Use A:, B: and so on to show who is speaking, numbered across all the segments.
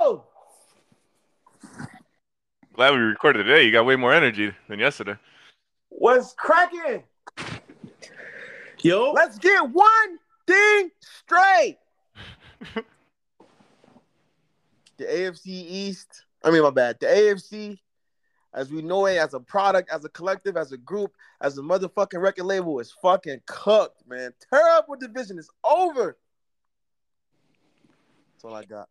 A: Yo!
B: Glad we recorded today. You got way more energy than yesterday.
A: What's cracking?
C: Yo,
A: Let's get one thing straight. the AFC East, I mean, my bad. The AFC, as we know it, as a product, as a collective, as a group, as a motherfucking record label, is fucking cooked, man. Terrible division is over. That's all I got.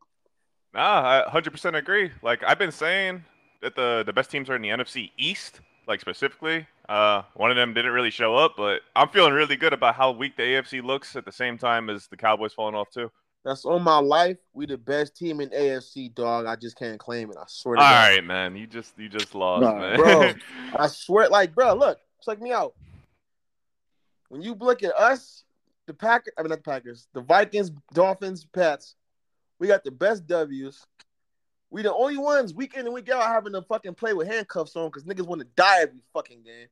B: Nah, I 100% agree. Like I've been saying that the the best teams are in the NFC East, like specifically. Uh, one of them didn't really show up, but I'm feeling really good about how weak the AFC looks at the same time as the Cowboys falling off too.
A: That's on my life. We the best team in AFC, dog. I just can't claim it. I swear to
B: All
A: God.
B: right, man. You just you just lost,
C: Nah,
B: man.
A: bro. I swear, like, bro, look, check me out. When you look at us, the Packers, I mean, not the Packers, the Vikings, Dolphins, Pats, we got the best W's. We the only ones week in and week out having to fucking play with handcuffs on because niggas want to die every fucking game.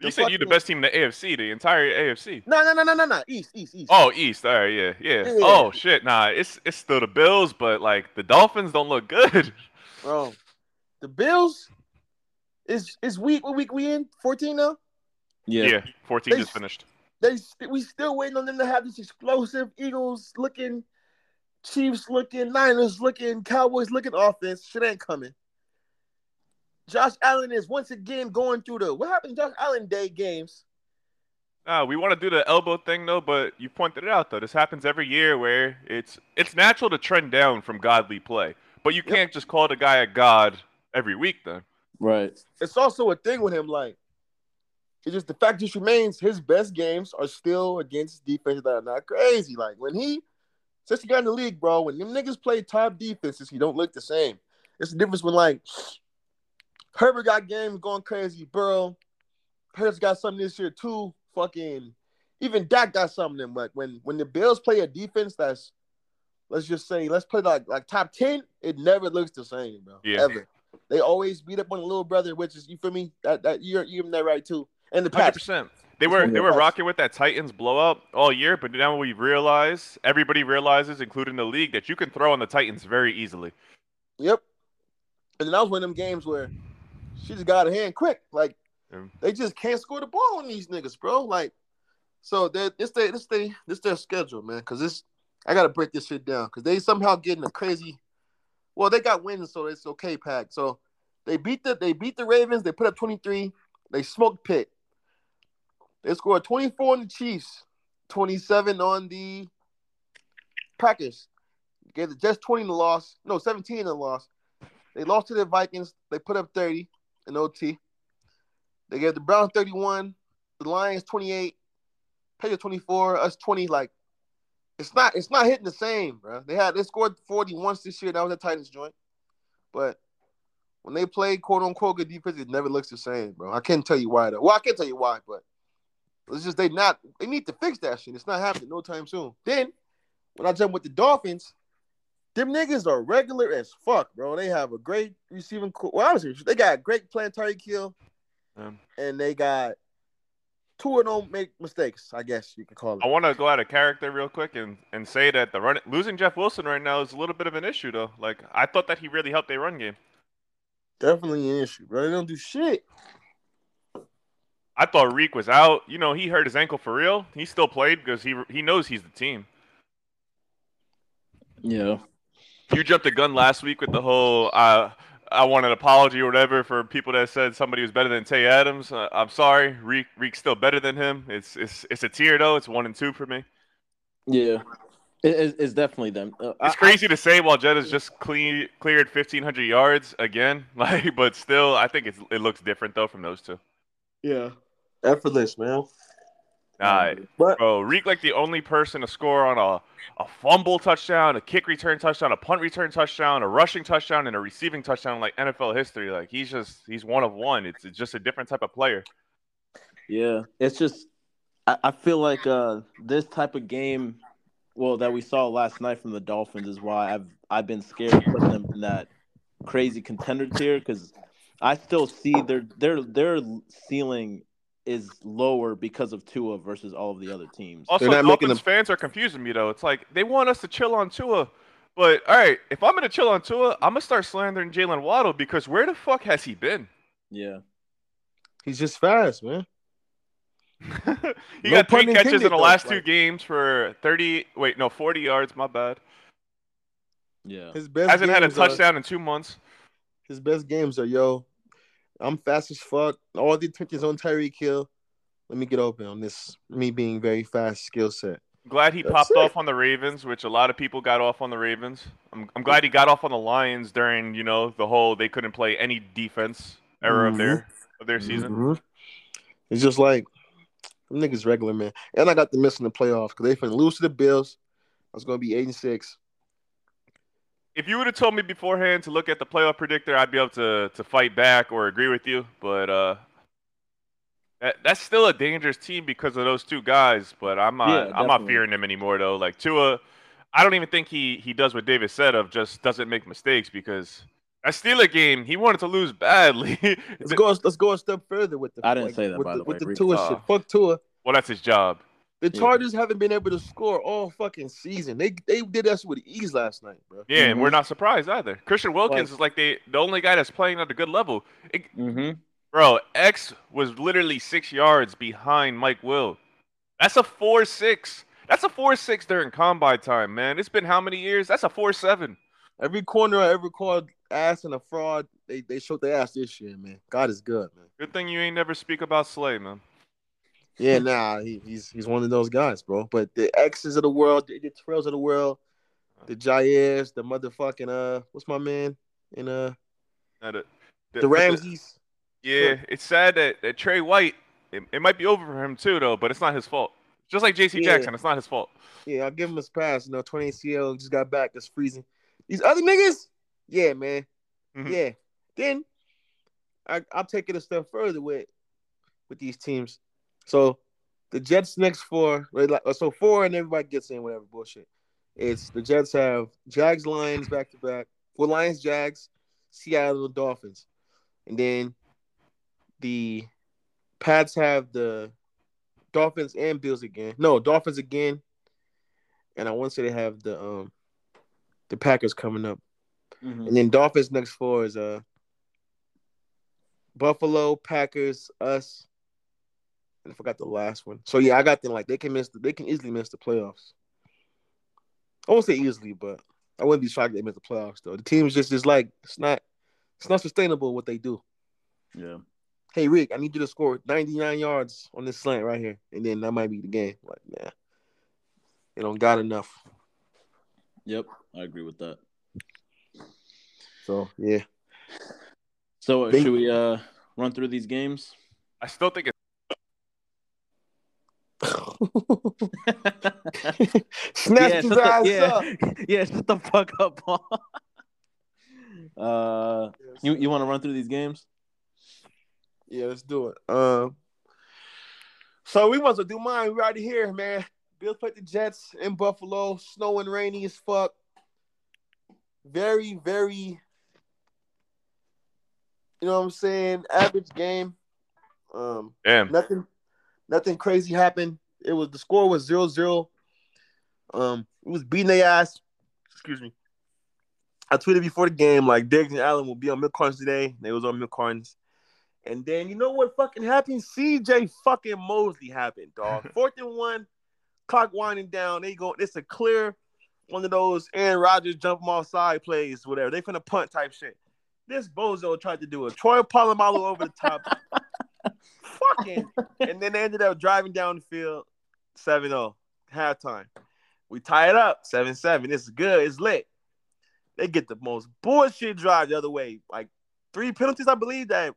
B: you said you the
A: fucking-
B: best team in the AFC, the entire AFC.
A: No, no, no, no, no, no. East, East, East.
B: Oh, East. All right, yeah, yeah.
A: Yeah.
B: Oh shit, nah. It's it's still the Bills, but like the Dolphins don't look good.
A: Bro, the Bills is is week what week we in? 14 now?
B: Yeah,
C: yeah,
B: 14
A: They-
B: just finished.
A: they st- we still waiting on them to have this explosive Eagles looking, Chiefs looking, Niners looking, Cowboys looking offense. Shit ain't coming. Josh Allen is once again going through the what happened to Josh Allen day games.
B: Nah, we want to do the elbow thing though, but you pointed it out though. This happens every year where it's it's natural to trend down from godly play, but you
A: Yep.
B: can't just call the guy a god every week then.
C: right.
A: It's also a thing with him, like it's just the fact just remains his best games are still against defenses that are not crazy. Like when he since he got in the league, bro, when them niggas play top defenses, he don't look the same. It's the difference when like Herbert got games going crazy, Burrow. Hurts got something this year too. Fucking even Dak got something. Like when when the Bills play a defense that's let's just say let's play like like top ten, it never looks the same, bro.
B: Yeah.
A: Ever. They always beat up on the little brother, which is you feel me? That that you're you're that right too. And the
B: Hundred
A: Pats.
B: percent. They were they were
A: Yes.
B: rocking with that Titans blowout all year, but now we realize everybody realizes, including the league, that you can throw on the Titans very easily.
A: Yep. And then that was one of them games where she just got a hand quick. Like
B: Yeah.
A: they just can't score the ball on these niggas, bro. Like so that this they this they this their schedule, man. Cause this I gotta break this shit down. Cause they somehow getting a crazy. Well, they got wins, so it's okay, Pack. So they beat the they beat the Ravens. They put up twenty three. They smoked Pitt. They scored twenty four on the Chiefs, twenty seven on the Packers. Gave the Jets twenty in the loss. No, seventeen in the loss. They lost to the Vikings. They put up thirty in OT. They gave the Browns 31, the Lions 28, Patriots 24, us 20. Like, it's not it's not hitting the same, bro. They had they scored 40 once this year. That was a Titans joint, but when they play quote unquote good defense, it never looks the same, bro. I can't tell you why though. Well, I can't tell you why, but it's just they not they need to fix that shit. It's not happening no time soon. Then when I jump with the Dolphins. Them niggas are regular as fuck, bro. They have a great receiving. Co- well, obviously, they got a great plan. Tyreek Hill
B: Um,
A: and they got two of them make mistakes, I guess you could call
B: I
A: it.
B: want to go out of character real quick and, and say that the run losing Jeff Wilson right now is a little bit of an issue though. Like I thought that he really helped their run game.
A: Definitely an issue, bro. They don't do shit.
B: I thought Reek was out. You know, he hurt his ankle for real. He still played because he he knows he's the team.
C: Yeah,
B: You jumped the gun last week with the whole uh, I want an apology or whatever for people that said somebody was better than Tay Adams. Uh, I'm sorry, Reek Reek's still better than him. It's it's it's a tier though. It's one and two for me.
C: yeah. It, it's, it's definitely them. Uh, I-
B: It's crazy to say while Jetta's just clean, cleared 1500 yards again. Like, but still, I think it's it looks different though from those two.
A: Yeah. Effortless, man.
B: Nah,
A: But
B: Bro, Reek like the only person to score on a, a fumble touchdown, a kick return touchdown, a punt return touchdown, a rushing touchdown, and a receiving touchdown in like NFL history. Like he's just he's one of one. It's, it's just a different type of player.
C: Yeah, it's just I, I feel like uh this type of game, well, that we saw last night from the Dolphins is why I've I've been scared of putting them in that crazy contender tier because I still see their their their ceiling is lower because of Tua versus all of the other teams.
B: Also,
A: They're not making
B: Dolphins fans are confusing me though. It's like they want us to chill on Tua, but all right, if I'm gonna chill on Tua, I'm gonna start slandering Jalen Waddle because where the fuck has he been?
C: Yeah.
A: He's just fast, man.
B: he
A: No
B: got
A: pun
B: three catches
A: intended,
B: in the
A: though,
B: last two
A: like-
B: games for 30. Wait, no, 40 yards. My bad.
C: Yeah.
A: His best
B: Hasn't had a
A: games are-
B: touchdown in two months.
A: his best games are yo, I'm fast as fuck. All the attention's on Tyreek Hill. Let me get open on this me being very fast skill set.
B: Glad he
A: That's
B: popped
A: it.
B: off on the Ravens, which a lot of people got off on the Ravens. I'm, I'm glad he got off on the Lions during you know the whole they couldn't play any defense era of their
C: Mm-hmm.
B: of their season.
A: Mhm. It's just like them niggas regular man, and I got to miss in the playoffs because they finna lose to the Bills. I was gonna be eight and six.
B: If you would have told me beforehand to look at the playoff predictor, I'd be able to to fight back or agree with you. But uh, that, that's still a dangerous team because of those two guys. But I'm not
C: Yeah,
B: I'm not
C: definitely.
B: fearing them anymore though. Like Tua, I don't even think he he does what David said of just doesn't make mistakes because that Steeler game he wanted to lose badly.
A: Let's go. Let's go a step further with the.
C: I didn't say that,
A: With
C: by
A: the,
C: the
A: with
C: way.
A: the Tua
B: Uh,
A: shit. Fuck Tua.
B: well, that's his job.
A: The
C: Yeah.
A: Chargers haven't been able to score all fucking season. They they did us with ease last night, bro.
B: Yeah, and
A: Mm-hmm.
B: we're not surprised either. Christian Wilkins
A: Like-
B: is like the the only guy that's playing at a good level. It-
C: Mm-hmm.
B: bro, X was literally six yards behind Mike Will. That's a four six. That's a four six during combine time, man. It's been how many years? That's a four seven.
A: Every corner I ever called ass and a fraud, they they showed their ass this year, man. God is good, man.
B: Good thing you ain't never speak about Slay, man.
A: Yeah, nah, he, he's he's one of those guys, bro. But the X's of the world, the, the Trails of the world, the Jair's, the motherfucking uh, what's my man in uh
B: Not a-
A: the Ramses?
B: Yeah, it's sad that, that Trey White. It, it might be over for him too, though, but it's not his fault. Just like J.C.
A: Yeah.
B: Jackson, it's not his fault.
A: Yeah, I'll give him his pass. You know, twenty ACL just got back. It's freezing. These other niggas, yeah, man,
B: Mhm.
A: yeah. Then I I'll take it a step further with with these teams. So the Jets next four, right, like so four, and everybody gets in whatever bullshit. It's the Jets have Jags Lions back to back. Well, Lions Jags, Seattle Dolphins, and then the Pats have the Dolphins and Bills again. No, Dolphins again. And I want to say they have the um the Packers coming up. And then Dolphins next four is uh Buffalo, Packers, us, and I forgot the last one. So yeah, I got them like they can miss the, they can easily miss the playoffs. I won't say easily, but I wouldn't be shocked if they miss the playoffs though. The team's just is like it's not it's not sustainable what they do.
C: Yeah.
A: Hey Rick, I need you to score 99 yards on this slant right here, and then that might be the game. Like, nah, they don't got enough.
C: Yep. I agree with that.
A: So yeah,
C: So uh,
A: They-
C: should we uh run through these games?
B: I still think it's
A: snatch his
C: shut the-
A: eyes
C: yeah.
A: up.
C: yeah, shut the fuck up, Paul. uh, you you want to run through these games?
A: Yeah, let's do it. Um, so we must well do mine right here, man. Bills played the Jets in Buffalo, snow and rainy as fuck. Very, very, you know what I'm saying? Average game. Um,
B: damn.
A: nothing nothing crazy happened. It was the score was 0-0. Um, it was beating their ass. Excuse me. I tweeted before the game like Diggs and Allen will be on Milk Carnes today. They was on Milk Carnes. And then you know what fucking happened? CJ fucking Mosley happened, dog. Fourth and one, clock winding down. They go. It's a clear one of those Aaron Rodgers jump them offside plays, whatever. They finna punt type shit. This bozo tried to do a Troy Polamalu over the top. fucking and then they ended up driving down the field 7 0, halftime. We tie it up 7 7. It's good. It's lit. They get the most bullshit drive the other way. Like three penalties, I believe, that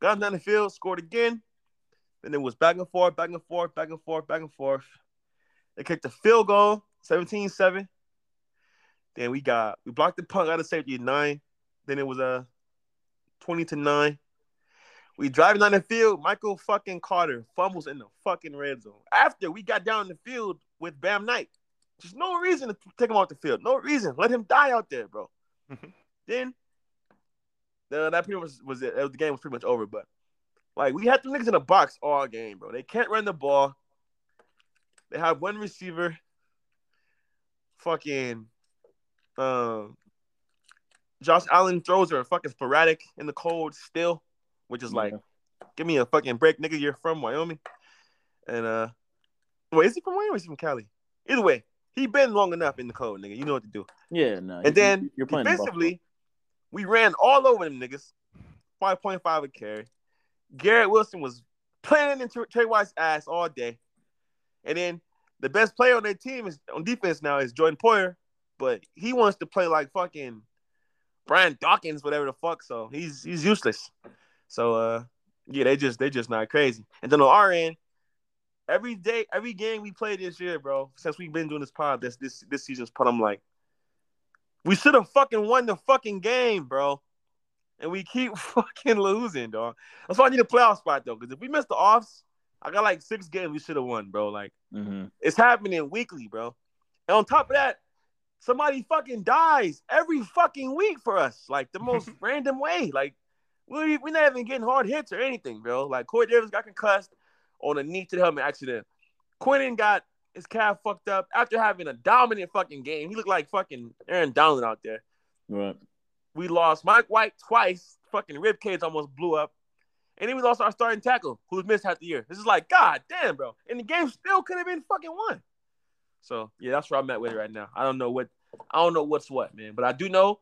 A: got down the field, scored again. Then it was back and forth, back and forth, back and forth, back and forth. They kicked the field goal 17 7. Then we got, we blocked the punt out of safety at 9. Then it was uh, 20 to 9. We driving down the field. Michael fucking Carter fumbles in the fucking red zone. After we got down the field with Bam Knight, there's no reason to take him off the field. No reason. Let him die out there, bro.
B: Mhm.
A: Then uh, that pretty much was it. Uh, The game was pretty much over. But Like we had the niggas in a box all game, bro. They can't run the ball. They have one receiver. Fucking um Josh Allen throws are fucking sporadic in the cold still, which is like, give me a fucking break, nigga. You're from Wyoming. And uh wait, is he from Wyoming or is he from Cali? Either way, he been long enough in the cold, nigga. You know what to do.
C: Yeah, no.
A: And then
C: you're playing in Buffalo.
A: Defensively, we ran all over them niggas. 5.5 a carry. Garrett Wilson was playing into Trey White's ass all day. And then the best player on their team is on defense now is Jordan Poyer, but he wants to play like fucking Brian Dawkins, whatever the fuck. So he's he's useless. So uh yeah, they just they just not crazy. And then on our end, every day, every game we played this year, bro, since we've been doing this pod, this this this season's pod, I'm like, we should have fucking won the fucking game, bro. And we keep fucking losing, dog. That's why I need a playoff spot though, because if we miss the offs, I got like six games we should have won, bro. Like
C: Mhm.
A: it's happening weekly, bro. And on top of that, somebody fucking dies every fucking week for us, like the most random way. Like we we not even getting hard hits or anything, bro. Like Corey Davis got concussed on a knee to the helmet accident. Quinnen got his calf fucked up after having a dominant fucking game. He looked like fucking Aaron Donald out there.
C: Right.
A: We lost Mike White twice. Fucking ribcage almost blew up. And then we lost our starting tackle, who's missed half the year. This is like, God damn, bro. And the game still could have been fucking won. So yeah, that's where I'm at with it right now. I don't know what I don't know what's what, man. But I do know,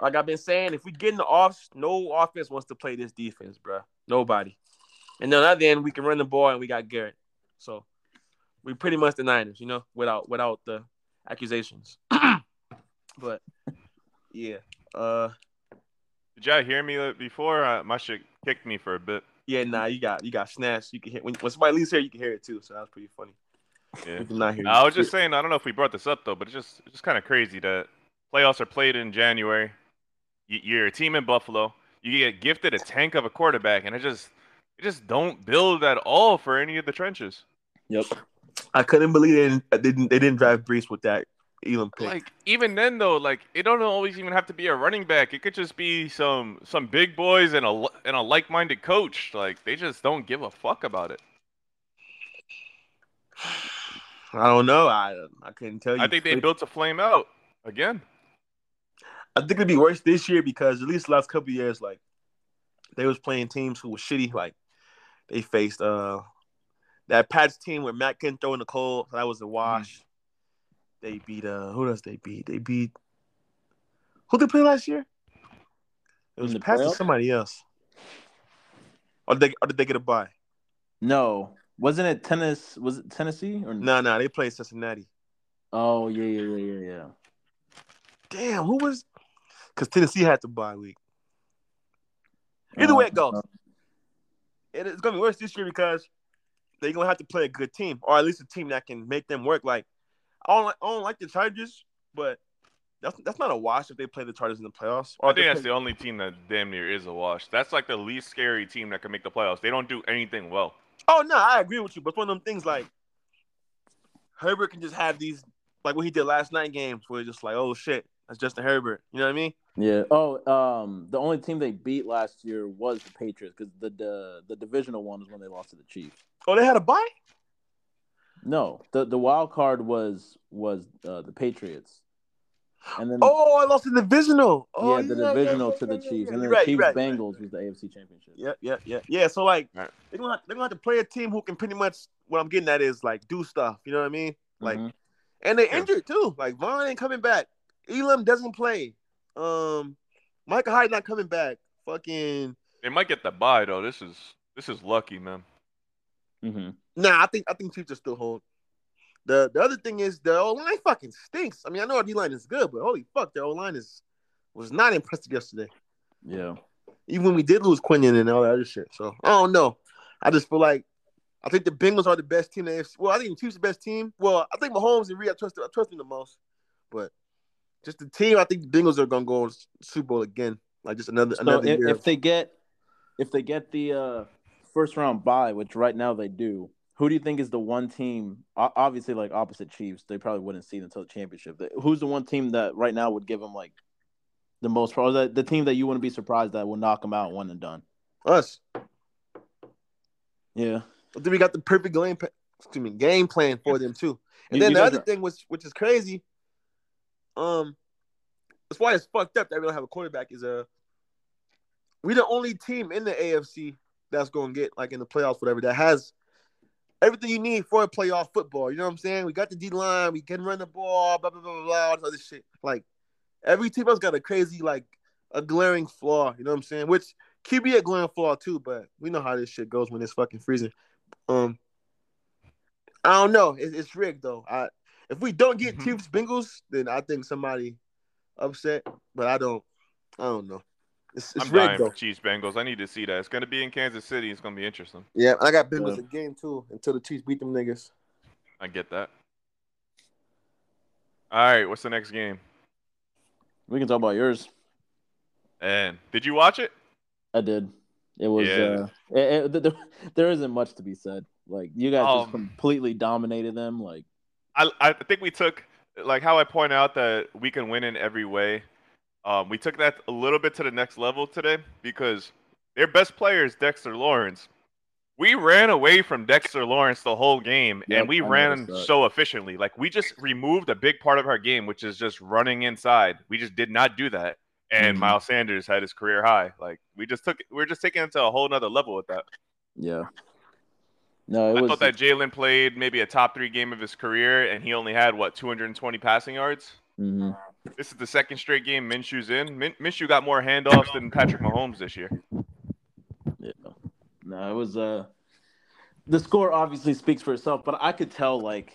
A: like I've been saying, if we get in the offs, no offense wants to play this defense, bro. Nobody. And then on the other end, we can run the ball and we got Garrett. So we pretty much the Niners, you know, without without the accusations. but yeah. Uh
B: Did y'all hear me uh, before? Uh, my shit kicked me for a bit.
A: Yeah, nah, you got you got snatched. You can hear when, when somebody leaves here, you can hear it too. So that was pretty funny.
B: Yeah.
A: We did not hear. you.
B: I was just saying, I don't know if we brought this up though, but it's just it's just kind of crazy that playoffs are played in January. Y- You're a team in Buffalo. You get gifted a tank of a quarterback, and it just it just don't build at all for any of the trenches.
C: Yep.
A: I couldn't believe they didn't they didn't, they didn't drive Brees with that Elam pick.
B: Like even then though, like it don't always even have to be a running back. It could just be some some big boys and a li- and a like-minded coach. Like they just don't give a fuck about it.
A: I don't know. I I couldn't tell you.
B: I think they built to flame out again.
A: I think it'd be worse this year because at least the last couple of years, like they was playing teams who were shitty. Like they faced uh that Pats team where Matt couldn't throw in the cold. So that
C: Mm-hmm.
A: was a wash. They beat uh who else they beat? They beat who they play last year? It
C: In
A: was
C: the
A: Pats or
C: playoffs?
A: somebody else. Or did they or did they get a bye?
C: No, wasn't it tennis? Was it Tennessee or
A: No, no, they played Cincinnati.
C: Oh yeah, yeah, yeah, yeah, yeah.
A: Damn, who was? Because Tennessee had the bye week. Either
C: Oh,
A: way it goes. and it's gonna be worse this year because they're gonna have to play a good team, or at least a team that can make them work. Like I don't, like- I don't like the Chargers, but that's that's not a wash if they play the Chargers in the playoffs. Or
B: I
A: if they
B: think that's
A: play-
B: the only team that damn near is a wash. That's like the least scary team that can make the playoffs. They don't do anything well.
A: oh no, I agree with you, but it's one of them things like Herbert can just have these like what he did last night games where it's just like oh shit, that's Justin Herbert. You know what I mean?
C: Yeah. Oh, um, the only team they beat last year was the Patriots because the, the the divisional one is when they lost to the Chiefs.
A: Oh, they had a bye.
C: No, the the wild card was was uh, the Patriots, and then
A: Oh, I lost the divisional. Oh,
C: yeah, the
A: yeah, yeah,
C: divisional
A: yeah,
C: to the
A: yeah, yeah,
C: Chiefs,
A: yeah.
C: and then
A: You're
C: the
A: right, you're
C: Chiefs
A: right, you're right.
C: Bengals was the AFC Championship.
A: Yeah, yeah, yeah, yeah. So like,
B: Right.
A: they're gonna they're gonna have to play a team who can pretty much what I'm getting at is like do stuff. You know what I mean? Like,
C: Mhm.
A: and they
B: Yeah.
A: injured too. Like Vaughn ain't coming back. Elam doesn't play. Um, Michael Hyde not coming back. Fucking
B: They might get the bye though. This is this is lucky, man.
C: Mhm.
A: nah. I think I think Chiefs are still hold. The the other thing is the O line fucking stinks. I mean, I know our D line is good, but holy fuck, their O line is was not impressive yesterday.
C: yeah,
A: even when we did lose Quinion and all that other shit. So I don't know. I just feel like I think the Bengals are the best team. In the AFC. Well, I think the Chiefs are the best team. Well, I think Mahomes and Reed, I trust, I trust them the most. But just the team, I think the Bengals are gonna go on S- Super Bowl again. Like just another
C: So
A: another
C: if,
A: year.
C: if they get if they get the uh, first round bye, which right now they do, who do you think is the one team? o- Obviously, like opposite Chiefs, they probably wouldn't see it until the championship. But Who's the one team that right now would give them like the most? Or the, the team that you wouldn't be surprised that will knock them out one and done?
A: Us.
C: Yeah.
A: But then we got the perfect game, pa- excuse me, game plan for them too. And
C: You-
A: then
C: you
A: the
C: guys
A: other
C: are-
A: thing, which which is crazy, um, that's why it's fucked up that we don't have a quarterback. Is uh, we the only team in the AFC that's going to get like in the playoffs, whatever that has everything you need for a playoff football. You know what I'm saying? We got the D line, we can run the ball, blah blah blah blah, blah all this other shit. Like every team else got a crazy like a glaring flaw. You know what I'm saying? Which could be a glaring flaw too, but we know how this shit goes when it's fucking freezing. Um, I don't know. It, it's rigged though. I if we don't get
B: Mhm.
A: Chiefs Bengals, then I think somebody upset. But I don't. I don't know. It's, it's
B: I'm
A: rigged
B: dying
A: though.
B: for Chiefs Bengals. I need to see that. It's gonna be in Kansas City. It's gonna be interesting.
A: Yeah, and I got Bengals
C: Yeah.
A: a game too until the Chiefs beat them niggas.
B: I get that. All right, what's the next game?
C: We can talk about yours.
B: And did you watch it?
C: I did. It was.
B: Yeah.
C: Uh, it- it- th- th- there isn't much to be said. Like you guys
B: Um,
C: just completely dominated them. Like
B: I I think we took like how I point out that we can win in every way. Um, we took that a little bit to the next level today because their best player is Dexter Lawrence. We ran away from Dexter Lawrence the whole game,
C: Yep,
B: and we
C: I
B: ran
C: noticed that.
B: so efficiently. Like we just removed a big part of our game, which is just running inside. We just did not do that, and
C: Mhm.
B: Miles Sanders had his career high. Like we just took, we are just taking it to a whole nother level with that.
C: yeah. No, it
B: I
C: was.
B: thought that Jalen played maybe a top three game of his career, and he only had what 220 passing yards.
C: Mhm.
B: This is the second straight game Minshew's in. Min- Minshew got more handoffs than Patrick Mahomes this year.
C: Yeah. No, it was. Uh, the score obviously speaks for itself, but I could tell like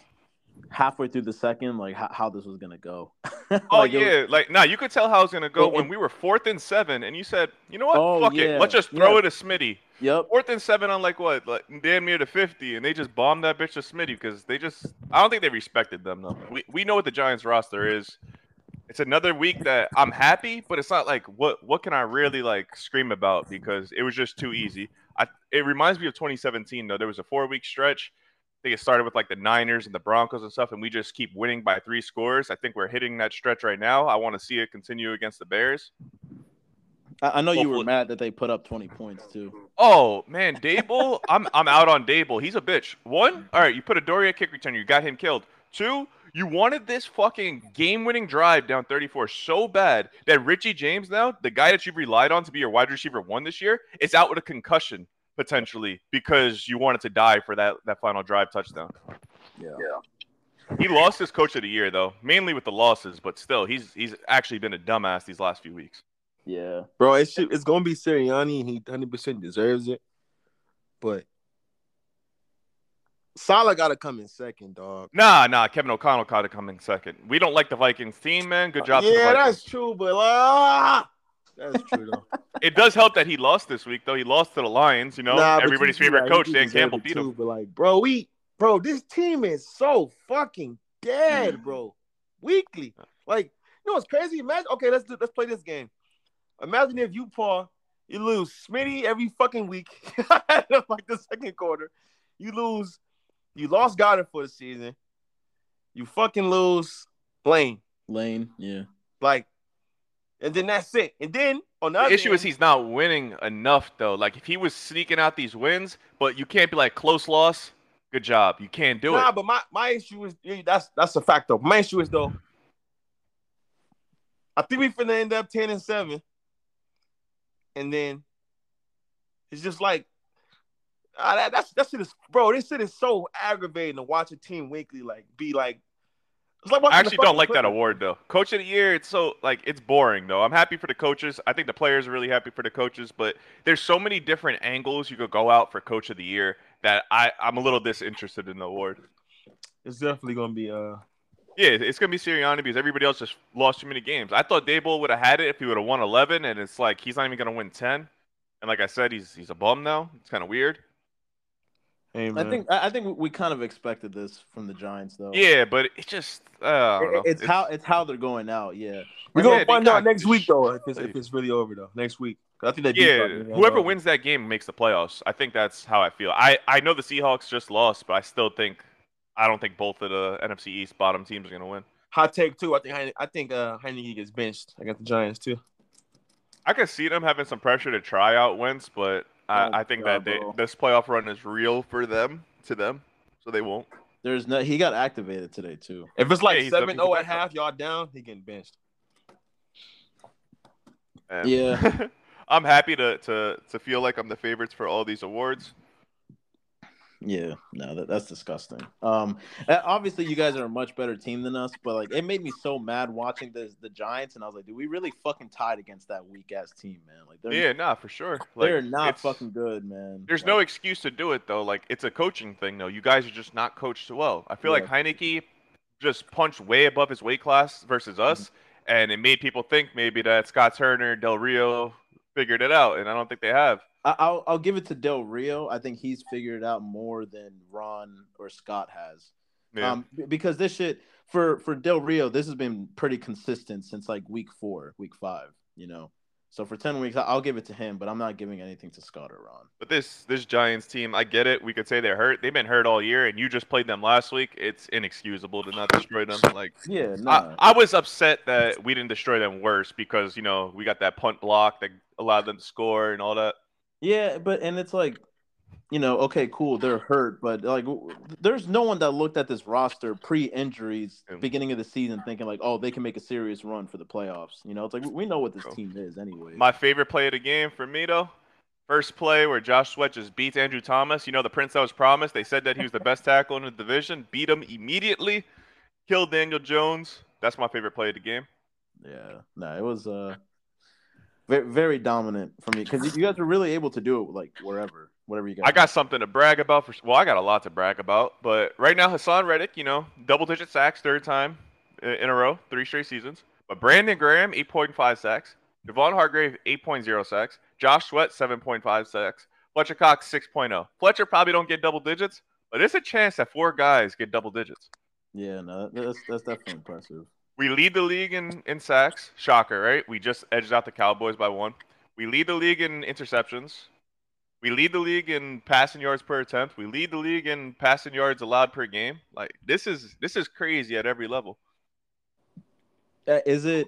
C: halfway through the second, like how, how this was gonna go.
B: Oh
C: Like, it was-
B: yeah, like nah, you could tell how it's gonna go
C: It-
B: when
C: it-
B: we were fourth and seven, and you said, you know what,
C: Oh,
B: fuck
C: yeah,
B: it, let's just throw
C: yeah.
B: it to Smitty.
C: yep.
B: Fourth and seven on like what, like damn near to fifty, and they just bombed that bitch to Smitty because they just, I don't think they respected them though. We we know what the Giants roster is. It's another week that I'm happy, but it's not like what what can I really like scream about because it was just too easy. I it reminds me of 2017 though. There was a four week stretch. I think it started with like the Niners and the Broncos and stuff, and we just keep winning by three scores. I think we're hitting that stretch right now. I want to see it continue against the Bears.
C: I, I know you were
B: Hopefully-
C: mad that they put up twenty points too.
B: Oh man, Dable, I'm I'm out on Dable. He's a bitch. One, all right, you put a Doria kick return, you got him killed. Two, you wanted this fucking game-winning drive down 34 so bad that Richie James now, the guy that you've relied on to be your wide receiver one this year, is out with a concussion potentially because you wanted to die for that that final drive touchdown.
C: Yeah.
B: He lost his coach of the year though, mainly with the losses, but still, he's he's actually been a dumbass these last few weeks.
C: Yeah.
A: Bro, it should, it's gonna be Sirianni, and he hundred percent deserves it. But Salah gotta come in second, dog.
B: Nah, nah, Kevin O'Connell caught it coming second. We don't like the Vikings team, man. Good job. to the
A: yeah,
B: Vikings.
A: that's true, but ah, that's true though.
B: It does help that he lost this week, though. He lost to the Lions. You know,
A: Nah, but
B: everybody's
A: you-
B: favorite
A: yeah,
B: coach,
A: you
B: Dan
A: deserve
B: Campbell,
A: it
B: beat
A: too,
B: him.
A: But like, bro, we, bro, this team is so fucking
B: Mm.
A: dead, bro. Weekly, like, you know what's crazy? Imagine, okay, let's do, let's play this game. Imagine if you, Paul, you lose Smitty every fucking week, like the second quarter. You lose, you lost Goddard for the season. You fucking lose Blaine,
C: Lane. Yeah.
A: like, and then that's it. And then on the,
B: The
A: other
B: issue is
A: end-
B: he's not winning enough, though. Like if he was sneaking out these wins, but you can't be like close loss. Good job. You can't do
A: nah,
B: it.
A: but my, my issue is yeah, that's that's a fact though. My issue is though, I think we finna end up ten and seven, and then it's just like ah, that that's that shit is bro. This shit is so aggravating to watch a team weekly like be like. It's like watching
B: I
A: the
B: actually don't
A: fucking
B: like that
A: Clippers.
B: award though. Coach of the year, it's so like it's boring though. I'm happy for the coaches. I think the players are really happy for the coaches, but there's so many different angles you could go out for coach of the year that I, I'm a little disinterested in the award.
A: It's definitely gonna be uh.
B: Yeah, it's gonna be Sirianni because everybody else just lost too many games. I thought Dable would have had it if he would have won eleven, and it's like he's not even gonna win ten. And like I said, he's he's a bum now. It's kind of weird.
A: Hey,
C: I
A: man.
C: think I I think we kind of expected this from the Giants though.
B: Yeah, but it just uh, I don't know.
C: It- It's, how it's how they're going out. Yeah.
A: we're
B: Yeah,
A: gonna
B: they
A: find
B: got
A: out next week though if it's, if
B: destroyed.
A: it's really over though next week. 'Cause I think that
B: yeah.
A: defense is-
B: Whoever wins that game makes the playoffs. I think that's how I feel. I I know the Seahawks just lost, but I still think I don't think both of the NFC East bottom teams are gonna win.
A: Hot take too. I think Heine- I think uh Heineke gets benched. I got the Giants too.
B: I could see them having some pressure to try out Wentz, but
C: Oh,
B: I, I think that
C: God,
B: they,
C: bro.
B: this playoff run is real for them to them, so they won't.
C: There's no. He got activated today too.
D: If it's like
B: Yeah, he's a-
D: seven
B: he's
D: zero
B: a
D: at
B: backup.
D: half, y'all down, he getting benched.
B: And
C: Yeah.
B: I'm happy to, to to feel like I'm the favorites for all these awards.
C: Yeah, no, that, that's disgusting. Um, uh, obviously you guys are a much better team than us, but like it made me so mad watching the the Giants, and I was like, dude, we really fucking tied against that weak ass team, man. Like they're
B: Yeah, nah, for sure. Like,
C: they're not
B: it's-
C: fucking good, man.
B: There's
C: Like,
B: no excuse to do it though. Like it's a coaching thing though. You guys are just not coached well. I feel like Heineke just punched way above his weight class versus us,
C: Mm-hmm.
B: and it made people think maybe that Scott Turner, Del Rio figured it out, and I don't think they have.
C: I, I'll I'll give it to Del Rio. I think he's figured it out more than Ron or Scott has.
B: Yeah.
C: Um, b- because this shit for for Del Rio, this has been pretty consistent since like week four, week five, you know. So for ten weeks, I- I'll give it to him, but I'm not giving anything to Scott or Ron.
B: but this this Giants team, I get it. We could say they're hurt. They've been hurt all year, and you just played them last week. It's inexcusable to not destroy them. Like
C: Yeah, no.
B: I, I was upset that we didn't destroy them worse because you know we got that punt block that allowed them to score and all that.
C: Yeah, but and it's like, you know, okay, cool, they're hurt, but like, w- there's no one that looked at this roster pre-injuries,
B: Yeah.
C: beginning of the season, thinking like, oh, they can make a serious run for the playoffs. You know, it's like we know what this
B: Bro.
C: team is anyway.
B: My favorite play of the game for me though, first play where Josh Sweat just beats Andrew Thomas. You know the prince that was promised. They said that he was the best tackle in the division. Beat him immediately. Killed Daniel Jones. That's my favorite play of the game.
C: yeah, no, it was uh, very, very dominant for me because you guys were really able to do it like wherever, whatever you guys.
B: I got something to brag about. For well, I got a lot to brag about, but right now Hassan Reddick, you know, double-digit sacks, third time i- in a row, three straight seasons. But Brandon Graham, 8.5 sacks. Devon Hargrave, 8.0 sacks. Josh Sweat, 7.5 sacks. Fletcher Cox, 6.0. Fletcher probably don't get double digits, but it's a chance that four guys get double digits.
C: Yeah, no, that- that's that's definitely impressive.
B: We lead the league in, in sacks. Shocker, right? We just edged out the Cowboys by one. We lead the league in interceptions. We lead the league in passing yards per attempt. We lead the league in passing yards allowed per game. Like this is this is crazy at every level.
C: Uh, Is it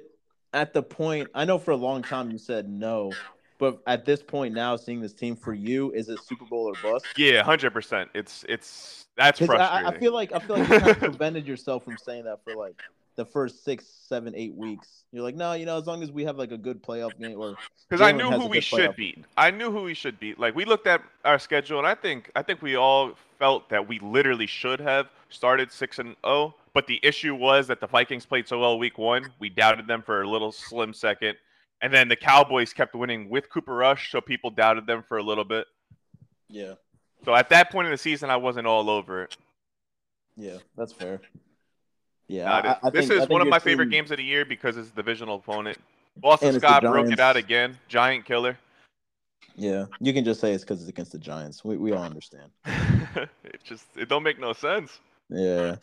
C: at the point? I know for a long time you said no, but at this point now, seeing this team for you, is it Super Bowl or bust?
B: Yeah, hundred percent. It's it's that's
C: 'Cause
B: frustrating.
C: I, I feel like I feel like you kind of prevented yourself from saying that for like the first six, seven, eight weeks. You're like, no, you know, as long as we have like a good playoff game, or
B: Because I
C: Jalen
B: knew
C: has
B: who
C: a
B: we
C: good playoff
B: should beat. I knew who we should beat. Like we looked at our schedule, and I think I think we all felt that we literally should have started six and zero. But the issue was that the Vikings played so well week one. We doubted them for a little slim second, and then the Cowboys kept winning with Cooper Rush, so people doubted them for a little bit.
C: yeah,
B: So at that point in the season, I wasn't all over it.
C: yeah, that's fair. Yeah,
B: Nah,
C: I- I, I
B: this
C: think- I
B: is
C: think
B: one of
C: your
B: my favorite
C: team-
B: games of the year because it's a divisional opponent. Boston
C: And it's the
B: Scott broke it
C: Giants.
B: out again. Giant killer.
C: Yeah, you can just say it's because it's against the Giants. We we all understand.
B: it just it don't make no sense.
C: Yeah.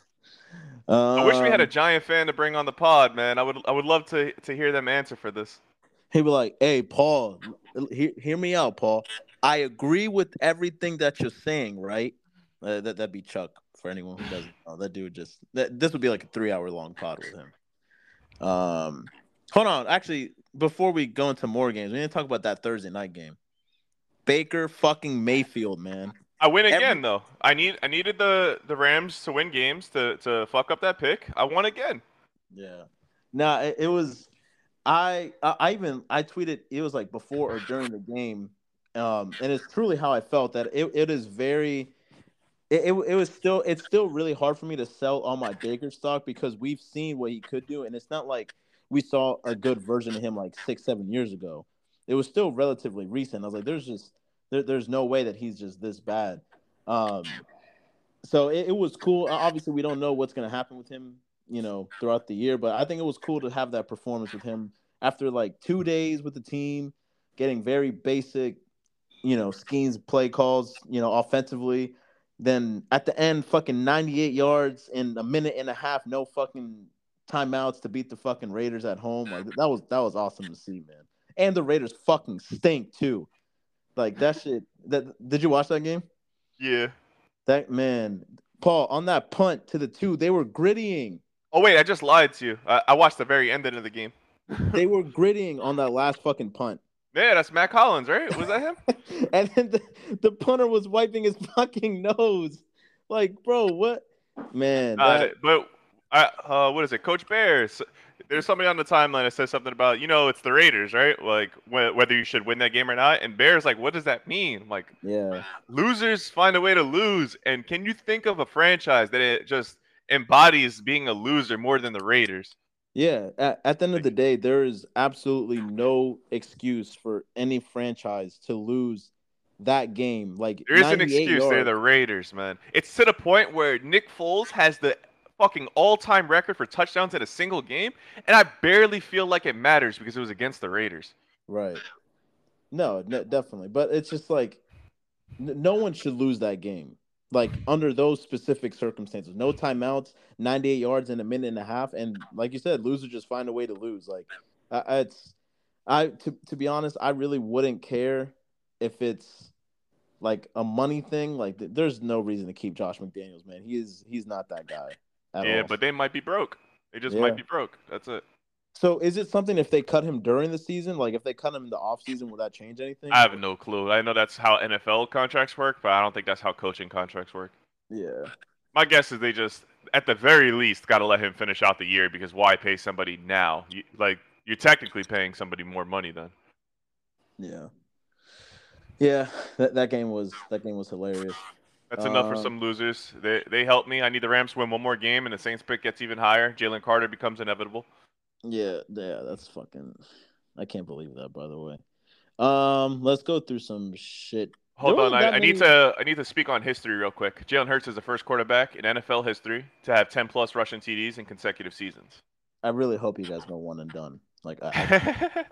B: I wish we had a
C: Um,
B: giant fan to bring on the pod, man. I would I would love to to hear them answer for this.
C: He'd be like, "Hey, Paul, hear, hear me out, Paul. I agree with everything that you're saying, right?" Uh, that that'd be Chuck for anyone who doesn't know. That dude just that this would be like a three hour long pod with him. Um, hold on. Actually, before we go into more games, we need to talk about that Thursday night game. Baker fucking Mayfield, man.
B: I win
C: Every-
B: again though. I need I needed the the Rams to win games to to fuck up that pick. I won again.
C: Yeah. Nah, it, it was. I I I even I tweeted it was like before or during the game, um, and it's truly how I felt that it, it is very. It, it, it was still it's still really hard for me to sell all my Baker stock because we've seen what he could do and it's not like we saw a good version of him like six seven years ago. It was still relatively recent. I was like, there's just there, there's no way that he's just this bad. Um, so it, it was cool. Uh, Obviously, we don't know what's going to happen with him, you know, throughout the year. But I think it was cool to have that performance with him after like two days with the team, getting very basic, you know, schemes, play calls, you know, offensively. Then at the end, fucking 98 yards in a minute and a half, no fucking timeouts to beat the fucking Raiders at home. Like that was that was awesome to see, man. And the Raiders fucking stink too. Like that shit. That did you watch that game?
B: Yeah.
C: That man, Paul, on that punt to the two, they were grittying.
B: Oh wait, I just lied to you. I, I watched the very end of the game.
C: They were grittying on that last fucking punt.
B: Yeah, that's Matt Collins, right? Was that him?
C: and then the, the punter was wiping his fucking nose. Like, bro, what? Man,
B: Uh,
C: that-
B: but I, uh, what is it, Coach Bears? There's somebody on the timeline that says something about you know it's the Raiders, right? Like wh- whether you should win that game or not. And Bears like, what does that mean? I'm like
C: yeah,
B: losers find a way to lose. And can you think of a franchise that it just embodies being a loser more than the Raiders?
C: yeah. At, at the end of the day, there is absolutely no excuse for any franchise to lose that game. Like,
B: There is an
C: 98
B: excuse. They're
C: yards.
B: the Raiders, man. It's to the point where Nick Foles has the fucking all-time record for touchdowns in a single game, and I barely feel like it matters because it was against the Raiders.
C: Right. No, no, definitely. But it's just like n- no one should lose that game. Like under those specific circumstances, no timeouts, 98 yards in a minute and a half, and like you said, loser just find a way to lose. Like I I- it's, I to to be honest, I really wouldn't care if it's like a money thing. Like th- there's no reason to keep Josh McDaniels, man. He is he's not that guy. At
B: yeah,
C: all.
B: but they might be broke. They just
C: Yeah.
B: might be broke. That's it.
C: so is it something if they cut him during the season? Like if they cut him in the off season, will that change anything?
B: I have no clue. I know that's how NFL contracts work, but I don't think that's how coaching contracts work.
C: Yeah.
B: My guess is they just, at the very least, got to let him finish out the year because why pay somebody now? You, like you're technically paying somebody more money then.
C: Yeah. Yeah, that, that game was that game was hilarious.
B: That's enough for
C: Um,
B: some losers. They they help me. I need the Rams to win one more game, and the Saints pick gets even higher. Jalen Carter becomes inevitable.
C: Yeah, yeah, that's fucking I can't believe that by the way. Um, let's go through some shit.
B: Hold
C: There
B: on,
C: wasn't
B: I,
C: that
B: I need
C: many-
B: to I need to speak on history real quick. Jalen Hurts is the first quarterback in NFL history to have 10 plus rushing TDs in consecutive seasons.
C: I really hope you guys go one and done. Like I,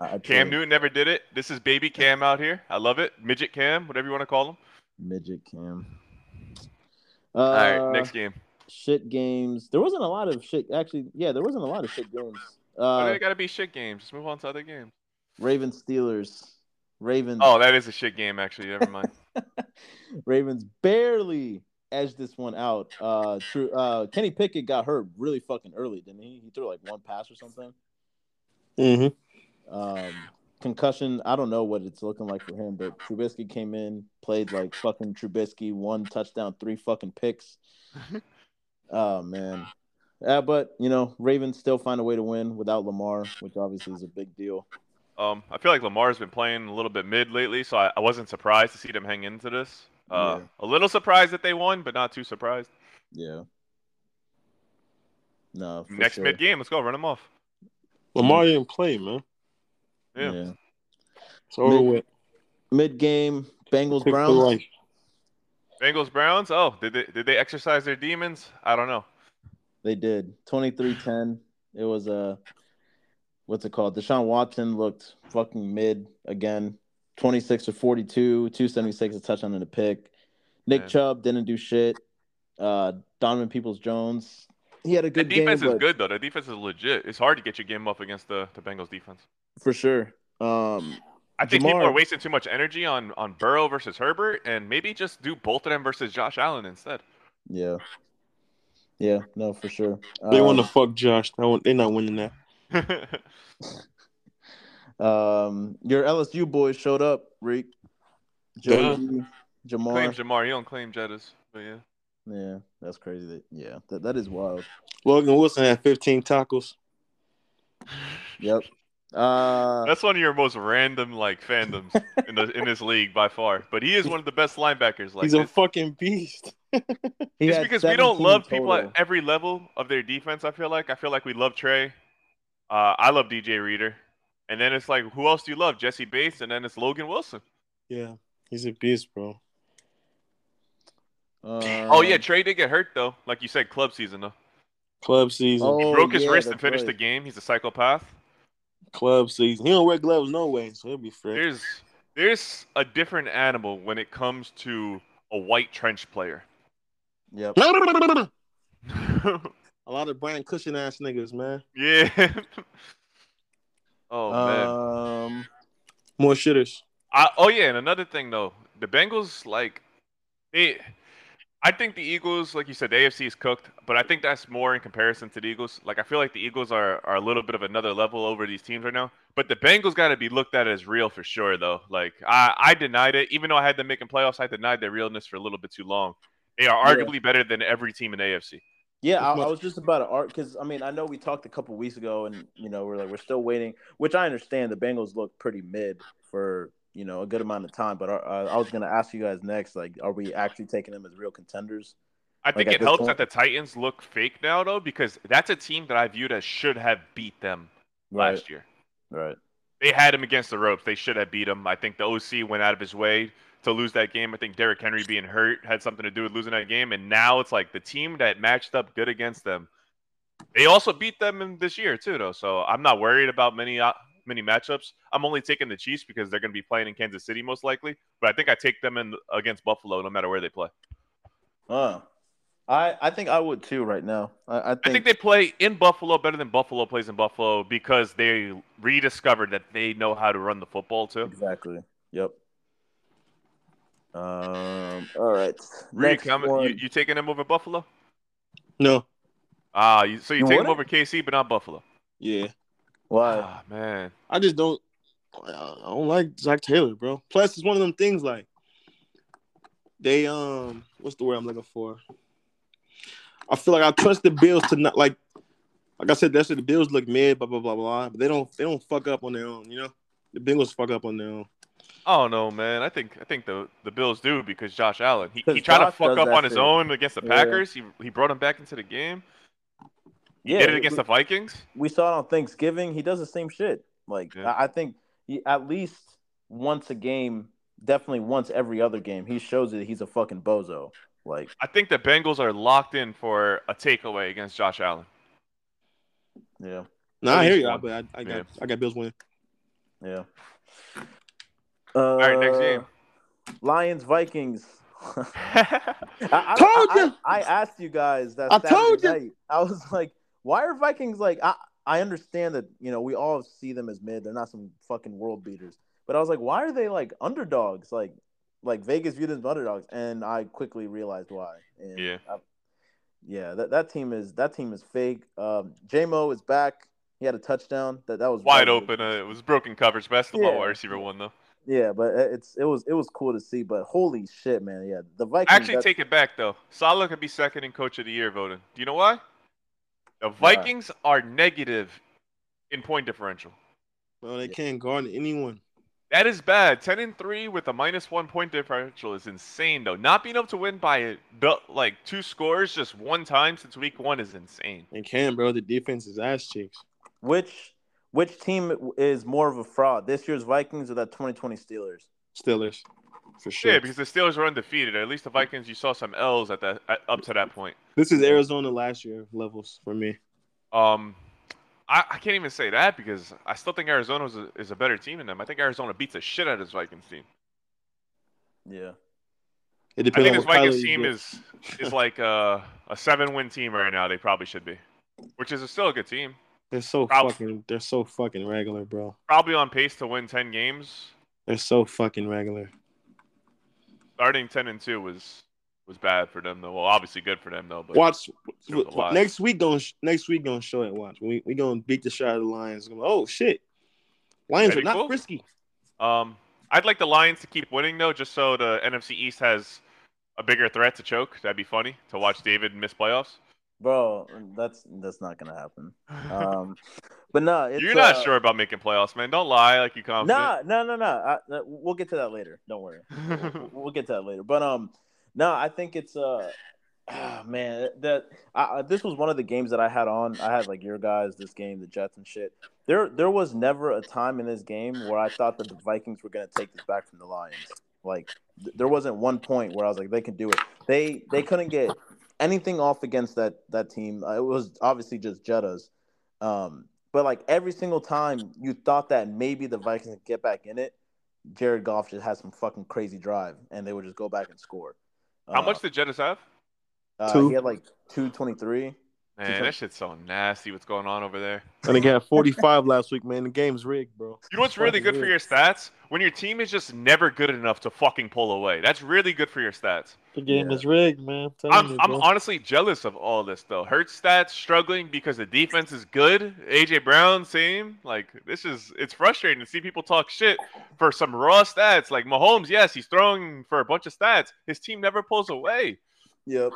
C: I, I
B: Cam Newton never did it. This is baby Cam out here. I love it. Midget Cam, whatever you want to call him.
C: midget Cam. Uh,
B: All right, next game.
C: shit games. There wasn't a lot of shit actually. Yeah, there wasn't a lot of shit games.
B: Why do
C: Uh,
B: Oh, they gotta be shit games? Just move on to other games.
C: Ravens Steelers. Ravens
B: Oh, that is a shit game actually. Never mind.
C: Ravens barely edged this one out. Uh, true. Uh, Kenny Pickett got hurt really fucking early, didn't he? He threw like one pass or something.
A: Mm-hmm.
C: Um, concussion. I don't know what it's looking like for him, but Trubisky came in, played like fucking Trubisky, one touchdown, three fucking picks. oh man. Uh, but you know, Ravens still find a way to win without Lamar, which obviously is a big deal.
B: Um, I feel like Lamar's been playing a little bit mid lately, so I, I wasn't surprised to see them hang into this. Uh,
C: Yeah.
B: A little surprised that they won, but not too surprised.
C: Yeah. No. for
B: Next
C: sure.
B: mid game, let's go run them off. Mm-hmm.
A: Lamar didn't play, man.
B: Yeah.
A: It's over
C: Mid-
A: with.
C: Mid game, Bengals
A: Quick for
C: Browns.
A: life.
B: Bengals Browns. Oh, did they did they exercise their demons? I don't know.
C: They did. 23-10. It was uh, what's it called? Deshaun Watson looked fucking mid again. 26 to 42, 276 a touchdown and a pick. Nick
B: Yeah.
C: Chubb didn't do shit. Uh Donovan Peoples Jones. He had a
B: The
C: good
B: defense
C: game,
B: is
C: but
B: good though. The defense is legit. It's hard to get your game up against the, the Bengals defense.
C: for sure. Um
B: I think people
C: Jamar-
B: are wasting too much energy on on Burrow versus Herbert, and maybe just do both of them versus Josh Allen instead.
C: yeah. Yeah, no, for sure.
A: They
C: um,
A: want to fuck Josh. They want, they're not winning that.
C: um your LSU boys showed up, Reek.
A: Yeah.
C: Joey, Jamar.
B: claim Jamar. You don't claim Jettas, but yeah.
C: Yeah, that's crazy. That, yeah, that, that is wild.
A: Logan Wilson had 15 tackles.
C: Yep. Uh,
B: That's one of your most random like fandoms in the in this league by far. But he is one of the best linebackers. Like
A: He's a
B: it's,
A: fucking beast.
C: he
B: it's
C: had
B: because we
C: 17
B: don't love people
C: total.
B: at every level of their defense. I feel like I feel like we love Trey. Uh, I love DJ Reader, and then it's like who else do you love? Jesse Bates, and then it's Logan Wilson.
A: Yeah, he's a beast, bro.
C: Uh,
B: oh yeah, Trey did get hurt though. Like you said, club season though.
A: Club season.
C: oh,
B: Broke his
C: yeah,
B: wrist and
C: that's
B: finished
C: right.
B: the game. He's a psychopath.
A: Club season. He don't wear gloves no way, so he'll be fresh.
B: There's there's a different animal when it comes to a white trench player.
C: Yep.
A: a lot of Brian Cushion ass niggas, man.
B: yeah. oh
C: Uh,
B: man.
C: um,
A: More shitters.
B: I, oh yeah, and another thing though, the Bengals like they I think the Eagles, like you said, the AFC is cooked, but I think that's more in comparison to the Eagles. Like I feel like the Eagles are, are a little bit of another level over these teams right now. But the Bengals got to be looked at as real for sure, though. Like I, I denied it, even though I had them making playoffs. I denied their realness for a little bit too long. They are
C: Yeah.
B: arguably better than every team in the AFC.
C: Yeah, I,
A: much-
C: I was just about to art because I mean I know we talked a couple weeks ago and you know we're like we're still waiting, which I understand. The Bengals look pretty mid for you know a good amount of time, but uh, I was gonna ask you guys next, like, are we actually taking them as real contenders?
B: I think
C: at
B: it
C: this
B: helps
C: point-
B: that the Titans look fake now, though, because that's a team that I viewed as should have beat them last year.
C: right.
B: they had him against the ropes. They should have beat him. I think the OC went out of his way to lose that game. I think Derrick Henry being hurt had something to do with losing that game. And now it's like the team that matched up good against them. They also beat them in this year too, though. So I'm not worried about many uh, many matchups. I'm only taking the Chiefs because they're going to be playing in Kansas City most likely. But I think I take them in against Buffalo no matter where they play.
C: Uh, I I think I would too right now. I, I think,
B: I think they play in Buffalo better than Buffalo plays in Buffalo because they rediscovered that they know how to run the football too.
C: exactly. Yep. Um. All right.
B: Reed,
C: Next
B: comment, you,
C: one.
B: you taking them over Buffalo?
A: No.
B: Ah, you, so you
C: You Uh,
B: take him
C: wouldn't?
B: over KC, but not Buffalo.
A: Yeah.
C: Why?
B: Ah, man.
A: I just don't. I I don't like Zach Taylor, bro. Plus, it's one of them things like they um. What's the word I'm looking for? I feel like I trust the Bills to not like. Like I said, that's the Bills look mid, blah blah blah blah. But they don't. They don't fuck up on their own. You know, the Bengals fuck up on their own.
B: I don't know, man. I think I think the, the Bills do because Josh Allen. He, he
C: 'Cause
B: tried to
C: Josh
B: fuck
C: does
B: up
C: that
B: on his
C: shit.
B: own against the
C: Yeah.
B: Packers. He, he brought him back into the game. He did it
C: we-
B: against the Vikings.
C: we saw it on Thanksgiving. He does the same shit. Like
B: Yeah.
C: I, I think he, at least once a game, definitely once every other game, he shows that he's a fucking bozo. Like
B: I think the Bengals are locked in for a takeaway against Josh Allen.
C: yeah,
A: No,
B: At
A: I hear
B: least
A: you,
B: one.
A: but I, I got
B: Yeah.
A: I got Bills winning.
C: yeah.
B: All right, next
C: Uh,
B: game.
C: Lions Vikings. I, I-
A: Told
C: I-
A: ya!
C: I, I asked you guys that.
A: I
C: Saturday
A: told ya!
C: night. I was like, why are Vikings like? I I understand that you know we all see them as mid. They're not some fucking world beaters. But I was like, why are they like underdogs? Like like Vegas viewed them as underdogs, and I quickly realized why. And
B: Yeah.
C: I- yeah. That that team is that team is fake. Um, Mo is back. He had a touchdown. That that was
B: Wide
C: that was-
B: open. Uh, it was broken coverage. But that's the
C: Yeah.
B: wide receiver one, though.
C: Yeah, but it- it's it was it was cool to see. But holy shit, man! Yeah, the Vikings.
B: I actually
C: that's-
B: take it back, though. Salah could be second in Coach of the Year voting. Do you know why? The Vikings are negative in point differential.
A: Well, they can't guard anyone.
B: That is bad. Ten and three with a minus one point differential is insane, though. Not being able to win by the, like two scores just one time since week one is insane.
A: They can, bro. The defense is ass chicks.
C: Which which team is more of a fraud? This year's Vikings or that 2020 Steelers?
A: Steelers, for sure.
B: Yeah, because the Steelers were undefeated. At least the Vikings, you saw some L's at that at, up to that point.
A: this is Arizona last year levels for me.
B: Um, I, I can't even say that because I still think Arizona is a, is a better team than them. I think Arizona beats the shit out of this Vikings team.
C: Yeah.
A: It
B: I
A: depends
B: think
A: on
B: this
A: what
B: Vikings
A: Kyler
B: team
A: gets.
B: is is like a, a seven win team right now. They probably should be, which is still a good team.
A: They're so
B: Probably.
A: fucking. They're so fucking regular, bro.
B: Probably on pace to win ten games.
A: They're so fucking regular.
B: starting ten and two was was bad for them though. Well, obviously good for them though. But
A: Watch
B: It was a lot.
A: next week. Gonna sh- next week gonna show it. Watch we we gonna beat the shit out of the Lions. Gonna- Oh shit, Lions
B: That'd
A: are
B: be
A: not
B: cool.
A: frisky.
B: um, I'd like the Lions to keep winning though, just so the NFC East has a bigger threat to choke. That'd be funny to watch David miss playoffs.
C: Bro, that's that's not gonna happen. Um, but no, it's,
B: You're not
C: uh,
B: sure about making playoffs, man. Don't lie like you confident.
C: No, no, no, no. I, uh, we'll get to that later. Don't worry. We'll- we'll get to that later. But um, no, I think it's uh, ah, man, that I, I, this was one of the games that I had on. I had like your guys, this game, the Jets and shit. There, there was never a time in this game where I thought that the Vikings were gonna take this back from the Lions. Like, th- there wasn't one point where I was like, they can do it. They, they couldn't get anything off against that that team. Uh, It was obviously just Jetta's. Um, but like every single time you thought that maybe the Vikings could get back in it, Jared Goff just had some fucking crazy drive and they would just go back and score.
B: How
C: Uh,
B: much did Jettis have?
C: uh,
A: Two.
C: He had like 223.
B: Man, that shit's so nasty. What's going on over there?
D: And they got 45 last week, man. The game's rigged, bro.
B: You know what's really good for your stats? When your team is just never good enough to fucking pull away. That's really good for your stats.
D: The game is rigged, man. I'm, telling
B: I'm,
D: you,
B: I'm
D: bro.
B: honestly jealous of all this though. Hurts stats struggling because the defense is good. AJ Brown same. Like this is it's frustrating to see people talk shit for some raw stats. Like Mahomes, yes, he's throwing for a bunch of stats. His team never pulls away.
C: Yep.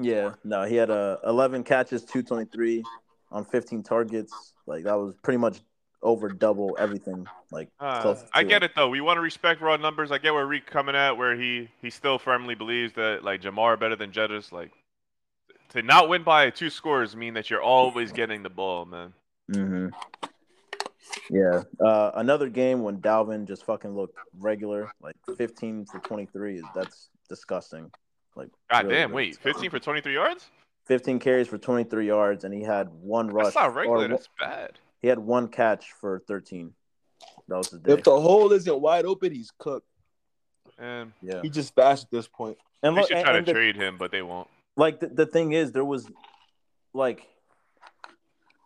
C: Yeah, no, he had uh, 11 catches, 223 on 15 targets. Like that was pretty much over double everything. Like
B: Uh,
C: close
B: I
C: to
B: get it though. We want to respect raw numbers. I get where Reek coming at, where he he still firmly believes that like Jamar better than Jettis. Like to not win by two scores mean that you're always getting the ball, man.
C: hmm Yeah. Uh, another game when Dalvin just fucking looked regular, like 15 for 23. Is that's disgusting.
B: God
C: Really
B: damn,
C: good.
B: wait, 15 for 23 yards?
C: 15 carries for 23 yards, and he had one rush.
B: That's not regular.
C: or
B: That's bad.
C: he had one catch for 13. That was his day.
D: If the hole isn't wide open, he's cooked.
B: And
C: yeah.
D: He just bashed at this point.
C: And
B: they
C: look,
B: should
C: and-
B: try
C: and
B: to
C: the-
B: trade him, but they won't.
C: like the, the thing is there was like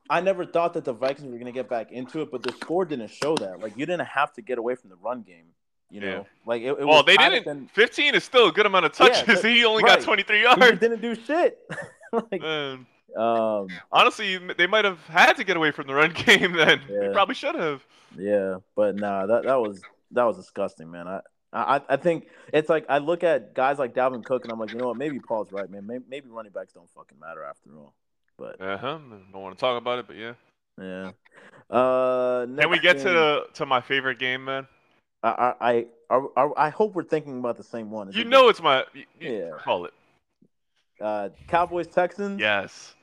C: i never thought that the vikings were going to get back into it but the score didn't show that like you didn't have to get away from the run game you know
B: Yeah.
C: like it, it
B: Well,
C: was
B: they
C: tied up
B: didn't.
C: and
B: 15 is still a good amount of
C: Yeah,
B: touches.
C: but-
B: he only got
C: right.
B: 23
C: we
B: yards.
C: didn't do shit like
B: Man,
C: um
B: honestly, you- they might have had to get away from the run game then. They
C: Yeah.
B: probably should have.
C: yeah but nah that, that was that was disgusting man i I, I think it's like I look at guys like Dalvin Cook and I'm like, you know what? Maybe Paul's right, man. Maybe, maybe running backs don't fucking matter after all. But
B: Uh huh. Don't want to talk about it, but yeah.
C: yeah. Uh,
B: Can we
C: next
B: get to
C: game-
B: the to my favorite game, man?
C: I I I, are- are- I hope we're thinking about the same one.
B: You know it's my. y- y-
C: Yeah.
B: Call it.
C: uh, Cowboys Texans.
B: Yes.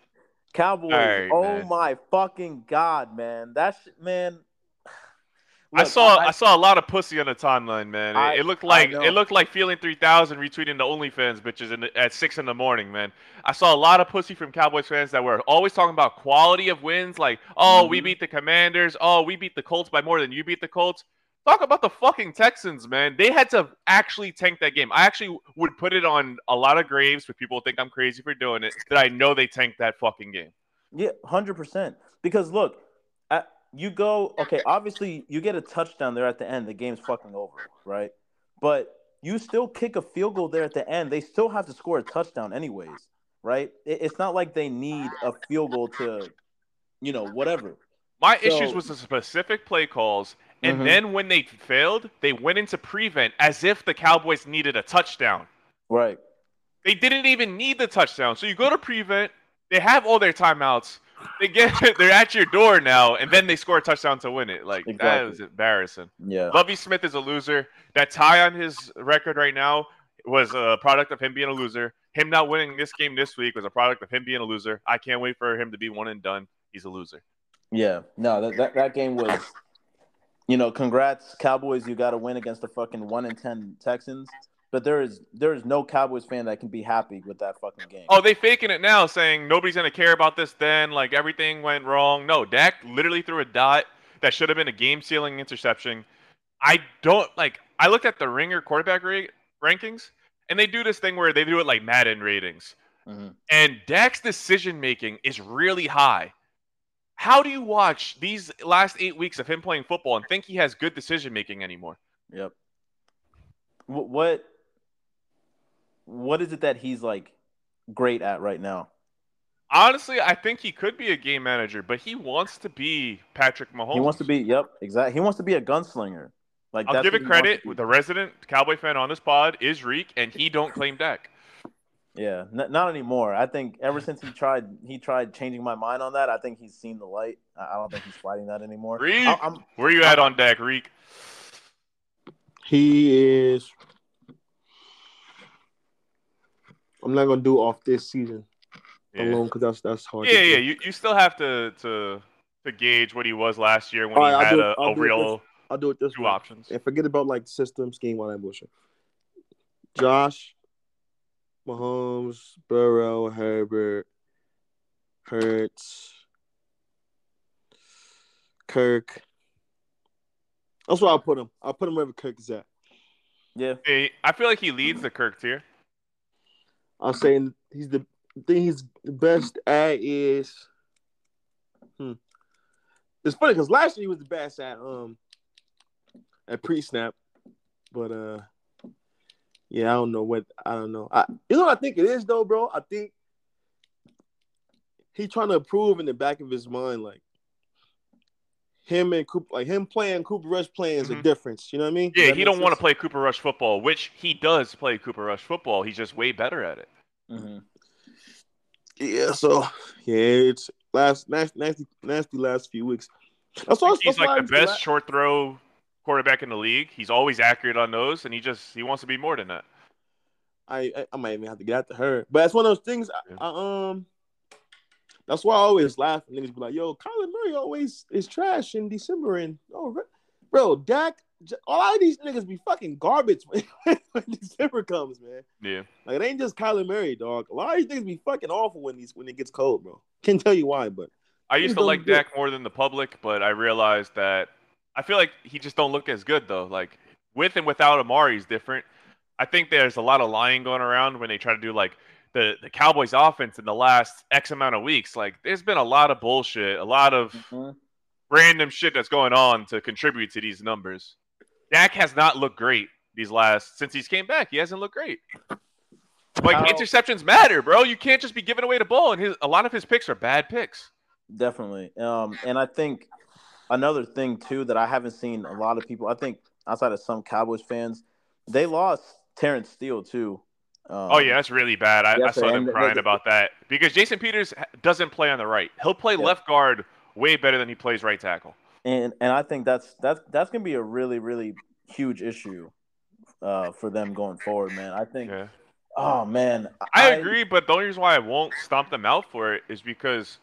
C: Cowboys.
B: All right,
C: oh
B: man.
C: my fucking god, man! That's man.
B: I
C: Look,
B: saw I, saw a lot of pussy on the timeline, man. It,
C: I-
B: it looked
C: I
B: like
C: know.
B: it looked like feeling three thousand retweeting the OnlyFans bitches in the, at six in the morning, man. I saw a lot of pussy from Cowboys fans that were always talking about quality of wins, like oh we
C: Mhm.
B: beat the Commanders, oh we beat the Colts by more than you beat the Colts. Talk about the fucking Texans, man. They had to actually tank that game. I actually would put it on a lot of graves where people think I'm crazy for doing it. That I know they tanked that fucking game.
C: Yeah, hundred percent. Because look, I, you go okay. Obviously, you get a touchdown there at the end. The game's fucking over, right? But you still kick a field goal there at the end. They still have to score a touchdown, anyways, right? It, it's not like they need a field goal to, you know, whatever.
B: My
C: So-
B: issues was the specific play calls, and
C: Mhm.
B: then when they failed, they went into prevent as if the Cowboys needed a touchdown.
C: Right.
B: They didn't even need the touchdown. So you go to prevent, they have all their timeouts. They get they're at your door now, and then they score a touchdown to win it. Like that
C: Exactly.
B: was embarrassing.
C: Yeah.
B: Lovey Smith is a loser. That tie on his record right now was a product of him being a loser. Him not winning this game this week was a product of him being a loser. I can't wait for him to be one and done. He's a loser.
C: Yeah, no, that, that that game was, you know, congrats Cowboys, you got to win against the fucking one in ten Texans. But there is there is no Cowboys fan that can be happy with that fucking game.
B: Oh, they faking it now, saying nobody's gonna care about this. Then, like everything went wrong. No, Dak literally threw a dot that should have been a game-sealing interception. I don't like. I looked at the Ringer quarterback ra- rankings, and they do this thing where they do it like Madden ratings,
C: Mhm.
B: and Dak's decision making is really high. How do you watch these last eight weeks of him playing football and think he has good decision making anymore?
C: Yep. What, what what is it that he's like great at right now?
B: Honestly, I think he could be a game manager, but he wants to be Patrick Mahomes.
C: He wants to be yep, exactly. He wants to be a gunslinger. Like
B: I'll
C: that's
B: give
C: what
B: it
C: he wants
B: credit.
C: to be.
B: The resident Cowboy fan on this pod is Reek, and he don't claim Dak.
C: Yeah, n- not anymore. I think ever since he tried, he tried changing my mind on that. I think he's seen the light. I I don't think he's fighting that anymore.
B: Reek,
C: I- I'm-
B: where you at on Dak, Reek?
D: He is. I'm not gonna do off this season
B: Yeah,
D: alone because that's that's hard.
B: yeah,
D: to do.
B: yeah. You, you still have to, to to gauge what he was last year when
D: All right,
B: he
D: I'll
B: had
D: do it-
B: a,
D: I'll
B: a
D: do it
B: real
D: I'll do it this
B: two
D: way.
B: options.
D: And forget about like system, scheme, all that bullshit. Josh, Mahomes, Burrow, Herbert, Hurts, Kirk. That's where I'll put him. I'll put him wherever Kirk is at.
C: yeah,
B: Hey, I feel like he leads the Kirk tier.
D: I'm saying he's the
A: thing he's best at is. Hmm. It's funny because last year he was the best at um at pre snap, but uh, yeah, I don't know what I don't know. I you know what I think it is though, bro. I think he trying to prove in the back of his mind like him and Cooper, like him playing Cooper Rush playing is a
B: Mhm.
A: difference. You know what I mean? Does
B: Yeah,
A: that
B: he
A: make
B: don't want to
A: sense?
B: play Cooper Rush football, which he does play Cooper Rush football. He's just way better at it.
C: Mhm.
A: Yeah, so yeah, it's last nasty, nasty, nasty last few weeks. That's
B: I
A: why
B: think he's like the best short throw quarterback in the league. He's always accurate on those, and he just he wants to be more than that.
A: I, I I might even have to get after her, but it's one of those things. I,
B: Yeah.
A: I, um, that's why I always laugh. when Niggas be like, "Yo, Kyler Murray always is trash in December." And oh, re- bro, Dak, J- a lot of these niggas be fucking garbage when, when December comes, man.
B: Yeah,
A: Like it ain't just Kyler Murray, dog. A lot of these niggas be fucking awful when these when it gets cold, bro. Can't tell you why, but
B: I
A: He's
B: used to
A: done
B: like
A: good.
B: Dak more than the public, but I realized that I feel like he just don't look as good though. Like with and without Amari is different. I think there's a lot of lying going around when they try to do like the the Cowboys offense in the last X amount of weeks. Like there's been a lot of bullshit, a lot of
C: Mhm.
B: random shit that's going on to contribute to these numbers. Dak has not looked great these last since he's came back. He hasn't looked great. Like
C: How-
B: interceptions matter, bro. You can't just be giving away the ball, and his, a lot of his picks are bad picks.
C: Definitely. Um, and I think another thing too that I haven't seen a lot of people. I think outside of some Cowboys fans, they lost Terrence Steele too. Um,
B: Oh yeah, that's really bad. I,
C: yeah,
B: I saw
C: and
B: them
C: they-
B: crying about that because Jason Peters ha- doesn't play on the right. He'll play
C: Yeah.
B: left guard way better than he plays right tackle.
C: and and I think that's that's that's gonna be a really really huge issue uh, for them going forward, man. I think.
B: Yeah.
C: Oh man,
B: I agree, but the only reason why I won't stomp them out for it is because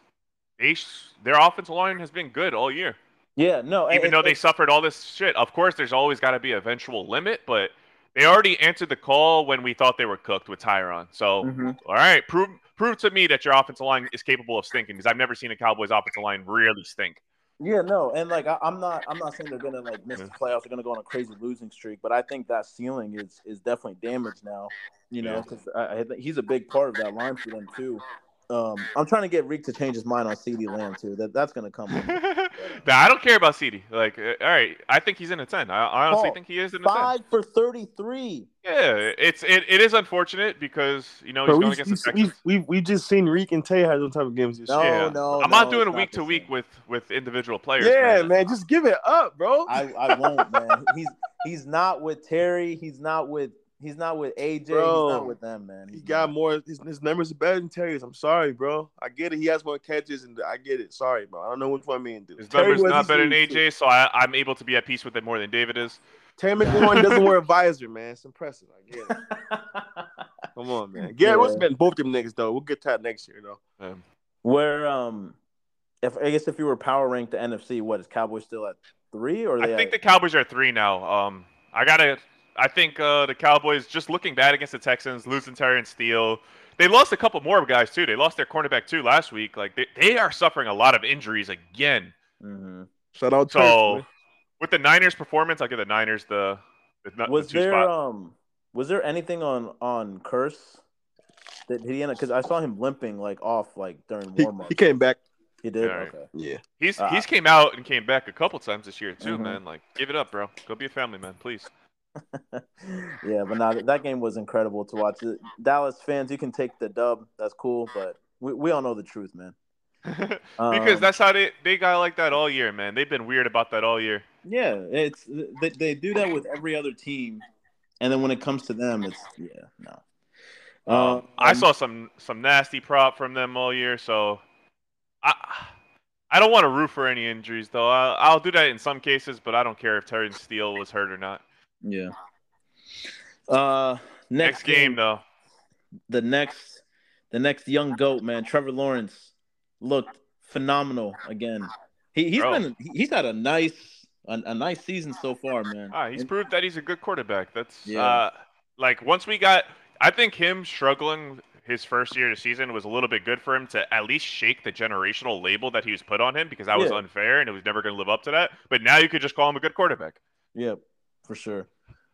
B: they sh- their offensive line has been good all year.
C: Yeah, no. and-
B: even
C: and-
B: though they suffered all this shit. Of course, there's always got to be a eventual limit, but they already answered the call when we thought they were cooked with Tyron. So,
C: Mhm.
B: all right, prove prove to me that your offensive line is capable of stinking because I've never seen a Cowboys offensive line really stink.
C: Yeah, no, and like I, I'm not, I'm not saying they're gonna like miss the playoffs. They're gonna go on a crazy losing streak, but I think that ceiling is is definitely damaged now. You know,
B: Yeah.
C: because I, I think he's a big part of that line for them too. Um, I'm trying to get Reek to change his mind on CD Lamb too. That that's gonna come.
B: nah, I don't care about CD. Like, uh, all right, I think he's in a ten. I, I honestly
C: Paul,
B: think he is in a ten.
C: Five for thirty three.
B: Yeah, it's it, it is unfortunate because you know Oh, he's
A: Bro,
B: going
A: we've,
B: against the
A: we've,
B: Texans.
A: we've, we've, we've just seen Reek and Tay had those type of games this
C: No,
A: year.
B: Yeah.
C: no,
B: I'm
C: no,
B: not doing a
C: it's
B: week
C: the
B: to week
C: same.
B: with with individual players.
A: Yeah, man, just give it up, bro.
C: I, I won't, man. He's he's not with Terry. He's not with he's not with AJ.
A: Bro,
C: he's not with them, man.
A: He
C: He's
A: got
C: not.
A: more. His, his numbers are better than Terry's. I'm sorry, bro. I get it. He has more catches, and I get it. Sorry, bro. I don't know which one me and do.
B: His number's
A: was
B: not
A: his
B: better than
A: dude, too.
B: AJ, so I, I'm able to be at peace with it more than David is.
A: Terry McLaurin doesn't wear a visor, man. It's impressive. I get it. Come on, man. Garrett
C: Yeah.
A: what's been both them niggas though. We'll get to that next year though.
B: Um,
C: Where um, if I guess if you were power ranked the NFC, what is Cowboys still at three or are they
B: I think
C: at,
B: the Cowboys are three now. Um, I gotta. I think uh, the Cowboys just looking bad against the Texans, losing Terrence Steele. They lost a couple more guys too. They lost their cornerback too last week. Like they, they are suffering a lot of injuries again.
C: Mhm.
A: Shout out. Terrence,
B: So
A: man.
B: with the Niners' performance, I'll give the Niners the the, the
C: was
B: two
C: there
B: spot.
C: um was there anything on on curse that did he end up because I saw him limping like off like during
A: he,
C: warm up.
A: he came back.
C: He did
B: All right.
C: okay.
A: Yeah.
B: He's
C: uh,
B: he's came out and came back a couple times this year too,
C: Mhm.
B: man. Like give it up, bro. Go be a family man, please.
C: yeah, but now that game was incredible to watch. The- Dallas fans, you can take the dub. That's cool, but we, we all know the truth, man.
B: because
C: Um,
B: that's how they they got like that all year, man. They've been weird about that all year.
C: yeah, it's they, they do that with every other team, and then when it comes to them, it's yeah, no.
B: Um,
C: Um,
B: I saw some some nasty prop from them all year, so I I don't want to root for any injuries though. I, I'll do that in some cases, but I don't care if Terrence Steele was hurt or not.
C: Yeah. Uh,
B: Next,
C: next,
B: game, though,
C: the next, the next young goat man, Trevor Lawrence looked phenomenal again. He he's
B: Bro.
C: been he- he's had a nice a, a nice season so far, man.
B: ah, he's
C: And-
B: proved that he's a good quarterback. That's
C: Yeah.
B: uh, like once we got, I think him struggling his first year of the season was a little bit good for him to at least shake the generational label that he was put on him because that was
C: Yeah.
B: unfair and it was never going to live up to that. But now you could just call him a good quarterback.
C: yeah, for sure.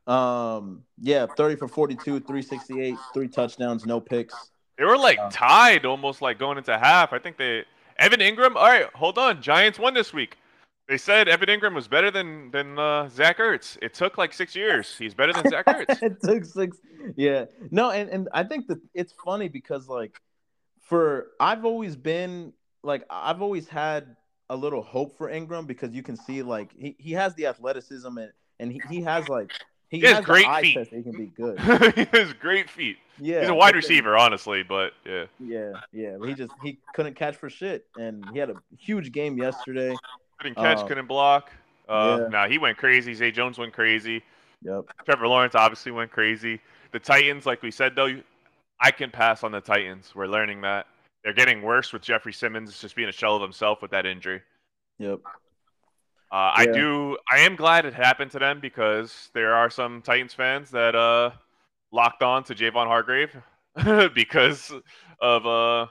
C: Um, yeah, thirty for forty two, three sixty eight, three touchdowns, no picks.
B: They were like
C: Yeah.
B: tied almost like going into half. I think they Evan Ingram. All right, hold on. Giants won this week. They said Evan Ingram was better than than uh, Zach Ertz. It took like six years. He's better than Zach Ertz.
C: it took six. Yeah. No, and, and I think that it's funny because like for I've always been like I've always had a little hope for Ingram because you can see like he, he has the athleticism and, and he, he has like he,
B: He has
C: has the
B: great
C: eye
B: feet.
C: test that he can be good.
B: he has great feet.
C: Yeah.
B: He's a wide
C: but then-
B: receiver, honestly, but yeah.
C: Yeah, yeah. He just he couldn't catch for shit and he had a huge game yesterday.
B: Couldn't catch,
C: Uh,
B: couldn't block. Uh,
C: yeah.
B: Nah, he went crazy. Zay Jones went crazy.
C: Yep.
B: Trevor Lawrence obviously went crazy. The Titans, like we said, though, I can pass on the Titans. We're learning that. They're getting worse with Jeffrey Simmons just being a shell of himself with that injury.
C: Yep.
B: Uh, I
C: Yeah.
B: do. I am glad it happened to them because there are some Titans fans that uh, locked on to Javon Hargrave because of uh,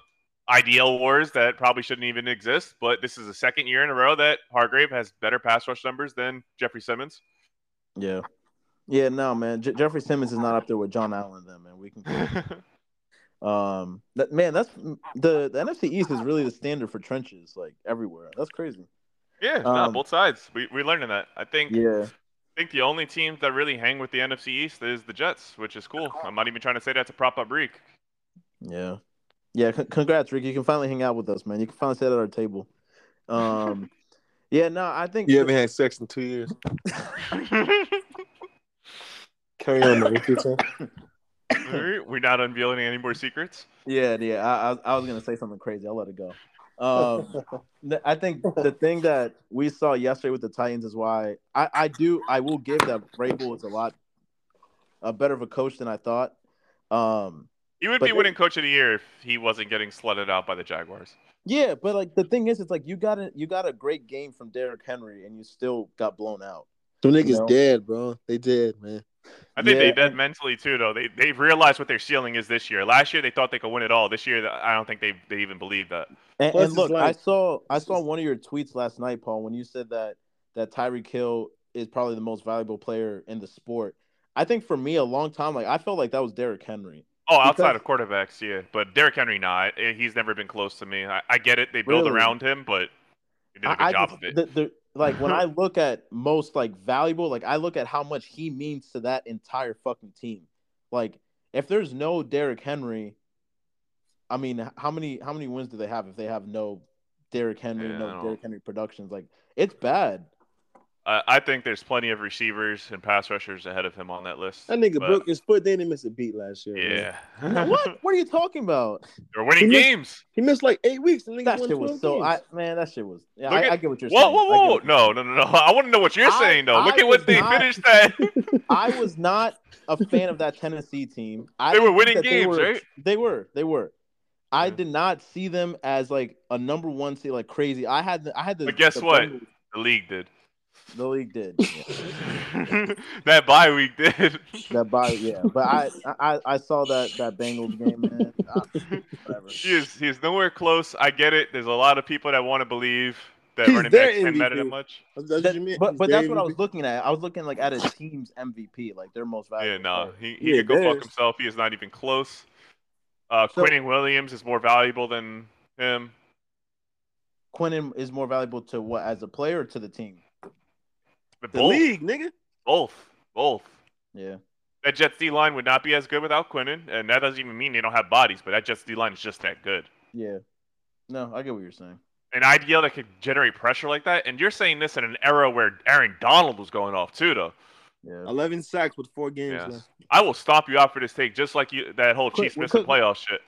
B: IDL wars that probably shouldn't even exist. But this is the second year in a row that Hargrave has better pass rush numbers than Jeffrey Simmons.
C: Yeah. Yeah, no, man. Je- Jeffrey Simmons is not up there with John Allen, then, man. We can. Um, that man, that's the the NFC East is really the standard for trenches, like everywhere. That's crazy.
B: yeah, nah,
C: Um,
B: both sides. We we learning that. I think.
C: Yeah,
B: I think the only teams that really hang with the NFC East is the Jets, which is cool. I'm not even trying to say that to prop up Reek.
C: yeah, yeah. c- congrats, Rick. You can finally hang out with us, man. You can finally sit at our table. Um, yeah, no, I think.
A: You haven't had sex in two years. Carry on, nigga.
B: We're not unveiling any more secrets.
C: Yeah, yeah. I, I, I was gonna say something crazy. I'll let it go. Um, th- I think the thing that we saw yesterday with the Titans is why I, I do I will give that Vrabel is a lot a better of a coach than I thought. Um,
B: He would
C: But
B: be
C: they-
B: winning coach of the year if he wasn't getting slutted out by the Jaguars.
C: yeah, but like the thing is, it's like you got a you got a great game from Derrick Henry and you still got blown out.
A: Them niggas
C: You know?
A: dead, bro. They dead, man.
B: I think they
C: Yeah.
B: did mentally too, though. They they've realized what their ceiling is this year. Last year they thought they could win it all. This year I don't think they they even believe that.
C: And,
A: Plus
C: and
A: it's
C: look, I
A: like-
C: saw I
A: it's
C: saw
A: just-
C: one of your tweets last night, Paul, when you said that that Tyreek Hill is probably the most valuable player in the sport. I think for me, a long time, like I felt like that was Derrick Henry.
B: Oh, outside
C: Because-
B: of quarterbacks, yeah. But Derrick Henry, not. Nah, Eh, he's never been close to me. I, I get it. They build
C: Really?
B: around him, but they did a good job of
C: just-
B: it.
C: The, the, like when I look at most like valuable, like I look at how much he means to that entire fucking team. Like if there's no Derrick Henry, I mean, h- how many how many wins do they have if they have no Derrick Henry,
B: Yeah, I
C: no
B: don't-
C: Derrick Henry productions? Like it's bad.
B: I, I think there's plenty of receivers and pass rushers ahead of him on that list.
A: That nigga
B: but-
A: broke his foot. They didn't miss a beat last year. man.
B: Yeah.
C: what? What are you talking about?
B: They're winning
A: He missed-
B: games.
A: He missed like eight weeks. And niggas
C: That
A: won
C: shit
A: 12
C: was so. I
A: games.
C: man, that shit was. Yeah,
B: Look
C: I,
B: at-
C: I get what you're
B: Whoa,
C: saying.
B: whoa,
C: I get
B: whoa!
C: what
B: No, no,
C: you're
B: no, no! I want to know what you're
C: I-
B: saying, though. Look
C: I
B: at what
C: was
B: they
C: not-
B: finished that.
C: I was not a fan of that Tennessee team. I
B: They were
C: didn't think
B: winning
C: that they
B: games,
C: were-
B: right?
C: They were. They were. I
B: Yeah.
C: did not see them as like a number one seed, like crazy. I had. The, I had the.
B: But guess
C: the
B: what?
C: Bengals-
B: The league did.
C: The league did.
B: that bye week did.
C: That bye, yeah. But I, I, I saw that that Bengals game, man. I- whatever.
B: he is he is nowhere close. I get it. There's a lot of people that want to believe that
A: He's
B: running
A: their
B: backs can't matter that
A: MVP.
B: much.
A: That's, that's
C: That-
A: what you meant.
C: but but
A: He's
C: that's
A: very
C: what I was looking at. I was looking like at a team's MVP, like their most valuable.
B: Yeah, no, he,
C: player.
B: he
A: Oh, Yeah,
B: could go fuck
A: there's-
B: himself. He is not even close. Uh,
C: So-
B: Quinning Williams is more valuable than him.
C: Quinnen is more valuable to what as a player or to the team.
B: But
A: The
B: both,
A: league, nigga.
B: both, both.
C: Yeah.
B: That Jets D line would not be as good without Quinnen, and that doesn't even mean they don't have bodies. But that Jets D line is just that good.
C: Yeah. No, I get what you're saying.
B: An IDL that could generate pressure like that, and you're saying this in an era where Aaron Donald was going off too, though.
C: Yeah.
A: Eleven sacks with four games
B: Yes.
A: left.
B: I will stomp you out for this take, just like you that whole
C: Quick,
B: Chiefs
C: well,
B: missing
C: quick.
B: playoff shit.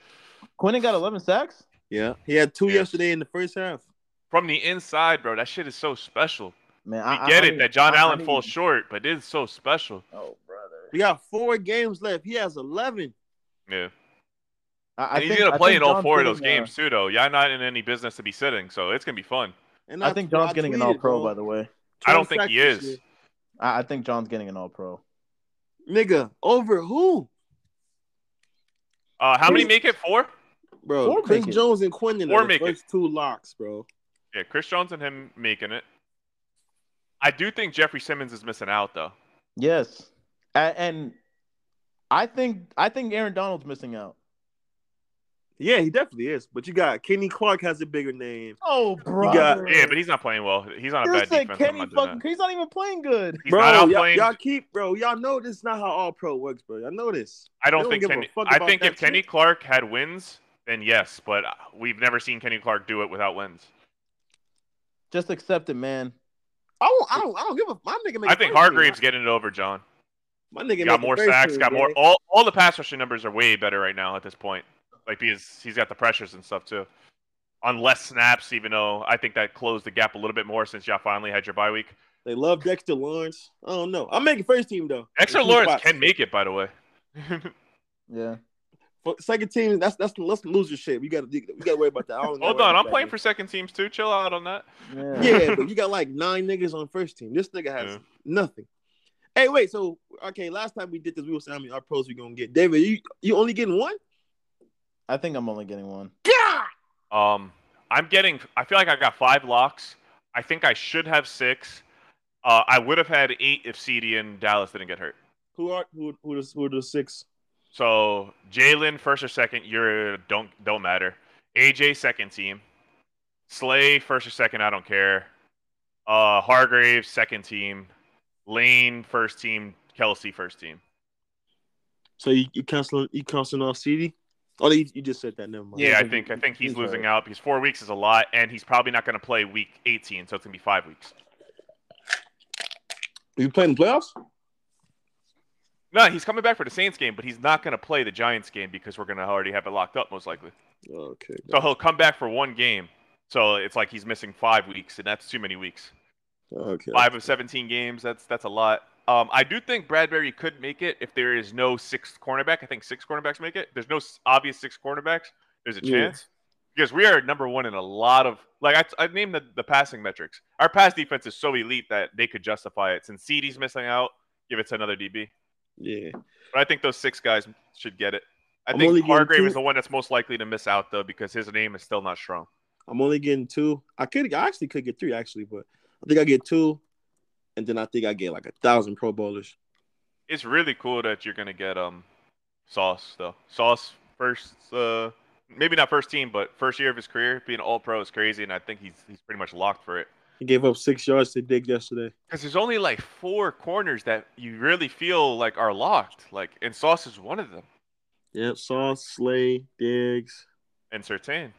C: Quinnen got 11 sacks?
A: Yeah, he had two
B: Yeah.
A: yesterday in the first half.
B: From the inside, bro, that shit is so special.
C: Man,
B: We
C: I
B: get
C: I,
B: it that John Allen falls
C: falls
B: short, but it is so special.
C: Oh, brother.
A: We got four games left. He has eleven.
B: Yeah.
C: I, I
B: And he's
C: think-
B: gonna
C: I
B: play
C: think
B: in all
C: John
B: four of those
C: Quinnen, uh,
B: games too, though. Y'all not in any business to be sitting, so it's gonna be fun.
A: And
C: I think John's getting an all pro, by the way.
B: I don't think he is.
C: I, I think John's getting an all pro.
A: Nigga, over who,
B: Uh, how many make it? Four?
A: bro?
C: Four
A: Chris
C: make it.
A: Jones and Quinton
B: Four
A: are the
B: make it.
A: first two locks, bro.
B: Yeah, Chris Jones and him making it. I do think Jeffrey Simmons is missing out though.
C: Yes. A- And I think I think Aaron Donald's missing out.
D: Yeah, he definitely is. But you got Kenny Clark has a bigger name.
E: Oh, bro.
D: got-
B: Yeah, but he's not playing well. He's on a bad defense. I'm
E: Kenny
B: not doing
E: fucking.
B: that.
E: He's not even playing good.
B: He's
D: bro,
B: not out
D: y'all,
B: playing.
D: y'all keep bro. Y'all know this is not how all pro works, bro. Y'all know this.
B: I don't
D: don't
B: think
D: give a
B: Kenny.
D: fuck
B: I
D: about
B: think
D: that
B: if Kenny
D: shit.
B: Clark had wins, then yes. But uh, we've never seen Kenny Clark do it without wins.
C: Just accept it, man.
A: I don't, I don't, I don't give a. My nigga make
B: I think Hargreaves getting it over John.
A: My nigga
B: He
A: make
B: got
A: the
B: more
A: first
B: sacks.
A: team,
B: Got more.
A: man.
B: All all the pass rushing numbers are way better right now at this point. Like because he's got the pressures and stuff too. On less snaps, even though I think that closed the gap a little bit more since y'all finally had your bye week.
A: They love Dexter Lawrence. I don't know. I'm making first team though.
B: Extra
A: Two
B: Lawrence
A: spots.
B: can make it, by the way.
C: Yeah.
A: For second team, that's that's let's lose your shit. We got to we got to worry about that. I don't know
B: Hold
A: where
B: on, I'm
A: everybody
B: playing
A: is.
B: for second teams too. Chill out on that.
C: Yeah.
A: Yeah, but you got like nine niggas on first team. This nigga has
B: Yeah.
A: nothing. Hey, wait. So okay, last time we did this, we were saying how many our pros we gonna get. David, you you only getting one?
C: I think I'm only getting one.
B: Um, I'm getting. I feel like I got five locks. I think I should have six. Uh, I would have had eight if CD and Dallas didn't get hurt.
A: Who are who who the, who the six?
B: So Jalen first or second, you're don't don't matter. AJ second team, Slay first or second, I don't care. Uh, Hargrave second team, Lane first team, Kelsey first team.
A: So you, you canceling you canceling off CD? Oh, you, you just said that. Never mind.
B: Yeah, I
C: but
B: think I
C: he-
B: think he's,
C: he's
B: losing out because four weeks is a lot, and he's probably not going to play week 18, so it's gonna be five weeks.
A: You playing the playoffs?
B: No, he's coming back for the Saints game, but he's not going to play the Giants game because we're going to already have it locked up most likely.
A: Okay.
B: So he'll come back for one game. So it's like he's missing five weeks, and that's too many weeks.
A: Okay.
B: Five of 17 games, that's that's a lot. Um, I do think Bradbury could make it if there is no sixth cornerback. I think six cornerbacks make it. There's no s- obvious six cornerbacks. There's a
A: Yeah.
B: chance because we are number one in a lot of like I, I named the, the passing metrics. Our pass defense is so elite that they could justify it. Since CD's missing out, give it to another DB.
A: Yeah.
B: But I think those six guys should get it. I
A: I'm only
B: think
A: getting
B: Hargrave
A: two-
B: is the one that's most likely to miss out though because his name is still not strong.
A: I'm only getting two. I could I actually could get three actually, but I think I get two, and then I think I get like a thousand Pro Bowlers.
B: It's really cool that you're gonna get um Sauce though. Sauce first, uh, maybe not first team, but first year of his career being All Pro is crazy, and I think he's he's pretty much locked for it.
A: He gave up six yards to Dig yesterday.
B: Because there's only like four corners that you really feel like are locked, like and Sauce is one of them.
A: Yep. Sauce, Slay, Diggs,
B: And Sertain.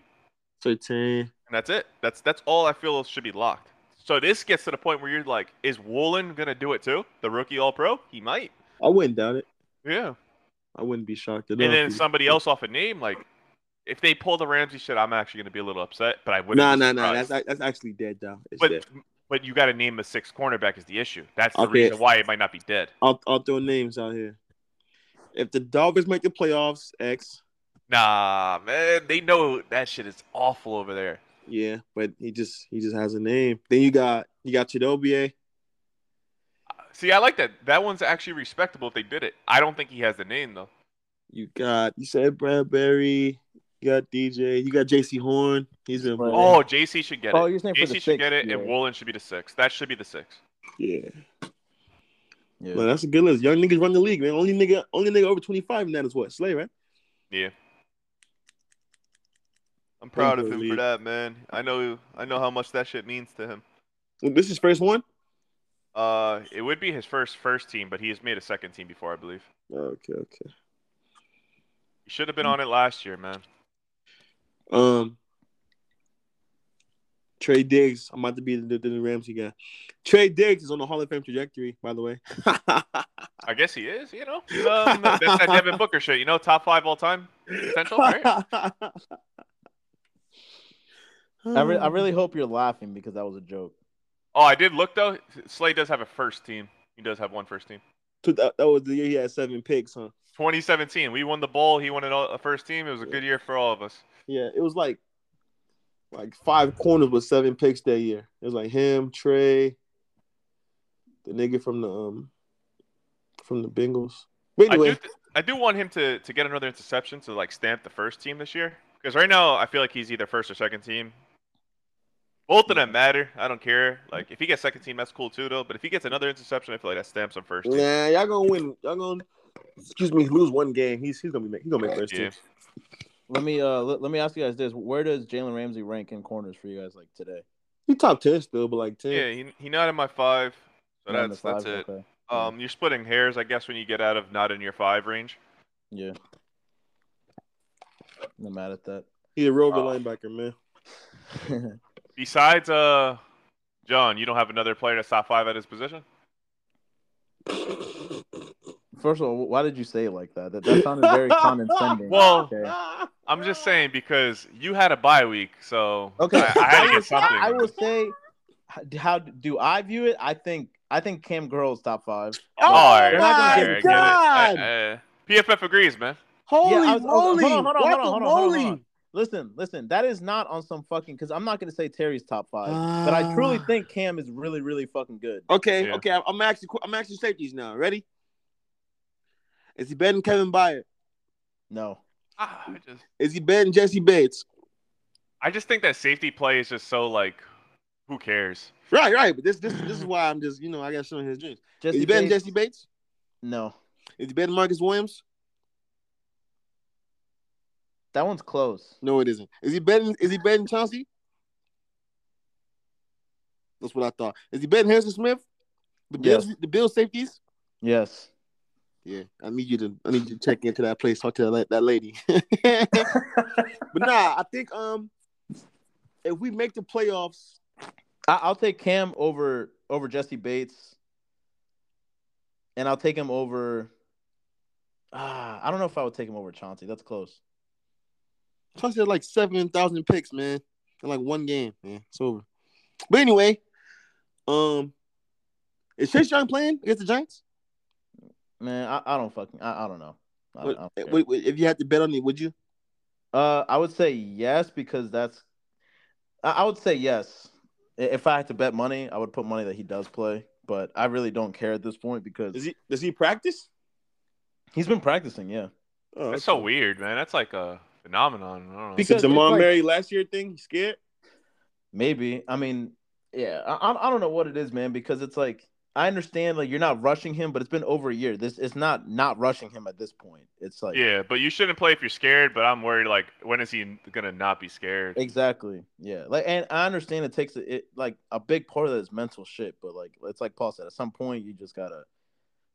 A: thirteen.
B: And that's it. That's that's all I feel should be locked. So this gets to the point where you're like, is Woolen gonna do it too? The rookie All Pro? He might.
A: I wouldn't doubt it.
B: Yeah.
A: I wouldn't be shocked at all.
B: And then
A: if he-
B: somebody else off a name like, if they pull the Ramsey shit, I'm actually gonna be a little upset. But I wouldn't.
A: Nah,
B: be
A: nah, nah.
B: surprised.
A: That's that's actually dead though. It's
B: but
A: dead.
B: but you got to name a sixth cornerback is the issue. That's the
A: Okay.
B: reason why it might not be dead.
A: I'll I'll throw names out here. If the Dolphins make the playoffs, X.
B: Nah, man, they know that shit is awful over there.
A: Yeah, but he just he just has a name. Then you got you got Chidobie.
B: See, I like that. That one's actually respectable if they did it. I don't think he has the name though.
A: You got you said Bradbury. You got DJ. You got JC Horn. He's been
C: Right.
B: Oh, JC should get
C: Oh,
B: it.
C: you're saying for
B: JC
C: the
B: should
C: six.
B: get it, and
C: yeah.
B: Woolen should be the six. That should be the six.
A: yeah.
C: Yeah.
A: Man, that's a good list. Young niggas run the league, man. Only nigga only nigga over twenty five in that is what Slay, right?
B: I'm
A: proud of him for
B: that, man. I know, I know how much that shit means to him.
A: This is first one.
B: Uh, it would be his first first team, but he has made a second team before, I believe.
A: Okay, okay.
B: He should have been on it last year, man.
A: Um, Trey Diggs. I'm about to be the, the, the Ramsey guy. Trey Diggs is on the Hall of Fame trajectory, by the way.
B: I guess he is, you know. He's, um, that's that Devin Booker shit, you know, top five all time potential, right?
C: I, re- I really hope you're laughing because that was a joke.
B: Oh, I did look though. Slay does have a first team. He does have one first team.
A: Dude, that, that was the year he had seven picks, huh?
B: 2017, we won the bowl. He won it all, a first team. It was a good year for all of us.
A: Yeah, it was like like five corners with seven picks that year. It was like him, Trey, the nigga from the um from the Bengals. But
B: I
A: anyway,
B: do, th- I do want him to to get another interception to like stamp the first team this year. Because right now, I feel like he's either first or second team. Both of them matter. I don't care. Like if he gets second team, that's cool too, though. But if he gets another interception, I feel like that stamps him first. Team.
A: nah, y'all gonna win. Y'all gonna excuse me, lose one game. He's he's gonna be make, he's gonna make first
B: Yeah.
A: team.
C: let me uh let, let me ask you guys this: Where does Jalen Ramsey rank in corners for you guys like today?
A: He top ten still, but like ten.
B: Yeah, he, he not in my five, so
C: Nine to
B: that's that's
C: five?
B: it.
C: Okay.
B: Um, you're splitting hairs, I guess, when you get out of not in your five range.
C: Yeah, I'm mad at that.
A: He a real good
B: Oh.
A: linebacker, man.
B: Besides, uh, John, you don't have another player that's top five at his position.
C: First of all, why did you say it like that? That, that sounded very condescending.
B: Well,
C: okay.
B: I'm just saying because you had a bye week, so
C: Okay.
B: I, I had to get something.
C: I will say, h- how do I view it? I think I think Cam Girl's top five.
F: Oh
B: All right,
F: my
C: We're not gonna
B: all
C: give
B: right,
C: him-
B: I get it. I-
F: God!
B: I- PFF agrees, man.
F: Holy
C: Yeah, I was-
F: moly!
C: hold on, hold on, hold on,
F: Guacamole!
C: hold on, hold on, hold on. Listen, listen, that is not on some fucking because I'm not gonna say Terry's top five, but I truly
F: Ah.
C: think Cam is really, really fucking good.
A: Okay,
B: Yeah.
A: okay. I'm actually I'm actually safeties now. Ready? Is he betting Kevin Byard?
C: No.
B: Ah, I just,
A: Is he betting Jesse Bates?
B: I just think that safety play is just so like, who cares?
A: Right, right. But this this this is why I'm just you know I got showing his dreams. Is
C: Jesse
A: he betting
C: Bates?
A: Jesse Bates?
C: No.
A: Is he betting Marcus Williams?
C: That one's close.
A: No, it isn't. Is he betting? Is he betting Chauncey? That's what I thought. Is he betting Harrison Smith? The Bills, the Bills safeties.
C: Yes.
A: Yeah, I need you to I need you to check into that place, talk to that, that lady. but nah, I think um, if we make the playoffs,
C: I, I'll take Cam over over Jesse Bates, and I'll take him over. Ah, I don't know if I would take him over Chauncey. That's close.
A: Chauncey had like seven thousand picks, man, in like one game, man. It's over. But anyway, um, is Chase Young playing against the Giants?
C: Man, I, I don't fucking I, I don't know. I,
A: What-
C: I don't care.
A: wait, wait, if you had to bet on it, would you?
C: Uh, I would say yes because that's. I, I would say yes. I- If I had to bet money, I would put money that he does play, but I really don't care at this point because
A: he does he practice?
C: he's been practicing. Yeah,
A: Oh,
B: That's so weird, man. That's like a phenomenon. I don't know.
C: Because- it's like-
A: last year thing? You scared?
C: maybe. I mean, yeah. I I- I don't know what it is, man. Because it's like I understand like you're not rushing him, but it's been over a year. This it's not not rushing him at this point. It's like
B: yeah, but you shouldn't play if you're scared. But I'm worried, like, when is he gonna not be scared?
C: Exactly. Yeah. Like, and I understand it takes it like a big part of that is mental shit, but like it's like Paul said, at some point you just gotta,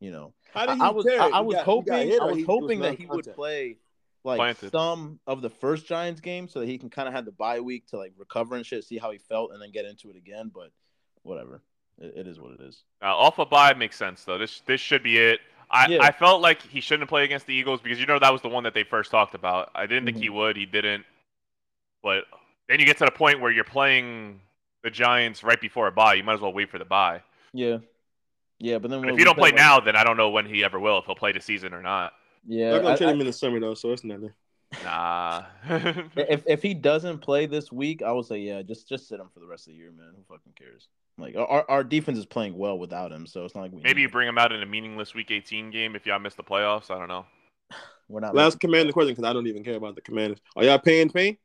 C: you know,
A: How
C: I, I was I, I was hoping I was hoping that he would play like
B: Planted.
C: some of the first Giants game so that he can kind of have the bye week to like recover and shit, see how he felt, and then get into it again. But whatever, it, it is what it is.
B: Uh, off a bye makes sense though. This this should be it. I,
C: Yeah.
B: I felt like he shouldn't play against the Eagles because you know that was the one that they first talked about. I didn't think he
C: Mm-hmm.
B: would. He didn't. But then you get to the point where you're playing the Giants right before a bye. You might as well wait for the bye.
C: Yeah, yeah. But then
B: And
C: when
B: if
C: we
B: you don't play
C: like-
B: now, then I don't know when he ever will. If he'll play the season or not.
C: yeah,
A: They're gonna
C: I-
A: trade
C: I-
A: him in the summer though, so it's nothing.
B: Nah.
C: if if he doesn't play this week, I would say yeah, just just sit him for the rest of the year, man. Who fucking cares? Like our our defense is playing well without him, so it's not like we
B: Maybe you
C: need him.
B: bring him out in a meaningless Week 18 game if y'all miss the playoffs. I don't know.
C: we're not.
A: Last commander question because I don't even care about the commanders. Are y'all paying Payne?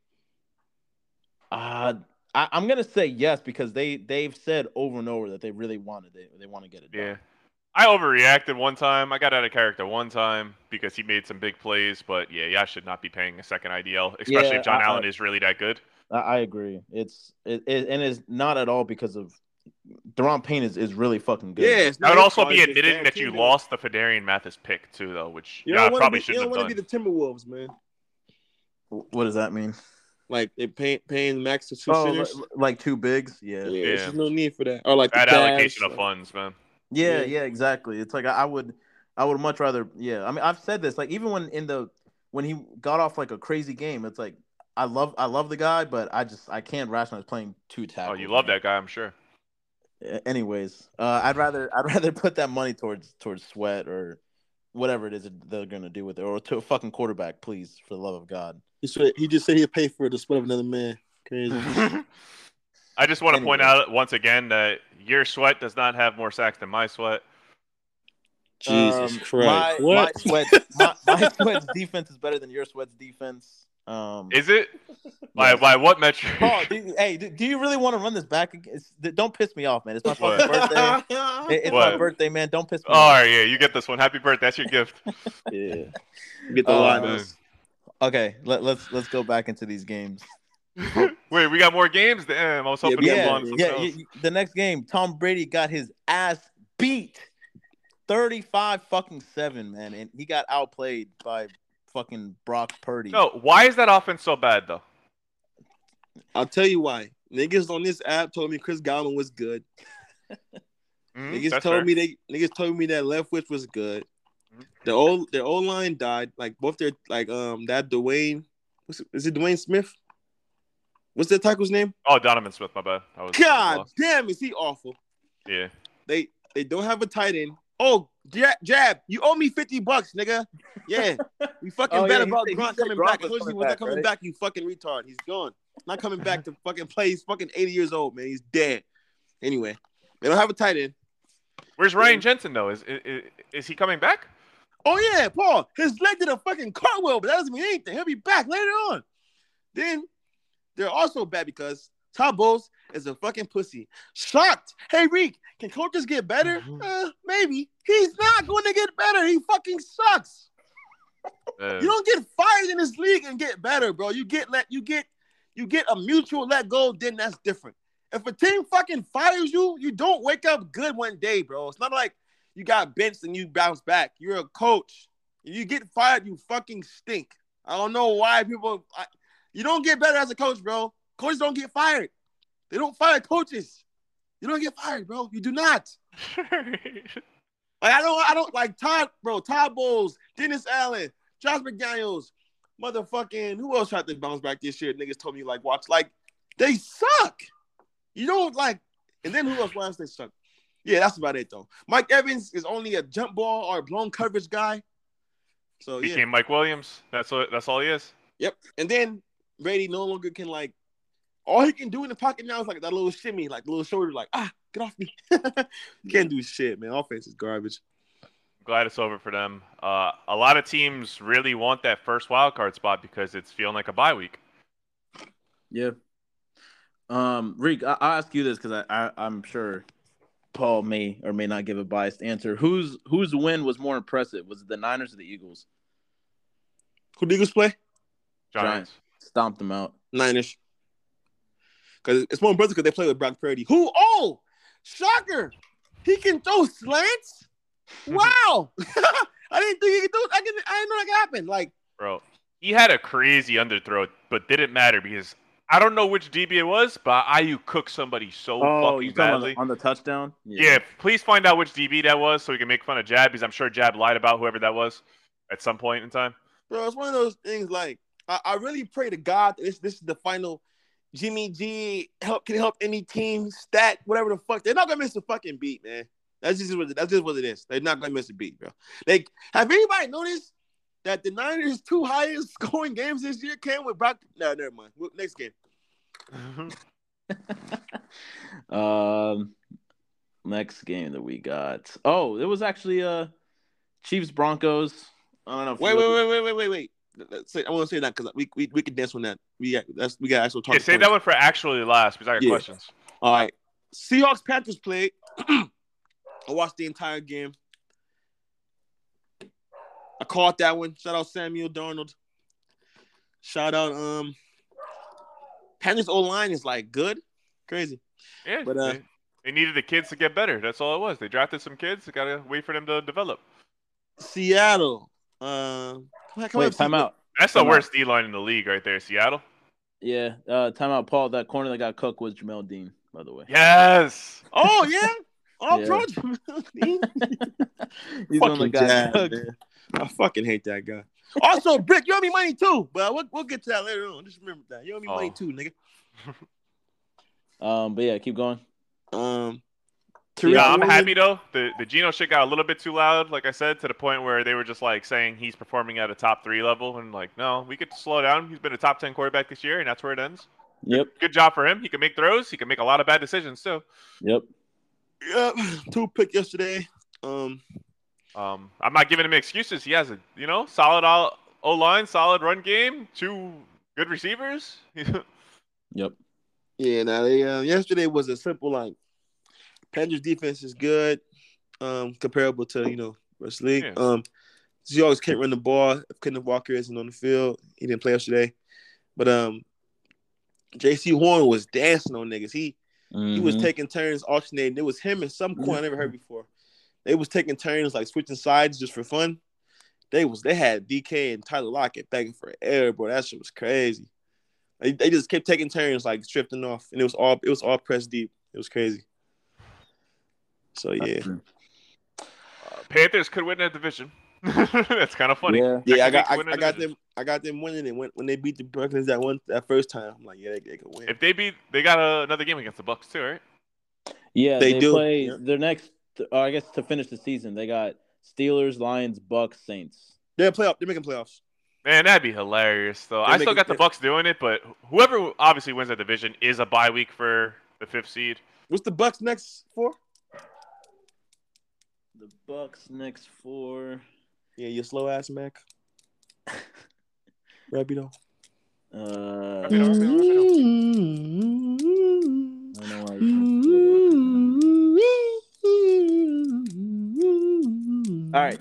C: Uh, I, I'm gonna say yes because they they've said over and over that they really wanted it. They want to get it done.
B: Yeah. I overreacted one time. I got out of character one time because he made some big plays, but yeah, yeah, I should not be paying a second IDL, especially
C: Yeah,
B: if John
C: I-
B: Allen
C: I-
B: is really that good.
C: I, I agree. It's it, it and it's not at all because of Deron Payne is, is really fucking good.
A: Yes.
B: I would also be admitting that you lost the Fedarian Mathis pick too, though, which
A: You
B: yeah, I
A: don't
B: probably
A: want to be, you
B: shouldn't
A: don't
B: have
A: want
B: done.
A: to be the Timberwolves, man.
C: Wh- What does that mean?
A: Like they pay, paying max to two
C: Oh, li-
A: centers.
C: li- like two bigs. Yeah.
A: Yeah,
C: Yeah.
A: there's
B: Yeah.
A: just no need for that. Or like
B: Bad
A: the Cavs,
B: allocation of
A: like-
B: funds, man.
C: Yeah.
A: Yeah.
C: exactly. It's like I, I would, I would much rather. Yeah. I mean, I've said this. Like even when in the when he got off like a crazy game, it's like I love I love the guy, but I just I can't rationalize playing two
B: Oh,
C: tackles.
B: you love
C: man.
B: that guy, I'm sure.
C: A- anyways uh i'd rather i'd rather put that money towards towards sweat or whatever it is that they're gonna do with it or to a fucking quarterback please for the love of god
A: He, said- he just said he'd pay for the sweat of another man. Crazy.
B: I just want to point
C: Anyway.
B: out once again that your sweat does not have more sacks than my sweat.
A: Jesus
C: Um,
A: Christ.
C: my,
A: what?
C: my sweat my, my sweat's defense is better than your sweat's defense um
B: Is it? By
C: yes.
B: by what metric?
A: Oh,
C: Paul, do you- hey do, do you really want to run this back ag- it's, th- don't piss me off man it's my fucking birthday It- it's my
B: What?
C: birthday man don't piss me
B: All
C: off
B: right, yeah, you get this one. Happy birthday. That's your gift.
C: yeah
A: Get the
C: Uh,
A: line.
C: Okay, let, let's let's go back into these games.
B: Wait, we got more games? Damn, I was hoping
C: yeah,
B: we won. some
C: yeah,
B: else.
C: y- y- The next game, Tom Brady got his ass beat, thirty-five fucking seven, man, and he got outplayed by fucking Brock Purdy.
B: No, why is that offense so bad though?
A: I'll tell you why. Niggas on this app told me Chris Godwin was good.
B: Mhm,
A: Niggas
B: that's
A: told
B: fair.
A: me they niggas told me that Leftwich was good.
B: Mhm.
A: The old their old line died. Like both their like um that Dwayne what's it, is it Dwayne Smith? What's that tackle's name?
B: Oh, Donovan Smith, my bad. I was, I was
A: God
B: lost.
A: damn, is he awful?
B: Yeah.
A: They they don't have a tight end. Oh, jab, jab, you owe me fifty bucks, nigga. Yeah, we fucking
C: Oh,
A: bet
C: yeah, he
A: about
C: said- he
A: Gronk
C: said
A: coming
C: Gronk
A: back.
C: was
A: Of course he
C: coming
A: was not
C: back,
A: coming
C: right?
A: back. You fucking retard. He's gone. Not coming back to fucking play. He's fucking eighty years old, man. He's dead. Anyway, they don't have a tight end.
B: Where's Ryan Jensen though? Is, is is he coming back?
A: Oh yeah, Paul, his leg did a fucking cartwheel, but that doesn't mean anything. He'll be back later on. Then they're also bad because Todd Bowles is a fucking pussy. Shocked. Hey Reek, can coaches get better?
B: Mhm.
A: Uh, maybe. He's not going to get better. He fucking sucks.
B: Uh,
A: You don't get fired in this league and get better, bro. You get let you get you get a mutual let go, then that's different. If a team fucking fires you, you don't wake up good one day, bro. It's not like you got benched and you bounce back. You're a coach. If you get fired, you fucking stink. I don't know why people. I, you don't get better as a coach, bro. Coaches don't get fired. They don't fire coaches. You don't get fired, bro. You do not. Like I don't, I don't like Todd, bro. Todd Bowles, Dennis Allen, Josh McDaniels, motherfucking who else tried to bounce back this year? Niggas told me like watch, like they suck. You don't like, and then who else? Why else they suck? Yeah, that's about it though. Mike Evans is only a jump ball or a blown coverage guy. So
B: he
A: yeah,
B: came Mike Williams. That's what, that's all he is.
A: yep. And then Brady no longer can like, all he can do in the pocket now is like that little shimmy, like the little shoulder, like ah, get off me. you can't do shit, man. Offense is garbage.
B: glad it's over for them. Uh, a lot of teams really want that first wild card spot because it's feeling like a bye week.
C: Yeah. Um, Reek, I- I'll ask you this because I-, I I'm sure Paul may or may not give a biased answer. Whose whose win was more impressive? Was it the Niners or the Eagles?
A: Who the Eagles play?
B: Giants.
C: Stomped them out.
A: Niners. Because it's more impressive because they play with Brock Purdy. Who? Oh, shocker! He can throw slants. Wow! I didn't think he could do. I didn't. I didn't know that could happen. Like
B: Bro, he had a crazy underthrow, but didn't matter because I don't know which DB it was, but IU cooked somebody so
A: Oh,
B: fucking
C: Oh, about
B: badly.
C: on the touchdown?
B: Yeah, please find out which DB that was so we can make fun of Jab because I'm sure Jab lied about whoever that was at some point in time.
A: bro. It's one of those things. Like I, I really pray to God that this this is the final. Jimmy G help can help any team stat whatever the fuck. They're not gonna miss a fucking beat, man. That's just what that's just what it is. They're not gonna miss a beat, bro. Like, have anybody noticed that the Niners' two highest scoring games this year came with Brock? No, never mind. Well, Next game.
C: um, next game that we got. Oh, it was actually uh, Chiefs Broncos. I don't know. If
A: Wait,
C: you-
A: wait, wait, wait, wait, wait, wait. Let's say, I want to say that because we, we we can dance on that. We got that's we got actual talk.
B: yeah, save that one for actually last because I got
A: Yeah.
B: questions.
A: All right. Seahawks Panthers played. I watched the entire game. I caught that one. Shout out Samuel Darnold. Shout out um Panthers O line is like good. Crazy.
B: Yeah,
A: But, uh,
B: they, they needed the kids to get better. That's all it was. They drafted some kids. Got to wait for them to develop.
A: Seattle. Um come on, come on,
C: wait, time out.
B: That's the
C: Come on.
B: worst D line in the league right there, Seattle.
C: Yeah, uh, time out, Paul. That corner that got cooked was Jamel Dean, by the way.
B: Yes.
A: Oh yeah. All
C: Yeah.
A: pro.
C: He's one of the
A: Fucking
C: guys.
A: Jazz, man. I fucking hate that guy. Also, Brick, you owe me money too, but we'll, we'll get to that later on. Just remember that you owe me money
B: Oh.
A: too, nigga.
C: Um, but yeah, keep going.
A: Um, Tariq
B: Yeah, I'm
A: Woolen-
B: happy though. The the Geno shit got a little bit too loud, like I said, to the point where they were just like saying he's performing at a top three level, and like, no, we could slow down. He's been a top ten quarterback this year, and that's where it ends.
C: Yep,
B: Good job for him. He can make throws. He can make a lot of bad decisions too.
C: yep.
A: Yep, two pick yesterday. Um,
B: Um, I'm not giving him excuses. He has a you know solid O line, solid run game, two good receivers.
C: Yep.
A: yeah, now they uh, yesterday was a simple like Panthers defense is good, um, comparable to you know West League.
B: Yeah.
A: Um, Seahawks can't run the ball. If Kenneth Walker isn't on the field, he didn't play yesterday. But um, J.C. Horn was dancing on niggas. He he was
C: Mhm.
A: taking turns alternating. It was him and some coin I never heard before. They was taking turns like switching sides just for fun. They was they had DK and Tyler Lockett begging for air, bro. That shit was crazy. They, they just kept taking turns like drifting off, and it was all it was all press deep. It was crazy. So yeah,
B: Uh, Panthers could win that division. That's kind of funny.
C: Yeah.
A: yeah, I
B: Second
A: got I,
B: week winning
A: I got
B: division.
A: them I got them winning it when when they beat the Broncos that one that first time. I'm like, yeah, they, they could win.
B: If they beat, they got uh, another game against the Bucks too, right?
C: Yeah,
A: They
C: they,
A: do,
C: play
A: yeah.
C: their next. Uh, I guess to finish the season, they got Steelers, Lions, Bucks, Saints.
A: They're playoff. They're making playoffs.
B: Man, that'd be hilarious. Though
A: They're
B: I still
A: making-
B: got the Bucks doing it, but whoever obviously wins that division is a bye week for the fifth seed.
A: What's the Bucks next for?
C: The Bucks next four.
A: Yeah, you slow ass Mac. Rapido.
C: Uh, I
B: Rapid
C: don't
B: Army.
C: know why you All right,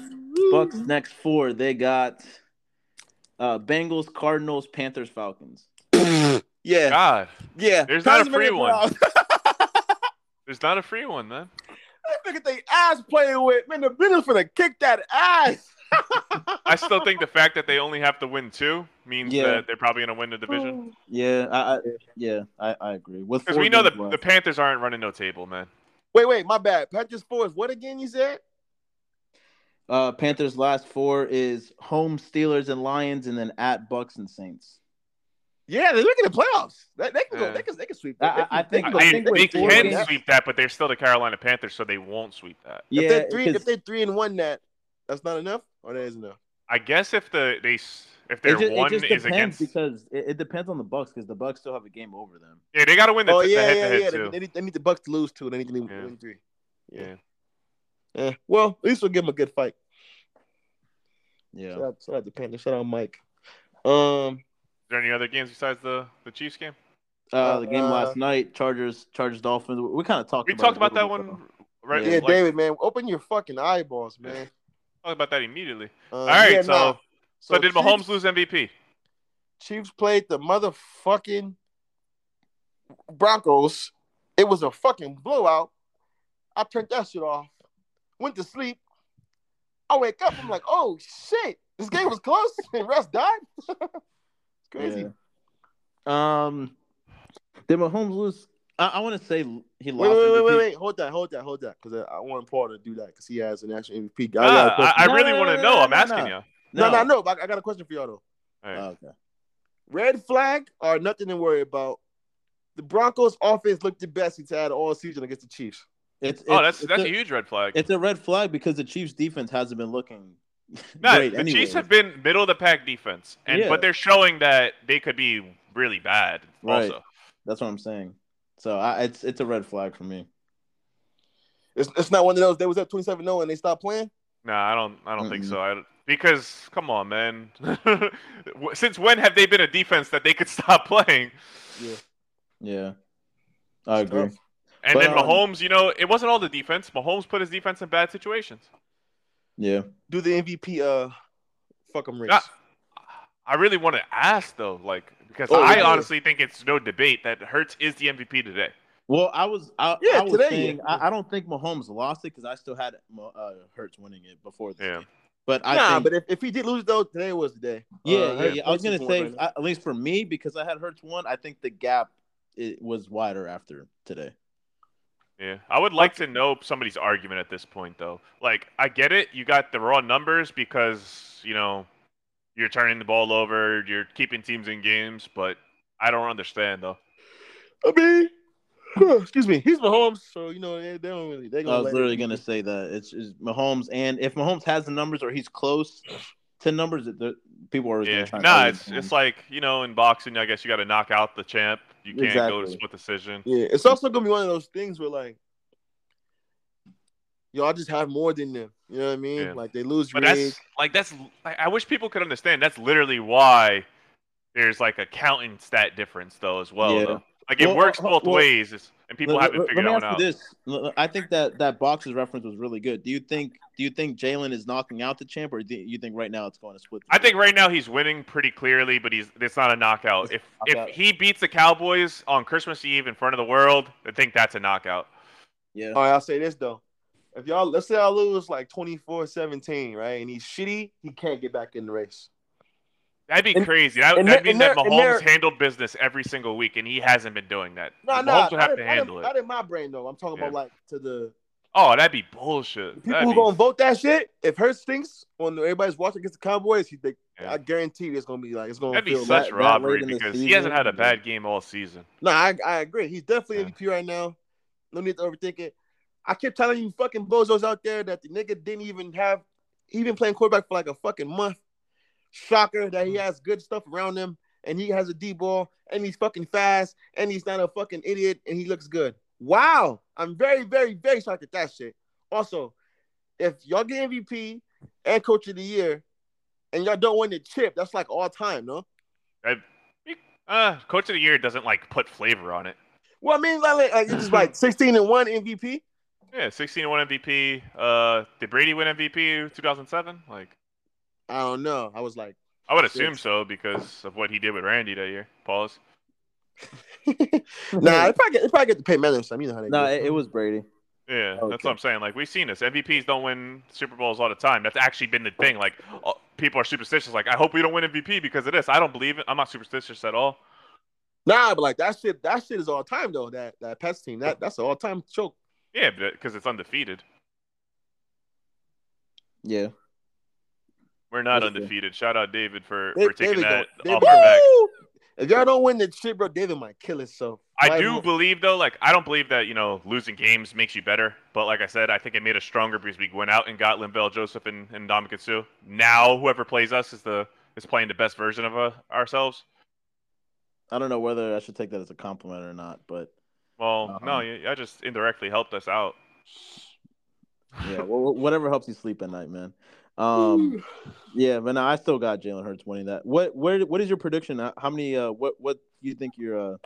C: Bucks next four. They got uh, Bengals, Cardinals, Panthers, Falcons.
A: yeah,
B: God,
A: yeah.
B: Ah, There's not a
A: Kyler's making
B: free one.
A: playoffs.
B: there's not a free one, man.
A: they figured they ass playing with. Man, the Bengals for to kick that ass.
B: I still think the fact that they only have to win two means
C: Yeah.
B: that they're probably going to win the
A: Oh.
B: division.
C: Yeah, I, I yeah, I, I agree. With
B: Because
C: four
B: we know the,
C: games
B: the
C: left.
B: Panthers aren't running no table, man.
A: Wait, wait, my bad. Panthers four is what again? You said?
C: uh, Panthers last four is home Steelers and Lions, and then at Bucks and Saints.
A: Yeah, they're looking at playoffs. They, they can go.
B: Yeah.
A: They can. They can sweep.
C: I-
A: They can-
C: I- I think-
A: they
B: I,
A: can go-
C: I
B: they,
C: think with
B: they
C: four
B: can
C: games-
B: sweep that, but they're still the Carolina Panthers, so they won't sweep that.
A: If
C: Yeah,
A: they're three, if
C: because-
A: they're three and one, that that's not enough, or that is enough.
B: I guess if the they s- if their
C: it just,
B: one
C: it just
B: is
C: depends
B: against,
C: because it, it depends on the Bucks because the Bucks still have a game over them.
B: yeah, they got to win the
A: oh
B: the
A: yeah, yeah,
B: head-to-head
A: yeah. They,
B: too.
A: they need, they need the Bucks to lose two. They need to win,
B: Yeah.
A: win three.
B: Yeah.
A: Yeah. Well, at least we'll give them a good fight.
C: Yeah,
A: Shout out, shout out to Panthers. Shout out Mike. Um,
B: Is there any other games besides the the Chiefs game?
C: uh, the game
A: Uh,
C: last night, Chargers, Chargers, Dolphins. We kind of talked.
B: We
C: about
B: talked
C: it a
B: about that
C: little bit,
B: one, right?
C: Yeah,
A: yeah,
B: like,
A: David, man, open your fucking eyeballs, man.
B: Talk about that immediately.
A: Uh,
B: All right, so
A: nah.
B: so, did Mahomes
A: Chiefs,
B: lose MVP?
A: Chiefs played the motherfucking Broncos. It was a fucking blowout. I turned that shit off. Went to sleep. I wake up. I'm like, oh shit, this game was close. And Russ died. it's
C: though.
A: crazy.
C: Yeah. Um, did Mahomes lose? I, I want to say he
A: Wait,
C: lost.
A: wait, wait,
C: MVP.
A: wait, wait. Hold that, hold that, hold that. Because I, I want Paul to do that because he has an actual MVP. I got a
B: Ah,
A: question.
B: I, I
C: No,
B: really
C: no,
B: want to
C: no,
B: know.
C: no,
B: I'm
C: no,
B: asking
C: no.
B: you.
A: No, no, no. but I, I got a question for y'all though.
B: All right.
C: Oh, okay.
A: Red flag or nothing to worry about. The Broncos' offense looked the best it's had all season against the Chiefs.
C: It's, it's,
B: oh, that's
C: it's
B: that's
C: a,
B: a, huge red flag.
C: It's a red flag because the Chiefs' defense hasn't been looking
B: No,
C: great.
B: the
C: anyways.
B: Chiefs have been middle of the pack defense, and
C: Yeah.
B: but they're showing that they could be really bad.
C: Right.
B: Also,
C: That's what I'm saying. So I, it's it's a red flag for me.
A: It's, it's not one of those. They was up 27 0 and they stopped playing.
B: no, I don't. I don't think
C: Mm-mm.
B: so. I don't- because come on, man. Since when have they been a defense that they could stop playing?
C: Yeah, I agree.
A: Tough.
B: And
C: But,
B: then
C: um,
B: Mahomes, you know, it wasn't all the defense. Mahomes put his defense in bad situations.
C: Yeah,
A: Do the MVP, uh, fuck them race.
B: Yeah. I really want to ask though, like because
A: Oh,
B: I
A: yeah.
B: honestly think it's no debate that Hertz is the MVP today.
C: Well, I was, I,
A: Yeah,
C: I was
A: today,
C: saying,
A: yeah.
C: I, I don't think Mahomes lost it because I still had Ma- uh, Hurts winning it before this
B: Yeah.
C: game. But I
A: nah,
C: think,
A: but if, if he did lose though, today was the day.
C: yeah,
A: Uh,
C: yeah,
A: Hurts-
C: yeah. I was
A: Hurts is
C: gonna
A: the
C: say,
A: one right
C: I, at least for me, because I had Hurts one, I think the gap it was wider after today.
B: Yeah, I would like to know somebody's argument at this point, though. Like, I get it. You got the raw numbers because you know you're turning the ball over, you're keeping teams in games, but I don't understand though.
A: now. I mean, excuse me, he's Mahomes, so you know they, they don't really. They gonna
C: I was
A: let-
C: literally gonna say that it's, it's Mahomes, and if Mahomes has the numbers or he's close to numbers, that the people are always
B: Yeah,
C: gonna try.
B: nah, it's it's like you know in boxing, I guess you got to knock out the champ. You can't go to
C: Exactly.
B: split decision.
A: Yeah, it's also gonna be one of those things where like, yo, I just have more than them. You know what I mean?
B: Yeah.
A: Like they lose
B: But
A: Rig.
B: that's like that's like, I wish people could understand. That's literally why there's like accountants that difference though as well.
C: Yeah.
B: though. Like it
C: Well,
B: works
C: uh,
B: both
C: well,
B: ways, it's, and people
C: Let-
B: haven't
C: let-
B: figured that
C: let
B: one
C: me ask
B: out.
C: you This, L- l- I think that that boxes reference was really good. Do you think do you think Jalen is knocking out the champ, or do you think right now it's going to split?
B: I think right now he's winning pretty clearly, but he's it's not a knockout. If
C: a knockout.
B: if he beats the Cowboys on Christmas Eve in front of the world, I think that's a knockout.
C: Yeah.
B: Oh,
A: All right, I'll say this though. If y'all let's say I lose like 24-17, right? And he's shitty, he can't get back in the race.
B: That'd be
A: And-
B: crazy. That,
A: and
B: that'd
A: there-
B: mean
A: and
B: that
A: there- and there-
B: Mahomes handled business every single week, and he hasn't been doing that.
A: No,
B: Mahomes
A: no, not,
B: would have
A: in-
B: to
A: not, in-
B: handle it.
A: not in my brain though. I'm talking about
B: Yeah.
A: like to the
B: Oh, that'd be bullshit.
A: people
B: That'd
A: who
B: be-
A: gonna vote that shit. If Hurts stinks when everybody's watching against the Cowboys, he think
B: Yeah.
A: I guarantee you it's gonna be like it's gonna
B: That'd be
A: feel
B: such
A: like-
C: that
B: robbery
C: late in the
B: because he
C: season?
B: hasn't had a bad game all season.
A: No, I, I agree. He's definitely
B: Yeah.
A: MVP right now. No need to overthink it. I kept telling you fucking bozos out there that the nigga didn't even have he been playing quarterback for like a fucking month. Shocker that he has good stuff around him and he has a D ball and he's fucking fast and he's not a fucking idiot and he looks good. Wow. I'm very, very, very shocked at that shit. Also, if y'all get MVP and coach of the year and y'all don't win the chip, that's like all time, no?
B: Uh, coach of the year doesn't like put flavor on it.
A: Well, I mean, like, like, like, it's just like 16 and 1 MVP.
B: Yeah, 16-1 MVP. Uh, did Brady win MVP 2007? Like,
A: I don't know. I was like,
B: I would assume
A: Yes.
B: so because of what he did with Randy that year. Pause.
A: nah, they probably, get, they probably get to pay Melo some. You know how they
C: No,
A: do.
C: it, it was Brady.
B: Yeah, that's
C: Okay.
B: what I'm saying. Like we've seen this. MVPs don't win Super Bowls all the time. That's actually been the thing. Like uh, people are superstitious. Like I hope we don't win MVP because of this. I don't believe it. I'm not superstitious at all.
A: Nah, but like that shit, that shit is all time though. That that Pets team, that that's an all time choke.
B: Yeah, because it's undefeated.
C: Yeah.
B: We're not
C: That's true.
B: undefeated. Shout out David for,
A: There-
B: for taking
A: there
B: that
A: we go.
B: off
A: There-
B: our back.
A: Woo! If y'all don't win the shit, bro, David might kill himself.
B: I
A: Why
B: do
A: won't-
B: believe though, like I don't believe that you know losing games makes you better. But like I said, I think it made us stronger because we went out and got Limbell Joseph and and Dominican Sue. Now whoever plays us is the is playing the best version of uh, ourselves.
C: I don't know whether I should take that as a compliment or not, but
B: Well, no,
C: Um,
B: you, I just indirectly helped us out.
C: yeah, well, whatever helps you sleep at night, man. Um, yeah, but no, I still got Jalen Hurts winning that. What, where, what is your prediction? How how many? Uh, what, what do you think your uh,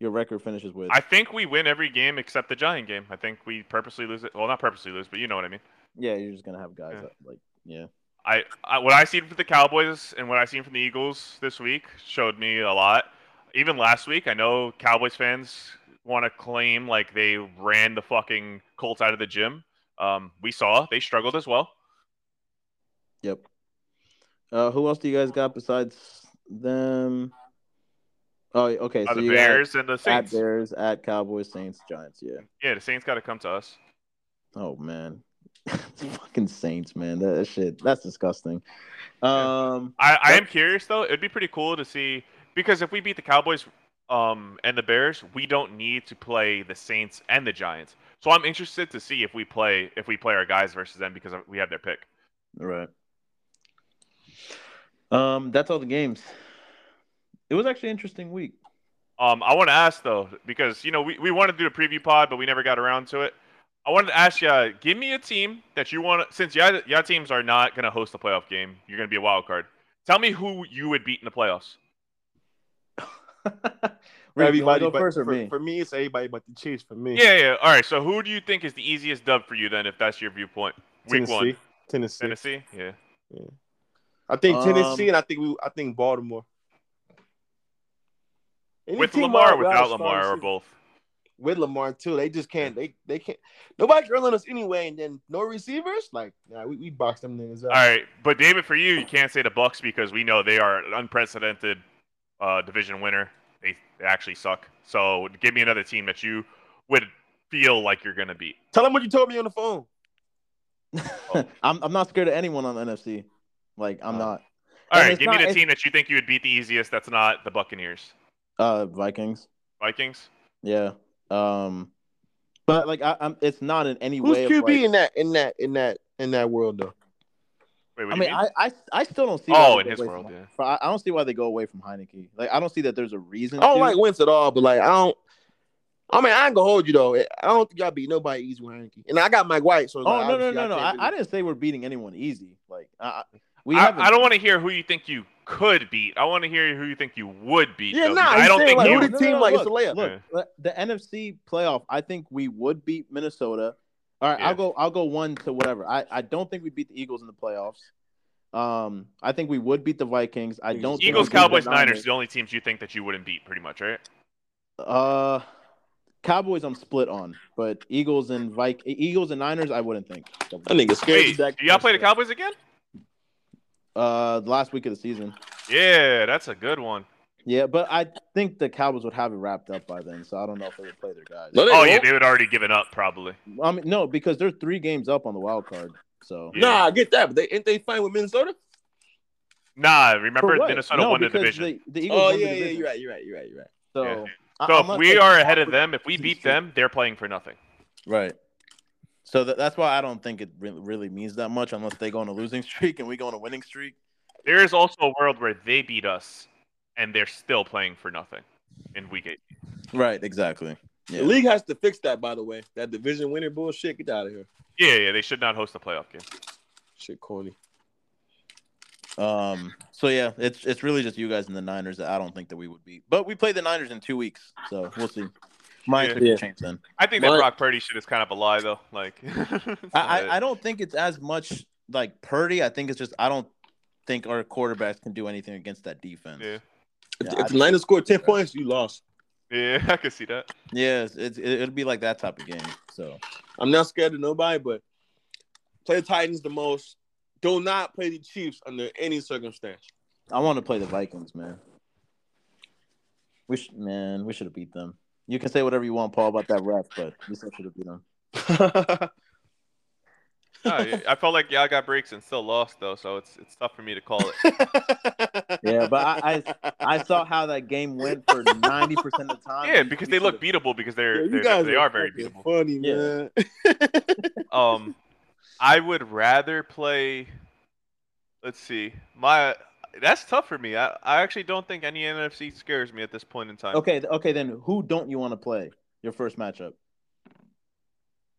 C: your record finishes with?
B: I think we win every game except the Giant game. I think we purposely lose it. Well, not purposely lose, but you know what I mean.
C: yeah, you're just gonna have guys
B: Yeah.
C: that, like, yeah,
B: I, I what I seen from the Cowboys and what I seen from the Eagles this week showed me a lot. Even last week, I know Cowboys fans want to claim like they ran the fucking Colts out of the gym. Um, we saw they struggled as well.
C: yep. Uh, who else do you guys got besides them? Oh, okay.
B: Uh,
C: So
B: the
C: you
B: Bears and the
C: got at
B: Saints.
C: Bears, at Cowboys, Saints, Giants. Yeah.
B: Yeah, the Saints got to come to us.
C: Oh man, fucking Saints, man. That, that shit, that's disgusting. Um,
B: I, I
C: Yep.
B: am curious though. It'd be pretty cool to see because if we beat the Cowboys um, and the Bears, we don't need to play the Saints and the Giants. So I'm interested to see if we play if we play our guys versus them because we have their pick.
C: right. Um, that's all the games. It was actually an interesting week.
B: Um, I want to ask though because you know we, we wanted to do a preview pod but we never got around to it. I wanted to ask you, give me a team that you want since your your teams are not going to host a playoff game. You're going to be a wild card. Tell me who you would beat in the playoffs.
C: Reed, you wanna go
A: but
C: first or
A: for,
C: me?
A: for me, it's everybody but the Chiefs. For me,
B: Yeah, yeah. All right. So who do you think is the easiest dub for you then if that's your viewpoint? Week
A: Tennessee,
B: one.
A: Tennessee.
B: Tennessee, yeah.
A: I think
C: Um,
A: Tennessee, and I think we, I think Baltimore. Any
B: With
A: team
B: Lamar, or
A: out
B: without
A: without
B: Lamar, or
A: Staunton-
B: both.
A: with Lamar too. They just can't. They they can't. Nobody can on us anyway, and then no receivers. Like, nah, we, we box them niggas up.
B: All right, but David, for you, you can't say the Bucks because we know they are an unprecedented uh, division winner. They, they actually suck. So give me another team that you would feel like you're gonna beat.
A: Tell them what you told me on the phone.
C: I'm I'm not scared of anyone on the NFC. Like I'm
A: Oh.
C: not.
B: All
C: And
B: right,
C: it's
B: give
C: not-
B: me the
C: it's-
B: team that you think you would beat the easiest. That's not the Buccaneers,
C: Uh, Vikings.
B: Vikings.
C: Yeah. Um, but like I, I'm, it's not in any
A: Who's
C: way.
A: QB
C: of, like-
A: in that in that in that in that world though?
B: Wait, what
C: I
B: do
C: mean,
B: you
C: I, I I still don't see.
B: Oh,
C: why they
B: in his
C: go away
B: world,
C: from-
B: yeah.
C: for- I, I don't see why they go away from Heineke. Like, I don't see that there's a reason.
A: I don't
C: to.
A: Oh, like Wentz at all, but like I don't. I mean, I ain't gonna hold you though. I don't think y'all beat nobody easy with Heineke. And I got Mike White, so
C: Oh
A: like,
C: no no
A: obviously
C: no no!
A: can't
C: I,
A: really-
C: I didn't say we're beating anyone easy. Like, I, I- we
B: mean? I,
C: haven't.
B: I don't want to hear who you think you could beat. I want to hear who you think you would beat.
A: Yeah,
B: though,
A: nah,
B: because I
A: he's
B: don't
A: saying,
B: think
A: like,
B: you.
A: who the team like it's a layup.
C: Look, the NFC playoff. I think we would beat Minnesota. All right,
B: Yeah.
C: I'll go. I'll go one to whatever. I, I don't think we beat the Eagles in the playoffs. Um, I think we would beat the Vikings. I don't. think we
B: Eagles,
C: beat the
B: Cowboys, Niners, the only teams you think that you wouldn't beat, pretty much, right?
C: Uh, Cowboys, I'm split on, but Eagles and Vik, Eagles and Niners, I wouldn't think.
A: That nigga scared.
B: Wait, do y'all play the Cowboys again?
C: Uh, the last week of the season.
B: Yeah, that's a good one.
C: Yeah, but I think the Cowboys would have it wrapped up by then, so I don't know if they would play their guys.
A: No, they
B: Oh
A: won't.
B: yeah, they would already given up probably.
C: I mean, no, because they're three games up on the wild card. So
B: Yeah.
A: Nah, I get that, but they ain't they fighting with Minnesota?
B: Nah,
C: For
B: remember
C: what?
B: Minnesota
C: No,
B: won the
C: because
B: division.
C: The, the Eagles
A: Oh
C: won the
A: yeah, yeah,
C: division.
A: you're right, you're right, you're right, you're right.
C: So,
B: Yeah.
C: I-
B: So
C: I'm
B: if
C: not-
B: we are ahead of them, if we
C: Team
B: beat
C: shit.
B: them, they're playing for nothing.
C: right. So that, that's why I don't think it really, really means that much unless they go on a losing streak and we go on a winning streak.
B: There is also a world where they beat us and they're still playing for nothing in week eight.
C: Right, exactly. Yeah.
A: The league has to fix that, by the way. That division winner bullshit. Get out of here.
B: Yeah, yeah, they should not host a playoff game.
A: Shit, corny.
C: Um. So yeah, it's it's really just you guys and the Niners that I don't think that we would beat. But we play the Niners in two weeks, so we'll see. My
B: Yeah.
C: yeah.
A: Yeah.
C: change then.
B: I think that
A: But-
B: Brock Purdy shit is kind of a lie though. Like
C: I, I I don't think it's as much like Purdy. I think it's just I don't think our quarterbacks can do anything against that defense.
B: yeah.
A: If,
C: Yeah,
A: if the Niners score ten points, you lost.
B: Yeah, I can see that.
C: Yeah, it's, it's it, it'll be like that type of game. So
A: I'm not scared of nobody, but play the Titans the most. Do not play the Chiefs under any circumstance.
C: I want to play the Vikings, man. We should, man, we should have beat them. You can say whatever you want, Paul, about that ref, but we still should have beat them.
B: No, yeah, I felt like y'all got breaks and still lost though, so it's it's tough for me to call it.
C: Yeah, but I I, I saw how that game went for ninety percent of the time.
B: yeah, because they look beatable because
A: Yeah,
B: they're,
A: you
B: they're
A: guys
B: they are very
A: fucking
B: beatable.
A: funny,
C: Yeah.
A: man.
B: Um, I would rather play. Let's see, my that's tough for me. I, I actually don't think any NFC scares me at this point in time.
C: Okay, th- okay, then who don't you want to play your first matchup?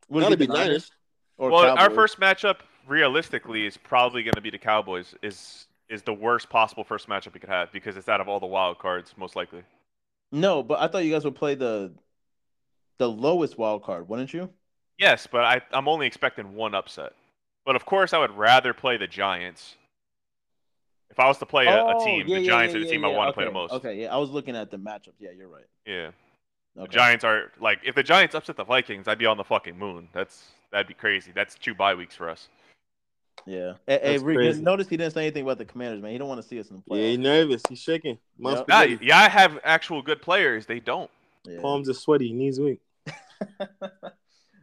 C: Would
A: Gotta
C: the
A: be Niners.
C: or
B: Well, our
C: Cowboys?
B: first matchup realistically is probably going to be the Cowboys. Is is the worst possible first matchup we could have because it's out of all the wild cards most likely.
C: No, but I thought you guys would play the the lowest wild card, wouldn't you?
B: Yes, but I I'm only expecting one upset. But of course, I would rather play the Giants. If I was to play a, a
C: Oh,
B: team,
C: yeah,
B: the
C: yeah,
B: Giants
C: yeah,
B: are the
C: yeah,
B: team I
C: yeah,
B: want to
C: okay,
B: play the most.
C: Okay, yeah, I was looking at the matchups. Yeah, you're right.
B: Yeah.
C: Okay.
B: The Giants are like if the Giants upset the Vikings, I'd be on the fucking moon. That's that'd be crazy. That's two bye weeks for us.
C: Yeah. Hey, hey,
A: That's
C: Rick,
A: crazy.
C: notice he didn't say anything about the Commanders, man. He don't want to see us in the
A: Yeah, he's
C: playoffs.
A: nervous. He's shaking. Must
C: Yep.
A: be
B: Yeah,
A: ready.
B: yeah, I have actual good players. They don't.
C: Yeah.
A: Palms are sweaty. Knees weak.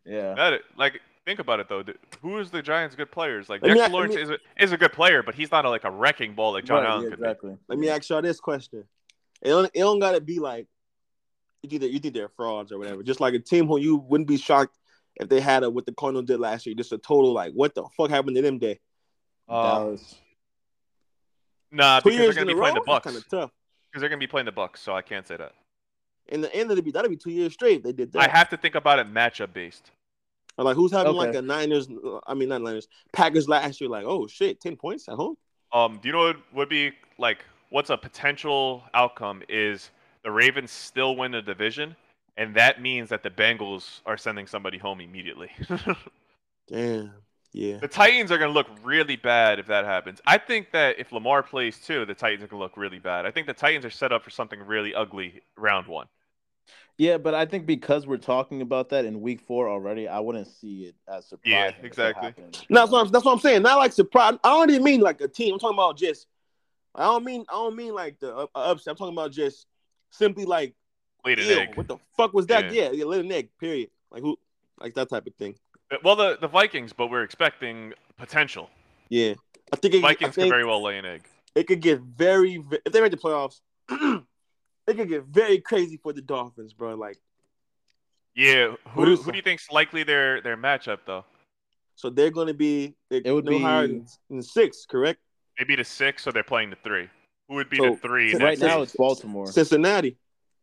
C: yeah.
B: That like think about it though. Th- Who is the Giants' good players? Like
A: Let me
B: Dexter
A: a-
B: Lawrence
A: let
B: is a, is a good player, but he's not a, like a wrecking ball like John
C: Right,
B: Allen
C: yeah,
B: could
C: exactly.
A: Let me ask y'all this question. It don't, it don't gotta be like you either you think they're frauds or whatever. Just like a team who you wouldn't be shocked if they had a what the Cardinals did last year. Just a total like what the fuck happened to them day.
B: be. Um,
C: Dallas.
B: nah,
A: Two
B: because they're
A: years
B: gonna
A: in
B: be
A: a row.
B: playing the
A: That's
B: Bucks.
A: Kind of tough.
B: Because they're gonna be playing the Bucks, so I can't say that.
A: In the end of the be that'll be two years straight. if They did that.
B: I have to think about it matchup based.
A: Or, like who's having
C: Okay.
A: like a Niners? I mean not Niners. Packers last year. Like oh shit, ten points at home.
B: Um, do you know what would be like? What's a potential outcome is the Ravens still win the division, and that means that the Bengals are sending somebody home immediately.
A: Damn. Yeah.
B: the Titans are going to look really bad if that happens. I think that if Lamar plays too, the Titans are going to look really bad. I think the Titans are set up for something really ugly round one.
C: Yeah, but I think because we're talking about that in week four already, I wouldn't see it as surprising.
B: Yeah,
C: if it
B: exactly.
C: happened.
A: No, that's what I'm, that's what I'm saying. Not like surprise. I don't even mean like a team. I'm talking about just. I don't mean I don't mean like the uh, upset. I'm talking about just simply like
B: Later,
A: Ew, what the fuck was that?
B: Yeah.
A: Yeah, yeah, let an egg. Period. Like who? Like that type of thing.
B: well, the, the Vikings, but we're expecting potential.
A: Yeah, I think it, I
B: Vikings could
A: think
B: very well lay an egg.
A: it could get very ve- if they make the playoffs. it could get very crazy for the Dolphins, bro. Like
B: Yeah,
A: What
B: who,
A: is
B: who
A: that?
B: do you think's likely their their matchup though?
A: so they're going to be
C: It would
A: no
C: be-
A: higher than, than six, correct?
B: They beat a six, so they're playing the three. Who would be
A: So,
B: the three?
C: So
B: next
C: Right now,
B: week?
C: it's Baltimore.
A: Cincinnati.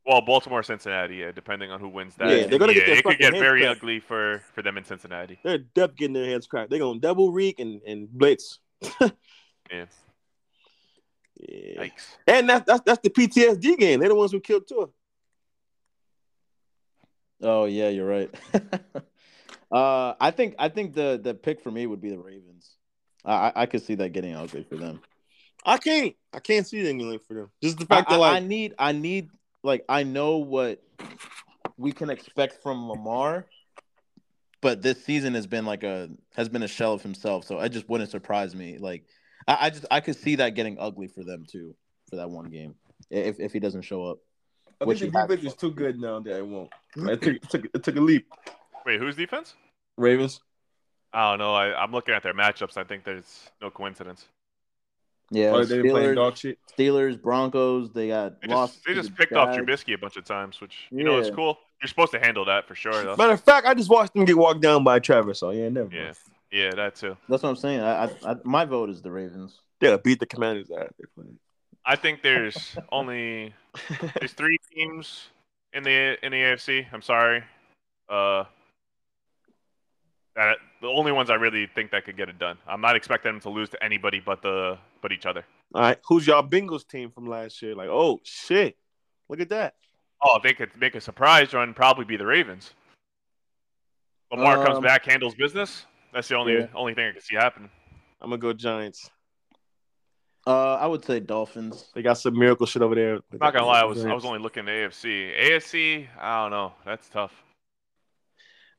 B: well, Baltimore, or Cincinnati. Yeah, depending on who wins that.
A: Yeah,
B: Yeah,
A: they're gonna get their
B: it could
A: fucking
B: get
A: heads
B: very
A: cracked.
B: ugly for for them in Cincinnati.
A: They're depth getting their heads cracked. They're going to double reek and and blitz.
B: Yeah.
C: Yeah.
B: Yikes.
A: And that's that's that's the PTSD game. They're the ones who killed Tua.
C: Oh yeah, you're right. uh, I think I think the the pick for me would be the Ravens. I I, I could see that getting ugly for them.
A: I can't. I can't see anything like for them. Just the
C: I,
A: fact that
C: I- I
A: like
C: need I need like I know what we can expect from Lamar, but this season has been like a has been a shell of himself. So it just wouldn't surprise me. Like I, I just I could see that getting ugly for them too for that one game if if he doesn't show up.
D: I
C: What
D: think the
C: you have-
D: defense is too good now that it won't.
A: Mm-hmm.
D: It took, it took, it took a leap.
B: Wait, who's defense?
D: Ravens.
B: I don't know. I, I'm looking at their matchups. I think there's no coincidence.
C: Yeah,
D: Oh, they playing
C: Steelers,
D: dog shit.
C: Steelers, Broncos. They got
B: They
C: lost.
B: just, they
C: to
B: just
C: the
B: picked off
C: Jags.
B: Trubisky a bunch of times, which you know is
C: Yeah.
B: cool. You're supposed to handle that for sure. Though.
A: matter of fact, I just watched them get walked down by
D: Trevor, so yeah, never.
B: Yeah,
D: mind.
B: yeah, that too.
C: That's what I'm saying. I, I, I my vote is the Ravens.
A: they gotta beat the commanders out.
B: I think there's only there's three teams in the in the AFC. I'm sorry, uh, that the only ones I really think that could get it done. I'm not expecting them to lose to anybody but the but each other.
A: All right, who's y'all Bengals team from last year? Like, oh shit. Look at that.
B: Oh, if they could make a surprise run. Probably be the Ravens. Lamar comes
C: Um,
B: back, handles business. That's the only
C: yeah.
B: only thing I can see happen.
A: I'm gonna go Giants.
C: Uh, I would say Dolphins.
A: They got some miracle shit over there.
B: I'm not gonna lie, I was I was only looking at AFC. AFC, I don't know. That's tough.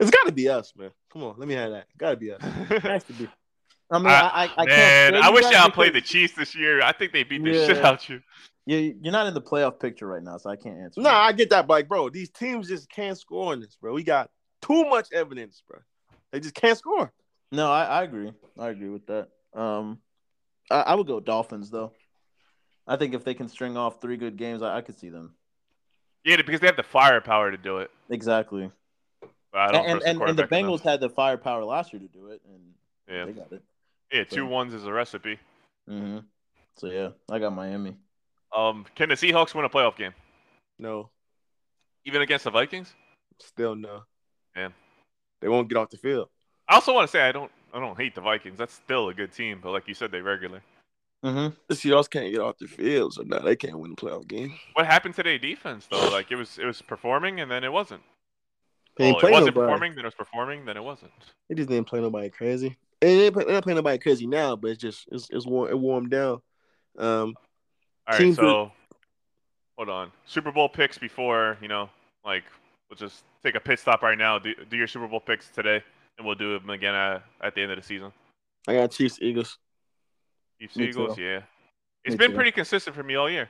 A: It's gotta be us, man. Come on, let me have that. Gotta be us.
B: Man,
A: Has to be.
C: I mean, I, I, I can't. say
B: I
C: you
B: wish
C: guys
B: y'all played the
C: because
B: Chiefs this year. I think they beat the
C: Yeah.
B: shit out you.
C: You, you're not in the playoff picture right now, so I can't answer.
A: No,
C: that.
A: I get that, but like, bro, these teams just can't score on this, bro. We got too much evidence, bro. They just can't score.
C: no, I, I agree. I agree with that. Um, I, I would go Dolphins though. I think if they can string off three good games, I, I could see them.
B: Yeah, because they have the firepower to do it.
C: Exactly.
B: But I don't
C: And
B: trust
C: and, and the
B: quarterback in them.
C: Bengals had the firepower last year to do it, and they
B: Yeah.
C: got it.
B: yeah, two ones is a recipe.
C: hmm So yeah, I got Miami.
B: Um, can the Seahawks win a playoff game,
A: No,
B: even against the Vikings?
A: still no.
B: Man.
A: They won't get off the field.
B: I also want to say I don't I don't hate the Vikings. That's still a good team, but like you said, they regular.
C: Mm-hmm.
A: The Seahawks can't get off the field, so now they can't win the playoff game.
B: What happened to their defense though? Like it was it was performing and then it wasn't.
A: They ain't
B: Well, Oh, it
A: play
B: wasn't
A: nobody.
B: performing, then it was performing, then it wasn't.
A: They just didn't play nobody crazy. And They didn't play, they're not playing nobody crazy now, but it's just it's, it's warm it warmed down. Um,
B: All right,
A: Teams were-
B: so hold on. Super Bowl picks before you know, like we'll just take a pit stop right now. Do, do your Super Bowl picks today, and we'll do them again uh, at the end of the season.
A: I got Chiefs, Eagles.
B: Chiefs,
A: Me
B: Eagles,
A: too.
B: yeah. It's
C: Me
B: been
C: too.
B: pretty consistent for me all year.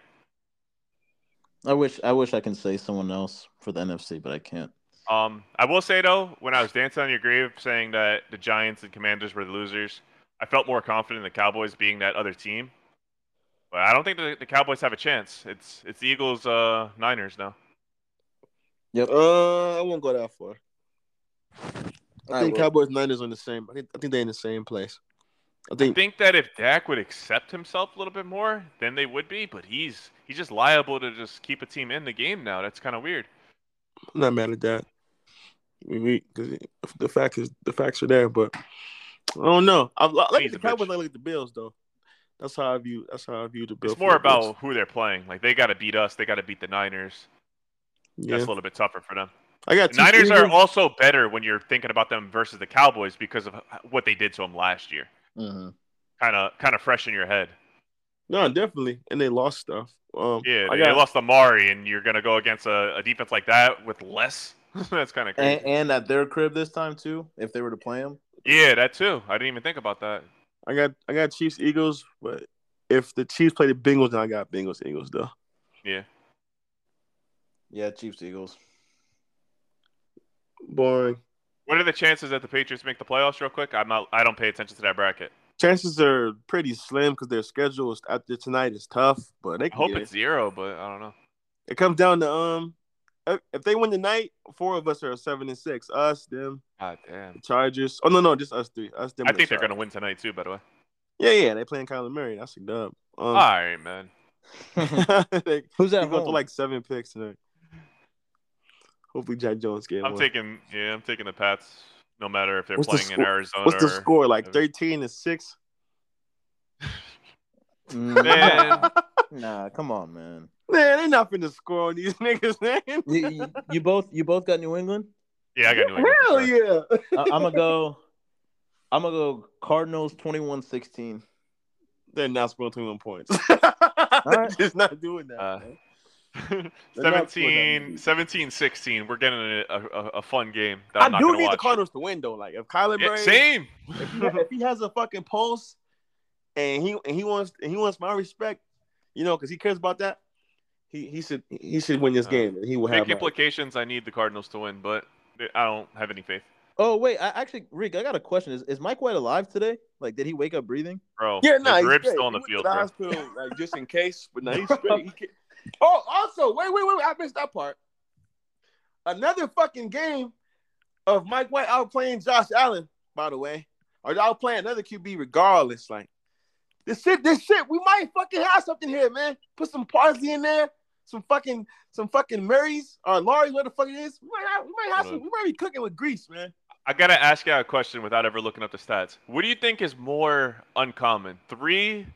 C: I wish I wish I can say someone else for the NFC, but I can't.
B: Um, I will say though, when I was dancing on your grave saying that the Giants and Commanders were the losers, I felt more confident in the Cowboys being that other team. But I don't think the, the Cowboys have a chance. It's it's the Eagles, uh, Niners now.
A: Uh, I won't go that far. I
C: All
A: think
C: right, well,
A: Cowboys Niners on the same. I think, I think they're in the same place. I
B: I
A: think
B: think that if Dak would accept himself a little bit more, then they would be. But he's he's just liable to just keep a team in the game now. That's kind of weird.
A: I'm not mad at that. We, we cause the fact is the facts are there, but I don't know. I, I like
B: He's
A: the
B: a bitch.
A: Cowboys. I like the Bills though. That's how I view. That's how I view the Bills.
B: It's more about who they're playing. Like they got to beat us. They got to beat the Niners.
A: yeah.
B: That's a little bit tougher for them.
A: I got
B: The
A: two
B: Niners are
A: Eagles.
B: also better when you're thinking about them versus the Cowboys because of what they did to them last year.
C: mhm.
B: Kind of kind of fresh in your head.
A: no definitely, and they lost stuff. Um,
B: Yeah,
A: I
B: they
A: got,
B: lost Amari, and you're gonna go against a, a defense like that with less. That's kind of crazy.
C: and, and at their crib this time too, if they were to play them.
B: yeah, that too. I didn't even think about that.
A: I got I got Chiefs Eagles, but if the Chiefs play the Bengals, then I got Bengals Eagles though.
C: Yeah, Chiefs Eagles.
A: Boring.
B: What are the chances that the Patriots make the playoffs? Real quick, I'm not. I don't pay attention to that bracket.
A: Chances are pretty slim because their schedule is after tonight is tough, but they
B: I
A: can
B: hope
A: get
B: it's zero, but I don't know.
A: It comes down to um, if if they win tonight, four of us are seven and six. Us, them,
B: God
A: the
B: damn.
A: Chargers. Oh no, no, just us three. Us, them.
B: I
A: and the
B: think they're gonna
A: Chargers.
B: win tonight too. By the way.
A: Yeah, yeah, they playing Kyler Murray. That's a dub.
B: All
A: Um,
B: right, man.
A: they,
C: Who's
A: they going
C: at home?
A: through like seven picks tonight. Hopefully, Jack Jones get
B: I'm
A: one.
B: taking. Yeah, I'm taking the Pats. No matter if they're
A: What's the
B: playing in
A: score-
B: Arizona.
A: What's the
B: or-
A: score? Like thirteen and six.
C: Mm,
B: Man,
C: nah, come on, man.
A: Man, they not finna score on these niggas, man.
C: You, you, you both you both got New England.
B: yeah, I got New England. for
A: Hell
B: sure.
A: yeah.
C: I, I'm gonna go. I'm gonna go Cardinals 21-16.
A: They're not scoring 21 points.
C: right.
A: They're just not doing that.
B: Uh,
A: man. They're not scoring
B: 17, 17, 16. We're getting a, a, a- a fun game. That I'm
A: I
B: not
A: do
B: gonna
A: need
B: watch.
A: the Cardinals to win though. Like if Kyler
B: Yeah,
A: Murray,
B: same.
A: if, he, if he has a fucking pulse, and he and he wants and he wants my respect, you know, because he cares about that. He he should he should win this
B: Uh,
A: game. And he will have.
B: Big
A: my-
B: implications. I need the Cardinals to win, but I don't have any faith,
C: Oh wait, I actually, Rick, I got a question. Is is Mike White alive today? Like, did he wake up breathing?
B: bro.
A: Yeah,
B: his
A: no, he's
B: ribs
A: straight.
B: still on
A: He
B: the
A: went
B: field,
A: to the
B: bro.
A: hospital, like just in case. But now he's straight. He can... Oh, also, wait, wait, wait, wait! I missed that part. Another fucking game of Mike White out playing Josh Allen. By the way, or out playing another QB, regardless. Like this shit, this shit, we might fucking have something here, man. Put some parsley in there, some fucking, some fucking Marys or Laurie's, what the fuck it is. We might have, we might have some. We might be cooking with grease, man.
B: I gotta ask you a question without ever looking up the stats. What do you think is more uncommon? Three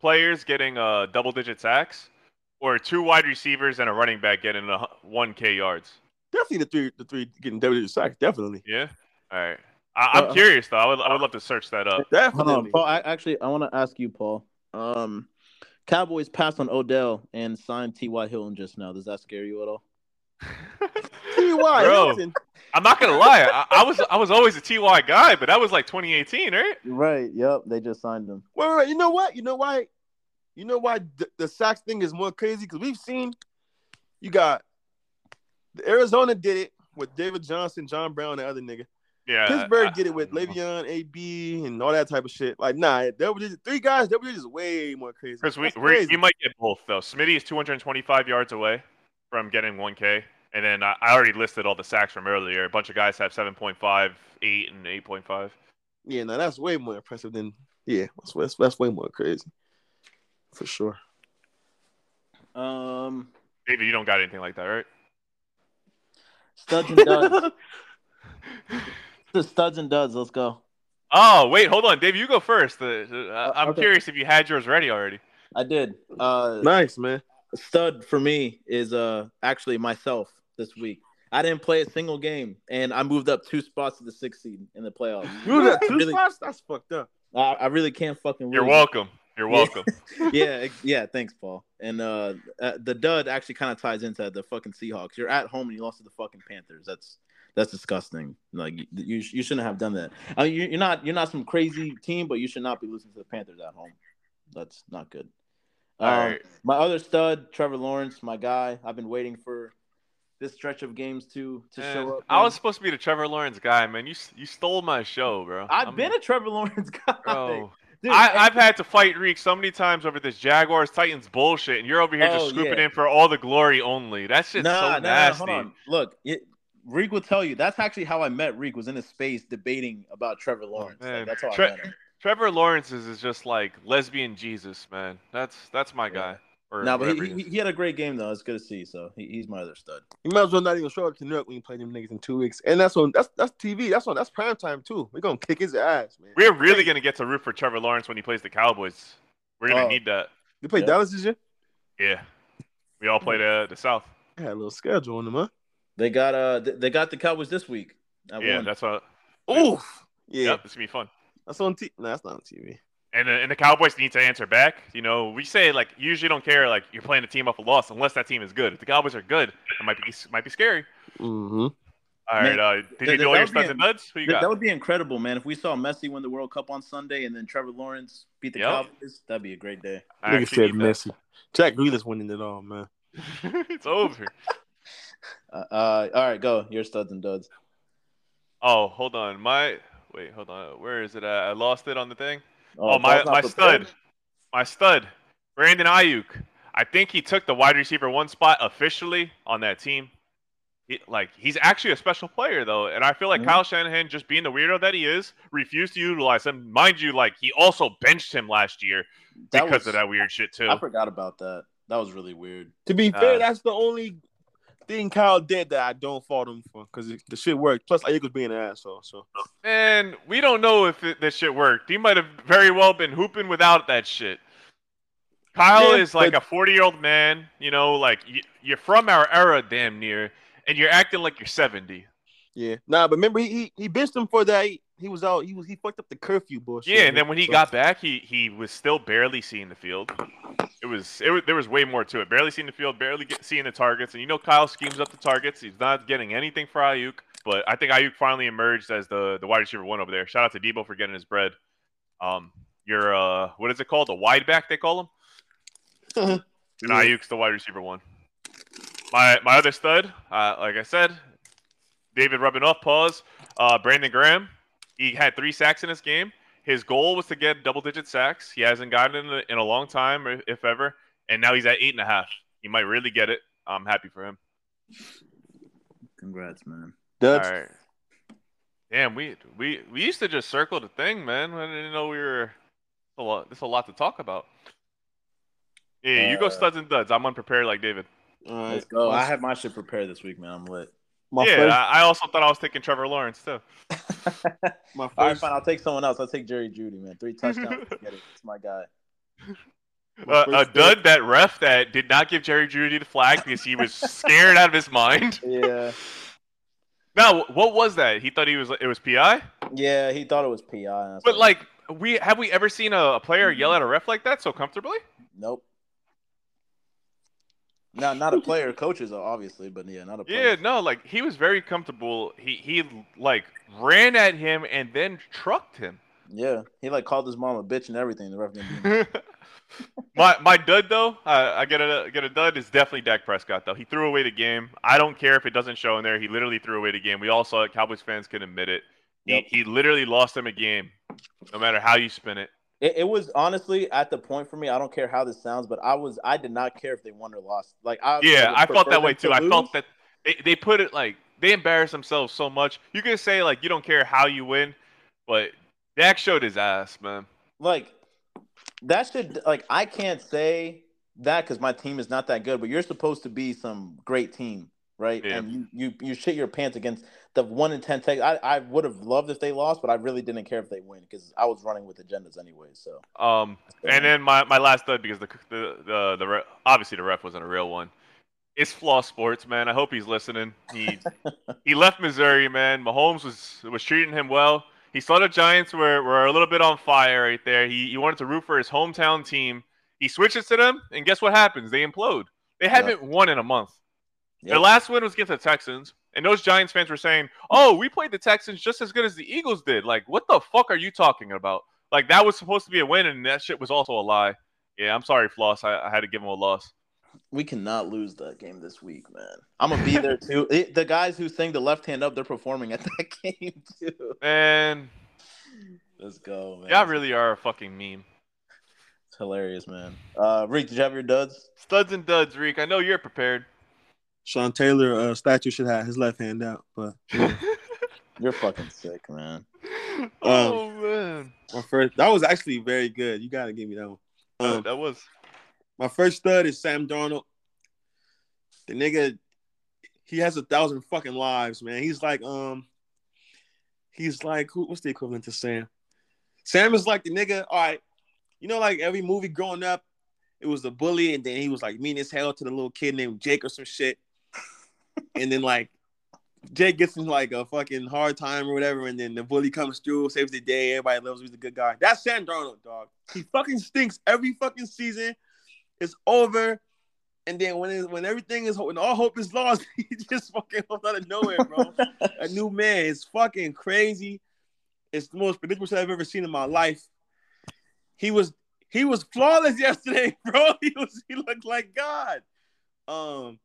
B: players getting uh, double-digit sacks, or two wide receivers and a running back getting a one K yards?
A: Definitely the three, the three getting W sacks. Definitely,
B: Yeah. All right. I- I'm
C: Uh,
B: curious though. I would I would love to search that up.
C: Hold
A: definitely.
C: on, Paul. I, actually, I want to ask you, Paul. Um, Cowboys passed on Odell and signed T.Y. Hilton just now. Does that scare you at all?
A: T.Y.
B: Bro.
A: Hilton.
B: I'm not gonna lie. I, I was I was always a Ty guy, but that was like 2018, right?
C: Right. Yep. They just signed him.
A: Wait, wait, wait. You know what? You know why? You know why the, the Sox thing is more crazy? Because we've seen you got Arizona did it with David Johnson, John Brown, and other nigga.
B: Yeah.
A: Pittsburgh
B: I-
A: did it with
B: I don't know.
A: Le'Veon, AB, and all that type of shit. Like, nah, there were just three guys. They were just way more crazy.
B: Chris, we
A: That's
B: we
A: crazy.
B: you might get both though. Smitty is 225 yards away from getting 1K, and then I, I already listed all the sacks from earlier. A bunch of guys have 7.5, 8, and 8.5.
A: yeah, no, that's way more impressive than yeah. That's, that's, that's way more crazy for sure.
C: Um,
B: David, you don't got anything like that, right?
C: studs and duds. the studs and duds. Let's go.
B: Oh wait, hold on, Dave. You go first. The- the- I-
C: Uh,
B: I'm
C: okay.
B: curious if you had yours ready already.
C: I did. Uh,
A: Nice man.
C: stud for me is uh actually myself this week. I didn't play a single game, and I moved up two spots to the sixth seed in the playoffs.
A: You was at two
C: Really?
A: spots. That's fucked up.
C: I, I really can't fucking.
B: You're
C: lose.
B: welcome. You're
C: Yeah.
B: welcome.
C: yeah, ex- yeah. Thanks, Paul. And uh, uh, the dud actually kind of ties into the fucking Seahawks. You're at home and you lost to the fucking Panthers. That's that's disgusting. Like you, you sh- you shouldn't have done that. I mean, you- you're not you're not some crazy team, but you should not be losing to the Panthers at home. That's not good. Um,
B: All right.
C: My other stud, Trevor Lawrence, my guy. I've been waiting for this stretch of games to to
B: Man,
C: show up.
B: Eh, Uh, I
C: man.
B: was supposed to be the Trevor Lawrence guy, man. You s- you stole my show, bro.
C: I've
B: I'm-
C: been a Trevor Lawrence guy.
B: Bro,
C: Dude,
B: I, I've had to fight Reek so many times over this Jaguars Titans bullshit, and you're over here
C: Oh,
B: just scooping
C: yeah.
B: in for all the glory only. That shit's so nasty.
C: hold on. Look, it, Reek will tell you that's actually how I met Reek was in a space debating about Trevor Lawrence. Like,
B: Oh, man.
C: that's how
B: Tre-
C: I met him.
B: Trevor Lawrence is, is just like lesbian Jesus, man. That's that's my guy. Or
C: No, but
B: whatever
C: he, he, he had a great game though. It's good to see. So he, he's my other stud.
A: You might as well not even show up to New York when you play them niggas in two weeks. And that's on that's that's TV. That's on that's prime time too. We're gonna kick his ass, man.
B: We're really gonna get to root for Trevor Lawrence when he plays the Cowboys. We're gonna
C: Oh.
B: need that.
A: You play
C: Yeah.
A: Dallas this year?
B: Yeah, we all play the the South.
A: I had a little schedule on them, huh?
C: They got uh th- they got the Cowboys this week. I
B: yeah,
C: won.
B: that's what.
A: Oof. Yeah.
B: Yep, it's gonna be fun.
A: That's on T no, that's not on TV.
B: And the, and the Cowboys need to answer back. You know, we say like you usually don't care like you're playing a team off a loss unless that team is good. If the Cowboys are good, it might be might be scary.
A: Mm-hmm.
B: All
C: Man,
B: right, uh, did
C: that-
B: you do all
C: that
B: your
C: would be
B: studs
C: a-
B: and nuts? Who you
C: Th- that
B: got?
C: would be incredible, man. If we saw Messi win the World Cup on Sunday and then Trevor Lawrence beat the
B: Yep.
C: Cowboys, that'd be a great day.
B: I
A: Nigga
B: actually
A: said
B: need that.
A: Messi. Jack Grealish winning it all, man.
B: it's over.
C: Uh, uh, all right, go. Your studs and duds.
B: Oh, hold on, my wait, hold on. Where is it? At? I lost it on the thing.
C: Oh,
B: Oh, my
C: Paul's not
B: my
C: prepared.
B: stud, my stud, Brandon Ayuk. I think he took the wide receiver one spot officially on that team. He, like he's actually a special player though, and I feel like
C: Mhm.
B: Kyle Shanahan, just being the weirdo that he is, refused to utilize him. Mind you, like he also benched him last year
C: That
B: because
C: was-
B: of that weird shit too.
C: I forgot about that. That was really weird.
A: To be
B: Nah.
A: fair, that's the only thing Kyle did that I don't fault him for because the shit worked. Plus Ayuk was being an asshole. So
B: Man, we don't know if it, this shit worked. He might have very well been hooping without that shit. Kyle
C: Yeah,
B: is like
C: but-
B: a 40 year old man, you know, like y- you're from our era, damn near, and you're acting like you're 70.
A: Yeah. Nah, but remember he he, he benched him for that. He, he was out. He was he fucked up the curfew bullshit.
B: Yeah, and then when he got back, he he was still barely seeing the field. It was it, was- there was way more to it. Barely seeing the field, barely get, seeing the targets, and you know Kyle schemes up the targets. He's not getting anything for Ayuk, but I think Ayuk finally emerged as the the wide receiver one over there. Shout out to Debo for getting his bread. Um, your uh, what is it called? The wide back they call him. And
A: Yeah.
B: Ayuk's the wide receiver one. My my other stud, uh, like I said, David rubbing off pause. Uh, Brandon Graham, he had three sacks in this game. His goal was to get double digit sacks. He hasn't gotten it in a, in a long time, or if ever, and now he's at eight and a half. He might really get it. I'm happy for him.
C: Congrats, man.
B: All right. Damn, we we we used to just circle the thing, man. I didn't know we were a lot. There's a lot to talk about. Yeah, you go
C: Uh,
B: studs and duds. I'm unprepared like David.
A: All right.
C: Let's go. I have my shit prepared this week, man. I'm lit.
A: my
B: yeah,
A: first,
B: I I also thought I was taking Trevor Lawrence too.
A: my
C: All right,
A: first,
C: fine. I'll take someone else. I'll take Jerry Judy, man. Three touchdowns. Get it. It's my guy.
B: Uh,
A: my
B: uh,
A: first
B: Dud, that ref that did not give Jerry Judy the flag because he was scared out of his mind.
C: Yeah.
B: Now, what was that? He thought he was it was PI.
C: Yeah, he thought it was PI. and I was
B: But like, we have we ever seen a, a player
A: Mm-hmm.
B: yell at a ref like that so comfortably?
C: nope. No, not a player. Coaches, obviously, but yeah, not a player.
B: Yeah, no, like he was very comfortable. He he like ran at him and then trucked him.
C: Yeah, he like called his mom a bitch and everything. The ref didn't. do-
B: my my dud though, I, I get a get a dud is definitely Dak Prescott though. He threw away the game. I don't care if it doesn't show in there. He literally threw away the game. We all saw it. Cowboys fans can admit it.
C: Yep.
B: He, he literally lost them a game, no matter how you spin it.
C: It, it was honestly at the point for me. I don't care how this sounds, but I was I did not care if they won or lost. Like I
B: Yeah,
C: would
B: I felt
C: prefer
B: that
C: them
B: way
C: to
B: too. I
C: lose.
B: felt that they, they put it like they embarrassed themselves so much. You can say like you don't care how you win, but Dak showed his ass, man.
C: like that should like I can't say that because my team is not that good. But you're supposed to be some great team, right?
B: Yeah.
C: And you you you shit your pants against the one in ten Tech. I I would have loved if they lost, but I really didn't care if they win because I was running with agendas anyway. So
B: Um, And then my, my last dud because the the the, the re- obviously the ref wasn't a real one. It's Flaw Sports, man. I hope he's listening. He he left Missouri, man. Mahomes was was treating him well. He saw the Giants were, were a little bit on fire right there. He he wanted to root for his hometown team. He switches to them, and guess what happens? They implode. They haven't won in a month. Their
C: Yep.
B: last win was against the Texans, and those Giants fans were saying, "Oh, we played the Texans just as good as the Eagles did." Like, what the fuck are you talking about? Like that was supposed to be a win, and that shit was also a lie. Yeah, I'm sorry, Floss. I, I had to give him a loss.
C: we cannot lose that game this week, man. I'm gonna be there too. It- the guys who sing the left hand up, they're performing at that game too.
B: And
C: Let's go, man.
B: y'all really are a fucking meme.
C: It's hilarious, man. Uh, Reek, did you have your duds?
B: Studs and duds, Reek. I know you're prepared.
A: Sean Taylor uh, statue should have his left hand out, but
C: You're fucking sick, man.
B: oh man,
A: my first that was actually very good. You gotta give me that one.
B: Oh,
A: Um,
B: that was
A: my first stud is Sam Darnold. The nigga, he has a thousand fucking lives, man. He's like, um, he's like, who, what's the equivalent to Sam? Sam is like the nigga. All right, you know, like every movie growing up, it was the bully, and then he was like mean as hell to the little kid named Jake or some shit, and then like. Jake gets in like a fucking hard time or whatever, and then the bully comes through, saves the day. Everybody loves him. He's a good guy. That's Sam Darnold, dog. He fucking stinks every fucking season it's over. And then when it, when everything is when all hope is lost, he just fucking comes out of nowhere, bro. a new man. It's fucking crazy. It's the most predictable shit I've ever seen in my life. He was he was flawless yesterday, bro. He was he looked like God. Um,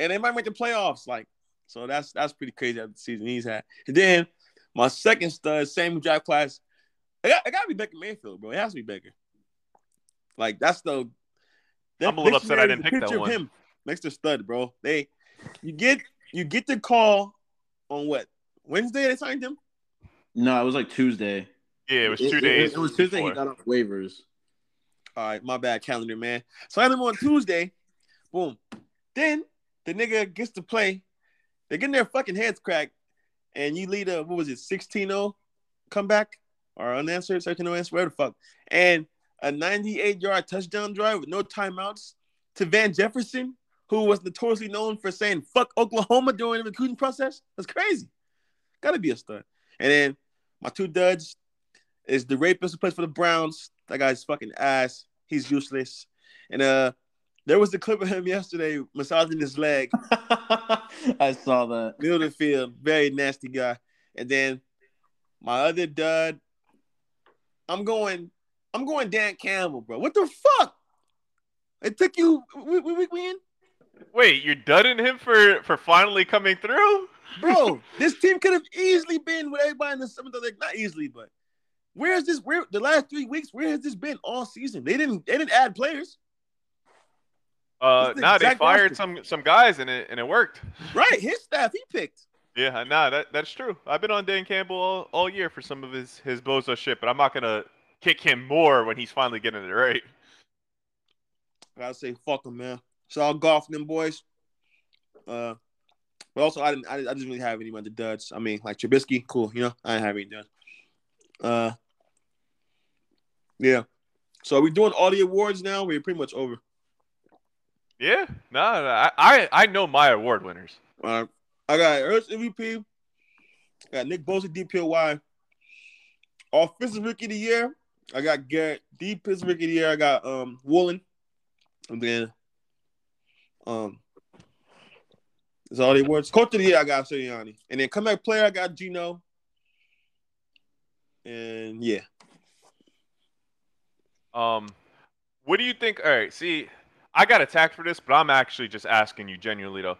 A: and they might make the playoffs, like so. That's that's pretty crazy after the season he's had. And then my second stud, same draft class. It got, it gotta be Baker Mayfield, bro. It has to be Baker. Like that's the.
B: I'm a little upset
A: dictionary
B: I
A: is
B: didn't
A: a
B: pick that
A: picture of
B: one.
A: Him next to stud, bro. They, you get you get the call on what Wednesday they signed him.
C: No, it was like Tuesday.
B: yeah. It was two days.
C: It, was Tuesday. He
B: before.
C: got off waivers.
A: All right, my bad, calendar man. So I had him on Tuesday. Boom. Then the nigga gets to play. They're getting their fucking heads cracked, and you lead a oh what was it, 16-0 comeback or unanswered, 13-0 answer, whatever the fuck. And a 98 yard touchdown drive with no timeouts to Van Jefferson, who was notoriously known for saying fuck Oklahoma during the recruiting process. That's crazy. Gotta be a stud. And then my two duds is the rapist who plays for the Browns. That guy's fucking ass. He's useless. And uh there was a clip of him yesterday massaging his leg,
C: I saw that.
A: middle of the field. Very nasty guy. And then my other dud, I'm going, I'm going Dan Campbell, bro. What the fuck? It took you we we we, we in?
B: Wait, you're dudding him for for finally coming through?
A: bro. This team could have easily been with everybody in the seventh. Like not easily, but where is this? Where the last three weeks? Where has this been all season? They didn't. They didn't add players,
B: Uh,
A: It's the
B: nah, they
A: exact
B: fired
A: opposite.
B: some some guys and it and it worked.
A: right? His staff he picked.
B: Yeah, uh, nah, that that's true. I've been on Dan Campbell all, all year for some of his his bozo shit, but I'm not gonna kick him more when he's finally getting it right.
A: I gotta say, fuck him, man. It's all golf, them boys. Uh, but also I didn't. I, didn't- I didn't really have any other duds. I mean, like Trubisky, cool. You know, I didn't have any duds. Uh, yeah. So are we doing all the awards now? We're pretty much over.
B: Yeah, nah, nah, I I, I know my award winners.
A: All right. Uh, I got Earth's MVP. I got Nick Bosa, DPOY. Offensive Rookie of the Year. I got Garrett, Defensive Rookie of the Year. I got um Woolen. And then um that's all the awards. Coach of the Year, I got Sirianni. And then comeback player, I got Gino. And yeah.
B: Um, what do you think? All right, see, I got attacked for this, but I'm actually just asking you genuinely though.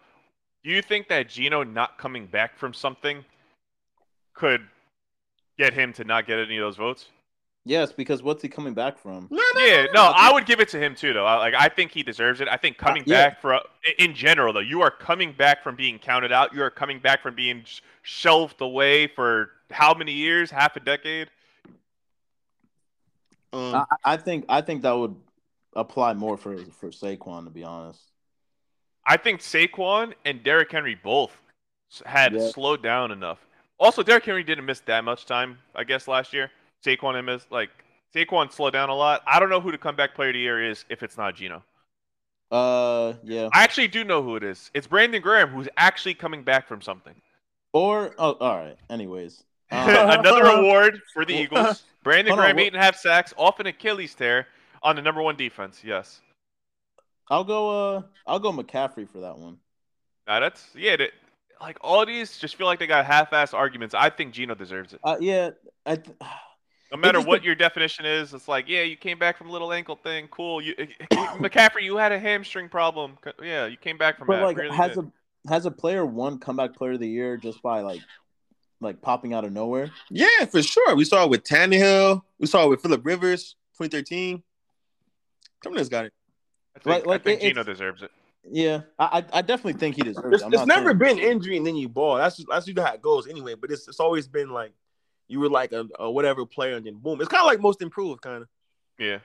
B: Do you think that Gino not coming back from something could get him to not get any of those votes?
C: Yes, because what's he coming back from?
A: No, no,
B: Yeah, no, I would give it to him too, though. I, like, I think he deserves it. I think coming
C: yeah.
B: back for in general, though, you are coming back from being counted out. You are coming back from being sh- shelved away for how many years? Half a decade.
A: Um,
C: I, I think I think that would apply more for for Saquon to be honest.
B: I think Saquon and Derrick Henry both s- had
C: Yeah.
B: slowed down enough. Also, Derrick Henry didn't miss that much time, I guess, last year. Saquon didn't miss like Saquon slowed down a lot. I don't know who the comeback player of the year is if it's not Gino.
C: Uh, yeah.
B: I actually do know who it is. It's Brandon Graham, who's actually coming back from something.
C: Or oh, all right. Anyways, um,
B: Another award for the Eagles. Brandon
C: Hold on,
B: Graham,
C: what-
B: eight and a half sacks, off an Achilles tear on the number one defense. Yes.
C: I'll go. Uh, I'll go McCaffrey for that one.
B: Now that's yeah. That, like all these, just feel like they got half-ass arguments. I think Gino deserves it.
C: Uh, yeah. I th-
B: No matter
C: just
B: what your definition is, it's like yeah, you came back from a little ankle thing. Cool. You, McCaffrey, you had a hamstring problem. C- Yeah, you came back from
C: but
B: that.
C: like,
B: really
C: has
B: did.
C: a has a player won comeback player of the year just by like like popping out of nowhere?
A: yeah, for sure. We saw it with Tannehill. We saw it with Philip Rivers, 2013. Come on, got it.
B: I think,
C: like, like,
B: I think
C: it-
B: Gino
C: it's-
B: deserves it.
C: Yeah, I I- I definitely think he deserves.
A: It's,
C: it. I'm
A: it's
C: not
A: never
C: saying-
A: been injury and then you ball. That's just, that's usually how it goes anyway. But it's it's always been like you were like a, a whatever player and then boom. It's kind of like most improved kind of
B: Yeah,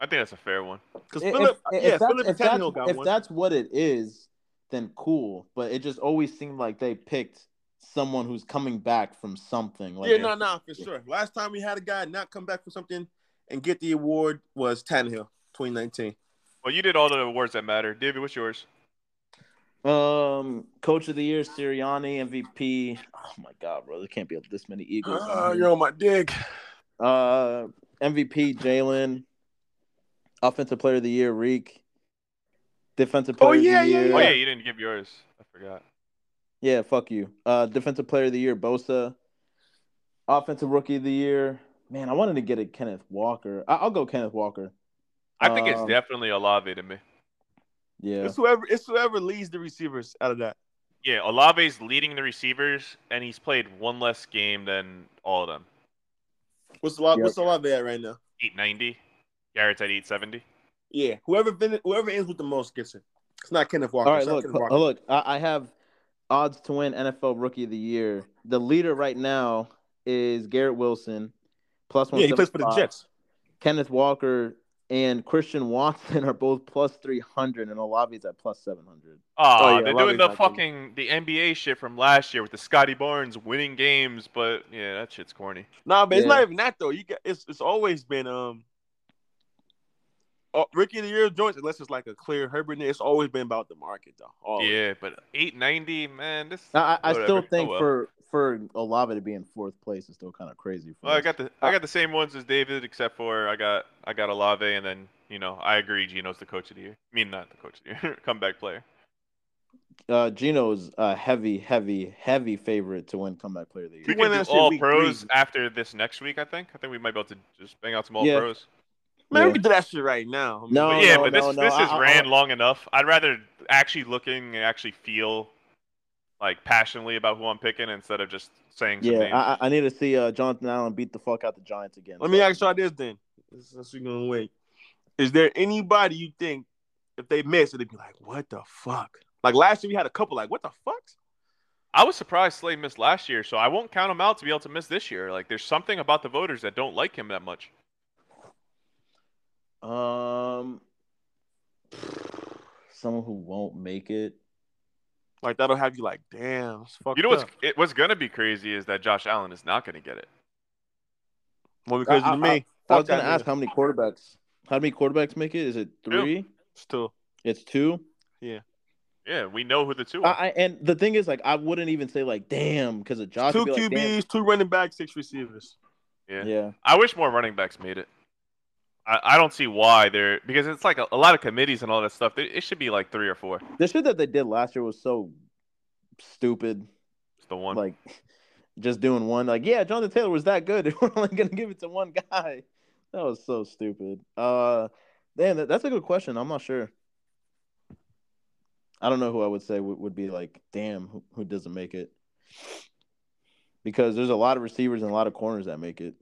B: I think that's a fair one.
A: because
C: If-
A: Philip,
C: if-
A: yeah,
C: if that's-
A: Philip
C: if that's-
A: Tannehill got
C: if
A: one.
C: that's what it is, then cool. But it just always seemed like they picked someone who's coming back from something. Like,
A: yeah, no, no, for sure. Last time we had a guy not come back for something and get the award was Tannehill, 2019.
B: Well, you did all the awards that matter. David, what's yours?
C: Um, coach of the year, Sirianni, MVP. Oh my god, bro, there can't be this many Eagles. Ah, on here.
A: on my dick.
C: Uh, MVP, Jalen. Offensive player of the year, Reek. Defensive player
A: Oh, yeah,
C: of the
A: yeah,
C: year.
B: Oh yeah, you didn't give yours. I forgot.
C: Yeah, fuck you. Uh, defensive player of the year, Bosa. Offensive rookie of the year. Man, I wanted to get a Kenneth Walker. I- I'll go Kenneth Walker.
B: I think it's
C: Um,
B: definitely Olave to me.
C: Yeah.
A: It's whoever it's whoever leads the receivers out of that.
B: Yeah, Olave's leading the receivers, and he's played one less game than all of them.
A: What's a lot?
C: Yep.
A: What's a lot of at right now?
B: 890. Garrett's at 870.
A: Yeah, whoever fin- whoever ends with the most gets it. It's not Kenneth Walker.
C: All right,
A: It's not
C: look,
A: Kenneth Walker.
C: oh, look. I, I have odds to win NFL Rookie of the Year. The leader right now is Garrett Wilson, plus one.
A: yeah, he plays for the Jets.
C: Kenneth Walker and Christian Watson are both plus three hundred, and Olave's at plus seven hundred.
B: Ah,
C: Oh, yeah,
B: they're
C: Olave's
B: doing the
C: not good.
B: fucking the NBA shit from last year with the Scotty Barnes winning games, but yeah, that shit's corny.
A: Nah, but it's
C: Yeah.
A: not even that though. You got, it's it's always been um
D: uh, rookie of the year joints, unless it's like a clear Herbert. It's always been about the market though. Always.
B: Yeah, but 890, man. This.
C: Now, I, I still
B: whatever. Oh,
C: think
B: well.
C: for for Olave to be in fourth place is still kind of crazy. For
B: Well, I
C: us.
B: got the I got the same ones as David, except for I got I got Olave, and then you know I agree Gino's the coach of the year. I mean, not the coach of the year, comeback player.
C: uh, Gino's a heavy, heavy, heavy favorite to win comeback player of the
B: We
C: year.
D: win
B: can do
D: that shit
B: all
D: week
B: pros
D: three.
B: after this next week. I think I think we might be able to just bang out some all
C: Yeah.
B: pros.
D: Man,
C: Yeah.
D: we can do that shit right now. I mean,
C: No,
B: But
D: we-
B: yeah,
C: no,
B: but
C: no,
B: this
C: no,
B: this
C: I-
B: is
C: I-
B: ran long enough. I'd rather actually looking and actually feel like passionately about who I'm picking instead of just saying some names.
C: Yeah, I, I- I need to see uh, Jonathan Allen beat the fuck out the Giants again.
D: Let me ask y'all this then. Since we're gonna wait. Is there anybody you think if they miss it'd be like, what the fuck? Like last year we had a couple like, what the fuck?
B: I was surprised Slay missed last year, so I won't count him out to be able to miss this year. Like, there's something about the voters that don't like him that much.
C: Um, someone who won't make it.
D: Like that'll have you like, damn, it's fucked
B: You know what's
D: up.
B: it, what's gonna be crazy is that Josh Allen is not gonna get it.
D: Well, because
C: I-
D: of me,
C: I was
D: fuck that
C: gonna ask
D: nigga.
C: how many quarterbacks. How many quarterbacks make it? Is it three?
D: still.
C: It's two.
B: Yeah, we know who the two
C: I,
B: are.
C: I and the thing is, like, I wouldn't even say like, damn, because of Josh.
D: Two
C: I'd be like, damn.
D: QBs, two running backs, six receivers.
B: yeah.
C: Yeah,
B: I wish more running backs made it. I, I don't see why they're because it's like a, a lot of committees and all that stuff. It, it should be like three or four.
C: the shit that they did last year was so stupid.
B: It's the one.
C: Like, just doing one. Like, yeah, Jonathan Taylor was that good. We're only gonna give it to one guy. That was so stupid. Uh, man, that, that's a good question. I'm not sure. I don't know who I would say would, would be like, damn, who, who doesn't make it? Because there's a lot of receivers and a lot of corners that make it.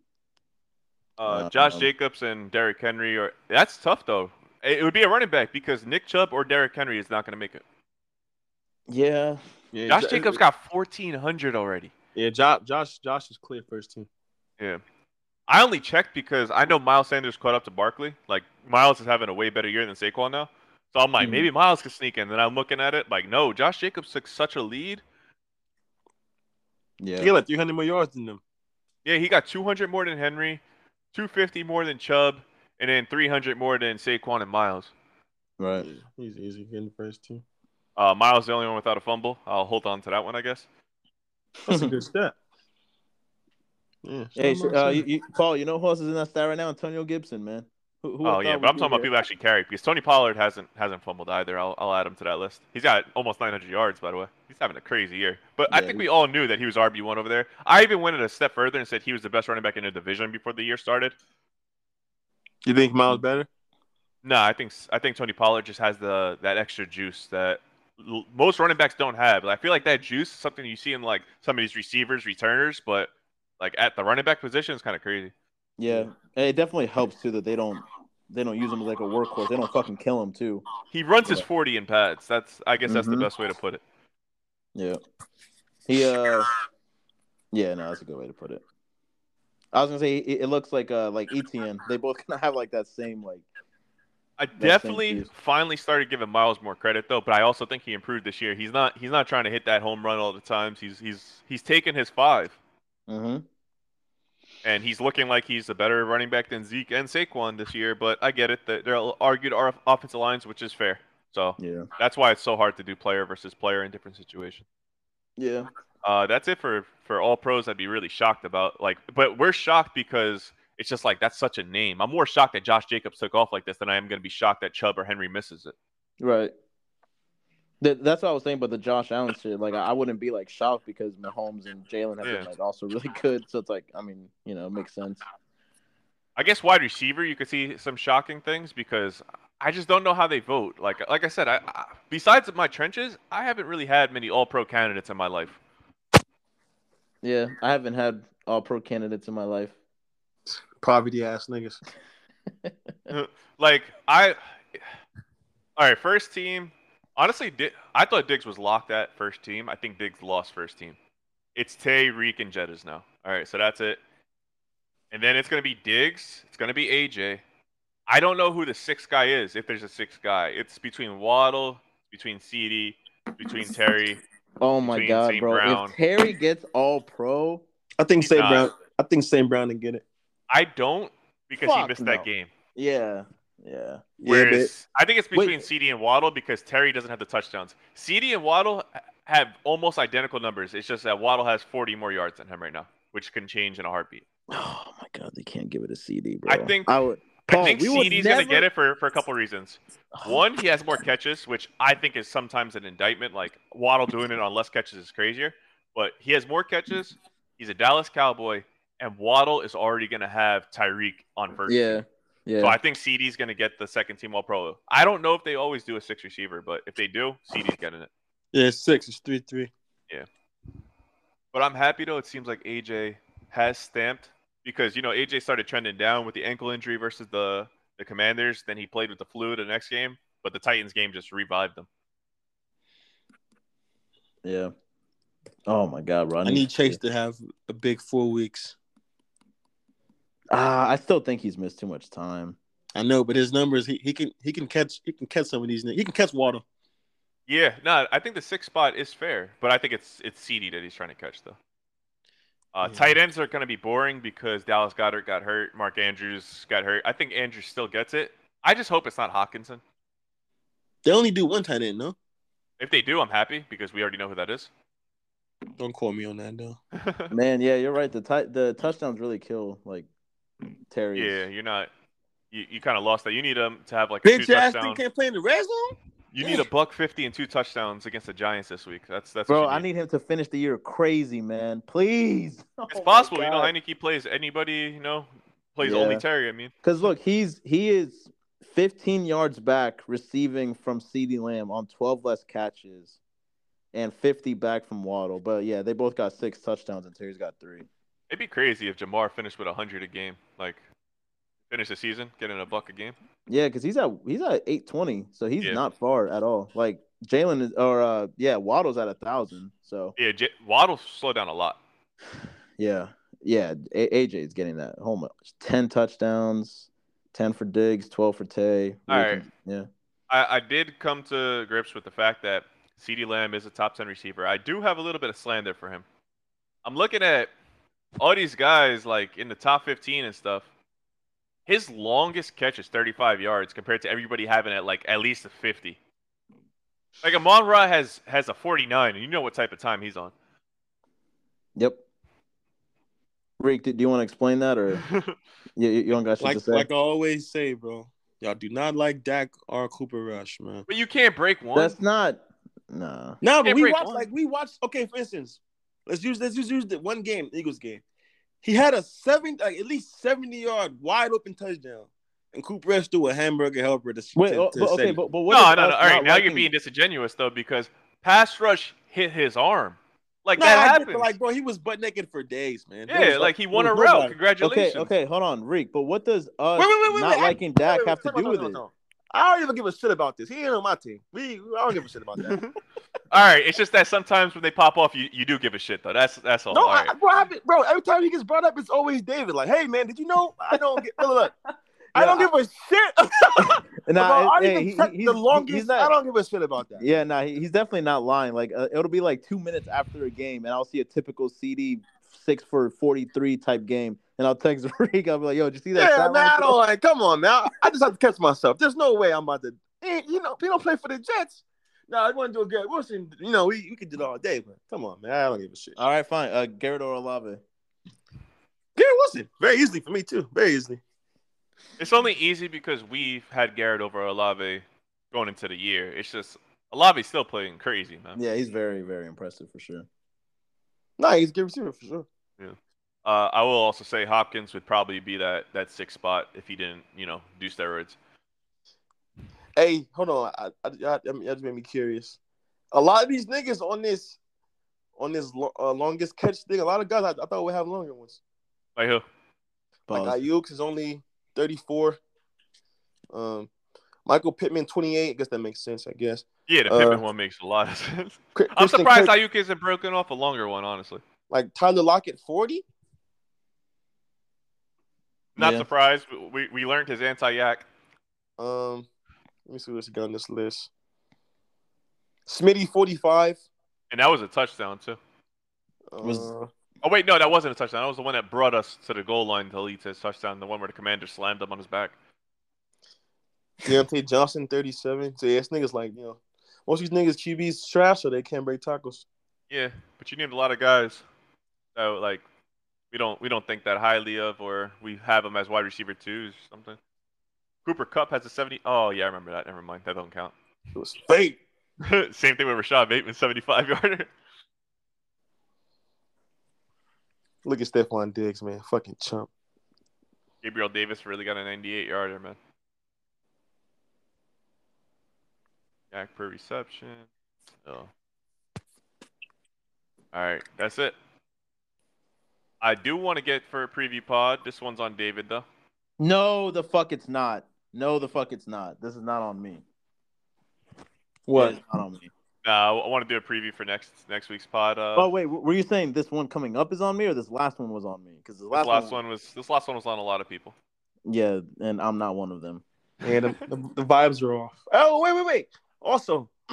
B: Uh, Josh
C: Um,
B: Jacobs and Derrick Henry are that's tough though. It, it would be a running back because Nick Chubb or Derrick Henry is not gonna make it.
C: Yeah,
D: Yeah,
B: Josh
D: Jo-
B: Jacobs got fourteen hundred already.
D: Yeah, Josh, Josh, Josh is clear first team.
B: I only checked because I know Miles Sanders caught up to Barkley. Like Miles is having a way better year than Saquon now. So I'm like,
C: Mhm.
B: maybe Miles could sneak in. Then I'm looking at it like, no, Josh Jacobs took such a lead.
C: yeah.
D: He got like 300 more yards than them.
B: Yeah, he got 200 more than Henry, 250 more than Chubb, and then 300 more than Saquon and Miles.
C: Right.
D: He's easy getting first team.
B: Uh, Miles the only one without a fumble. I'll hold on to that one, I guess.
D: That's a good stat. Yeah.
C: Hey,
D: shout out
C: uh,
D: to
C: you,
D: him.
C: you, Paul, you know who else is in that stat right now? Antonio Gibson, man. Who, who I
B: Oh yeah,
C: thought
B: but I'm
C: would
B: talking
C: be
B: about people actually carry because Tony Pollard hasn't hasn't fumbled either. I'll, I'll add him to that list. He's got almost 900 yards by the way. He's having a crazy year. But I
C: Yeah,
B: think
C: he-
B: we all knew that he was RB one over there. I even went it a step further and said he was the best running back in the division before the year started.
D: You think Miles better?
B: No, I think I think Tony Pollard just has the that extra juice that l- most running backs don't have. I feel like that juice is something you see in like some of these receivers, returners, but like at the running back position is kind of crazy.
C: Yeah, and it definitely helps too that they don't they don't use him as like a workhorse. They don't fucking kill him too.
B: He runs his
C: Yeah.
B: 40 in pads. That's I guess that's the
C: Mhm.
B: best way to put it.
C: Yeah. He uh Yeah, no, that's a good way to put it. I was gonna say it, it looks like uh like ETN. They both kind of have like that same like
B: I
C: same
B: definitely
C: juice.
B: finally started giving Miles more credit though, but I also think he improved this year. He's not he's not trying to hit that home run all the times. He's he's he's taking his five
C: mm-hmm.
B: and he's looking like he's a better running back than Zeke and Saquon this year, but I get it that they're argued our offensive lines, which is fair. So
C: Yeah.
B: That's why it's so hard to do player versus player in different situations.
C: Yeah.
B: Uh, that's it for for all pros. I'd be really shocked about like, but we're shocked because it's just like that's such a name. I'm more shocked that Josh Jacobs took off like this than I am going to be shocked that Chubb or Henry misses it.
C: Right. That, that's what I was saying about the Josh Allen shit. Like I, I wouldn't be like shocked because Mahomes and Jalen have been
B: Yeah.
C: like also really good. So it's like I mean, you know, it makes sense.
B: I guess wide receiver, you could see some shocking things because I just don't know how they vote. Like like I said, I, I besides my trenches, I haven't really had many all pro candidates in my life.
C: Yeah. I haven't had all pro candidates in my life.
D: Poverty ass niggas.
B: Like I, all right, first team. Honestly, Di- I thought Diggs was locked at first team. I think Diggs lost first team. It's Tay, Reek, and Jettas now. All right, so that's it. And then it's gonna be Diggs. It's gonna be AJ. I don't know who the sixth guy is. If there's a sixth guy, it's between Waddle, between CD, between Terry.
C: Oh my
B: Between
C: god,
B: St.
C: bro!
B: Brown.
C: If Terry gets all pro,
D: I think St.
B: Nah.
D: Brown. I think St. Brown can get it.
B: I don't because he
C: Fuck
B: missed
C: no.
B: that game.
C: yeah, Yeah.
B: Whereas I think it's
C: Wait.
B: between CD and Waddle because Terry doesn't have the touchdowns. CD and Waddle ha- have almost identical numbers. It's just that Waddle has 40 more yards than him right now, which can change in a heartbeat.
C: Oh my god, they can't give it a CD, bro.
B: I think-
C: I would. Paul,
B: I think
C: Oh, we would
B: CD's
C: never...
B: gonna get it for, for a couple reasons. One, he has more catches, which I think is sometimes an indictment. Like Waddle doing it on less catches is crazier, but he has more catches. He's a Dallas Cowboy, and Waddle is already gonna have Tyreek on first.
C: Yeah. Yeah.
B: So I think CD's gonna get the second team All Pro. I don't know if they always do a six receiver, but if they do, CD's getting it.
A: Yeah, it's six. It's three three.
B: But I'm happy though. It seems like AJ has stamped because you know AJ started trending down with the ankle injury versus the the Commanders. Then he played with the flu the next game, but the Titans game just revived him.
C: Yeah. Oh my god, bro.
A: I need Chase to have a big four weeks.
C: Ah, I still think he's missed too much time.
A: I know, but his numbers he, he can he can catch he can catch some of these. niggas. He can catch water.
B: Yeah, no, I think the sixth spot is fair, but I think it's it's CD that he's trying to catch though. Uh,
A: Yeah.
B: Tight ends are going to be boring because Dallas Goddard got hurt, Mark Andrews got hurt. I think Andrews still gets it. I just hope it's not Hawkinson.
A: They only do one tight end, no?
B: If they do, I'm happy because we already know who that is.
A: Don't call me on that though.
C: Man, yeah, you're right. The ti- the touchdowns really kill like Terry.
B: yeah, you're not. You, you kind of lost that. You need him to have like a
A: Bitch
B: two
A: ass
B: touchdown.
A: thing can't play in the red zone.
B: You need a buck fifty and two touchdowns against the Giants this week. That's that's.
C: Bro,
B: what you
C: I need him to finish the year crazy, man. Please. Oh
B: It's possible, you know. Heineke plays anybody. You know, plays only
C: Yeah.
B: Terry. I mean,
C: Because look, he's he is 15 yards back receiving from CeeDee Lamb on 12 less catches and 50 back from Waddle. But yeah, they both got six touchdowns and Terry's got three.
B: it'd be crazy if Jamar finished with hundred a game. Like, finish the season getting a buck a game.
C: Yeah, because he's at he's at 820, so he's
B: Yeah.
C: not far at all. Like Jalen is or uh yeah, Waddle's at a thousand. So
B: Yeah, J- Waddle slowed down a lot.
C: yeah. Yeah, A- AJ is getting that home. 10 touchdowns, 10 for Diggs, 12 for Tay.
B: All right.
C: Yeah.
B: I, I did come to grips with the fact that CeeDee Lamb is a top 10 receiver. I do have a little bit of slander for him. I'm looking at all these guys like in the top 15 and stuff. His longest catch is 35 yards compared to everybody having at like at least a 50. Like Amon Ra has has a 49, and you know what type of time he's on.
C: Yep. Rick, do, do you want to explain that or you, you don't got shit to
A: Like
C: say?
A: like I always say, bro. Y'all do not like Dak or Cooper Rush, man.
B: but you can't break one.
C: That's not. Nah.
A: No, but
B: Can't
A: we
B: break
A: watched
B: one.
A: like we watched. Okay, for instance, let's use let's just use the one game, the Eagles game. He had a seven, like at least seventy yard wide open touchdown, and Cooper Rush threw a hamburger helper to,
C: Wait.
A: to,
C: oh,
A: to
C: but, okay.
A: Seti.
C: But, but what?
B: no,
C: is
B: no,
C: us
B: no. All right,
C: not
B: now you're
C: liking-
B: being disingenuous though because pass rush hit his arm. Like
A: No,
B: that
A: I get
B: happens.
A: it, but, like bro, he was butt naked for days, man. There
B: yeah,
A: was-
B: like he won
A: there
B: a
A: was
B: route.
A: nobody.
B: Congratulations.
C: Okay. Okay. Hold on, Rick. But what does us
A: Wait, wait, wait, wait,
C: not
A: wait, I-
C: liking Dak
A: Wait, wait,
C: have to
A: time out,
C: do with
A: time out,
C: it?
A: time out. I don't even give a shit about this. He ain't on my team. We, I don't give a shit about that.
B: All right, it's just that sometimes when they pop off, you, you do give a shit though. That's that's all.
A: No,
B: Oh, all
A: I,
B: right.
A: bro, I, haven't- bro, every time he gets brought up, it's always David. Like, hey, man, did you know? I don't get. Look, look, I
C: Yeah,
A: don't
C: I-
A: give a shit.
C: Nah,
A: Bro, I
C: it-
A: didn't
C: hey,
A: even check
C: he- he's-
A: the longest.
C: He's
A: I
C: not,
A: don't give a shit about that.
C: yeah, nah, he, he's definitely not lying. Like, uh, it'll be like two minutes after a game, and I'll see a typical CD six for forty-three type game, and I'll text Rick. I'll be like, "Yo, did you see that?"
A: Yeah,
C: sideline
A: man, I
C: throw?
A: don't like. Come on, now. I just have to catch myself. There's no way I'm about to. eh, You know, we don't play for the Jets. No, I want to do a Garrett Wilson. You know, we, we could do it all day, but come on, man, I don't give a shit.
C: All right, fine. Uh, Garrett or Olave.
A: Garrett Wilson, very easily for me too, very easily.
B: It's only easy because we've had Garrett over Olave going into the year. It's just Olave's still playing crazy, man.
C: Yeah, he's very, very impressive for sure.
A: No, he's a good receiver for sure.
B: Uh, I will also say Hopkins would probably be that that sixth spot if he didn't, you know, do steroids.
A: Hey, hold on, I, I, I, I mean, that just made me curious. A lot of these niggas on this, on this lo- uh, longest catch thing, a lot of guys I, I thought would have longer ones.
B: Like who?
A: Like
C: Pause.
A: Ayuk is only 34. Um, Michael Pittman 28. I guess that makes sense. I guess.
B: Yeah, the
A: Uh,
B: Pittman one makes a lot of sense.
A: Chri-
B: I'm
A: Christian
B: surprised
A: Kirk,
B: Ayuk isn't broken off a longer one, honestly.
A: like Tyler Lockett 40.
B: Not
C: Yeah.
B: surprised. We we learned his anti-yak.
A: Um, let me see what's got on this list. Smitty 45.
B: And that was a touchdown too.
A: Uh,
C: Was-
B: Oh wait, no, that wasn't a touchdown. That was the one that brought us to the goal line to lead to his touchdown. The one where the commander slammed him on his back.
A: Deontay Johnson, 37. So, yeah, it's niggas like, you know, most of these niggas QBs trash, so they can't break tackles.
B: Yeah, but you named a lot of guys that like we don't we don't think that highly of, or we have them as wide receiver twos or something. Cooper Cup has a seventy. Oh yeah, I remember that. Never mind, that don't count.
A: It was fake.
B: Same thing with Rashad Bateman, seventy-five yarder.
A: Look at Stephon Diggs, man. Fucking chump.
B: Gabriel Davis really got a ninety-eight yarder, man. Yak per reception. Oh. All right, that's it. I do want to get for a preview pod. This one's on David though.
C: No, the fuck it's not. No, the fuck it's not. This is not on me.
A: What?
C: It's not on me.
B: Nah, I want to do a preview for next next week's pod. Uh,
C: oh wait, were you saying this one coming up is on me, or this last one was on me? Because the
B: this
C: last,
B: last one was this last one was on a lot of people.
C: yeah, and I'm not one of them.
A: Yeah, the, the, the vibes are off. Oh, wait, wait, wait. Also,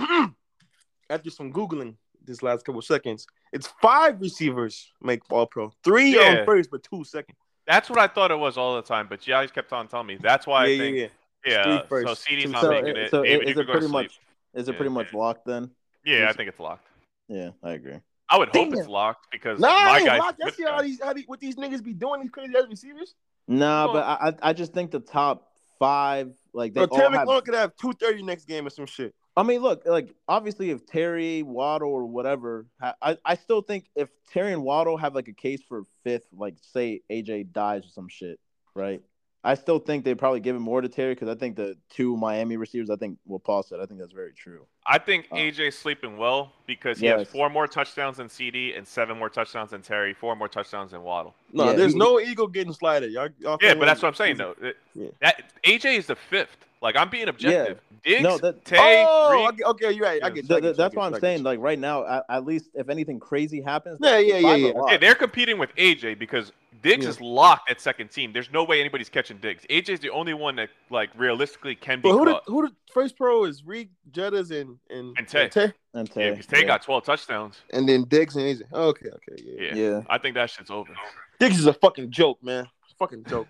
A: after some Googling this last couple seconds, it's five receivers make all pro. Three
B: Yeah.
A: on first, but two second.
B: That's what I thought it was all the time, but you always kept on telling me. That's why I
A: yeah,
B: think
A: yeah,
B: yeah.
A: Three
B: so
A: first.
B: CD's
A: Two I'm
B: not
C: so,
B: making
C: it-
B: it.
C: so
B: David,
C: is
B: you
C: it
B: can go to
C: pretty
B: sleep.
C: much? Is it pretty
B: Yeah,
C: much
B: yeah.
C: locked then?
B: Yeah, I think it's locked.
C: Yeah, I agree.
B: I would hope it's
A: Damn.
B: locked because
A: Nah,
B: my
A: I
B: guy.
A: ain't locked. I see how these, how these what these niggas be doing these crazy ass receivers.
C: Nah,
B: Well-
C: but I I I just think the top five like they
A: Bro,
C: all
A: Terry
C: have.
A: McLaurin could have two thirty next game or some shit.
C: I mean, look, like obviously if Terry Waddle or whatever, ha- I I still think if Terry and Waddle have like a case for fifth, like say AJ dies or some shit, right? I still think they probably give it more to Terry because I think the two Miami receivers, I think what Paul said, I think that's very true.
B: I think
C: Oh.
B: AJ's sleeping well because he has
C: Yes.
B: four more touchdowns than CD and seven more touchdowns than Terry, four more touchdowns than Waddle.
A: No,
C: Yeah,
A: there's
C: he-
A: no eagle getting slided. Y'all, y'all
B: Yeah,
A: can't
B: but that's
A: win.
B: what I'm saying though. It-
A: Yeah.
B: That AJ is the fifth. Like I'm being objective. Diggs,
C: No, that-
B: Tay,
A: oh,
B: Reed,
A: okay, okay, you're right. I
B: Yeah.
A: get you, I
C: Th-
A: get you, I
C: th- that's
A: get you,
C: what
A: I
C: I'm
A: get
C: saying.
A: you.
C: Like right now, at, at least if anything crazy happens,
A: Yeah, yeah, yeah,
C: five are
A: yeah.
C: locked.
B: Yeah, they're competing with AJ because Diggs
A: Yeah.
B: is locked at second team. There's no way anybody's catching Diggs. AJ's the only one that like realistically can be
A: But who the
B: caught.
A: who the first pro is Reed Jettas and and
B: And Tay.
C: And
B: Yeah,
C: Tay,
B: because Tay got 12 touchdowns.
A: and then Diggs and AJ. Okay, okay, yeah.
B: Yeah.
C: yeah.
B: I think that shit's over.
A: Diggs is a fucking joke, man. Fucking joke.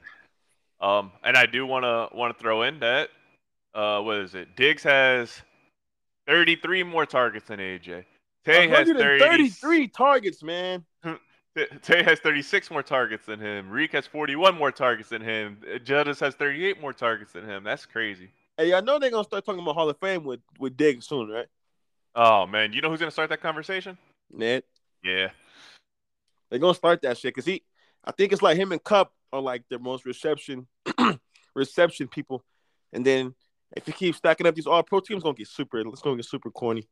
B: Um, and I do want to want to throw in that uh, what is it? Diggs has 33 more targets than AJ. Tay has 30,
A: 133 targets, man.
B: Tay has 36 more targets than him. Reek has 41 more targets than him. Judas has 38 more targets than him. That's crazy.
A: Hey, I know they're gonna start talking about Hall of Fame with with Diggs soon, right?
B: Oh man, you know who's gonna start that conversation?
A: Ned.
B: Yeah.
A: They're gonna start that shit because he, I think it's like him and Cup are like the most reception reception people, and then if you keep stacking up these all pro teams, gonna get super. It's gonna get super corny.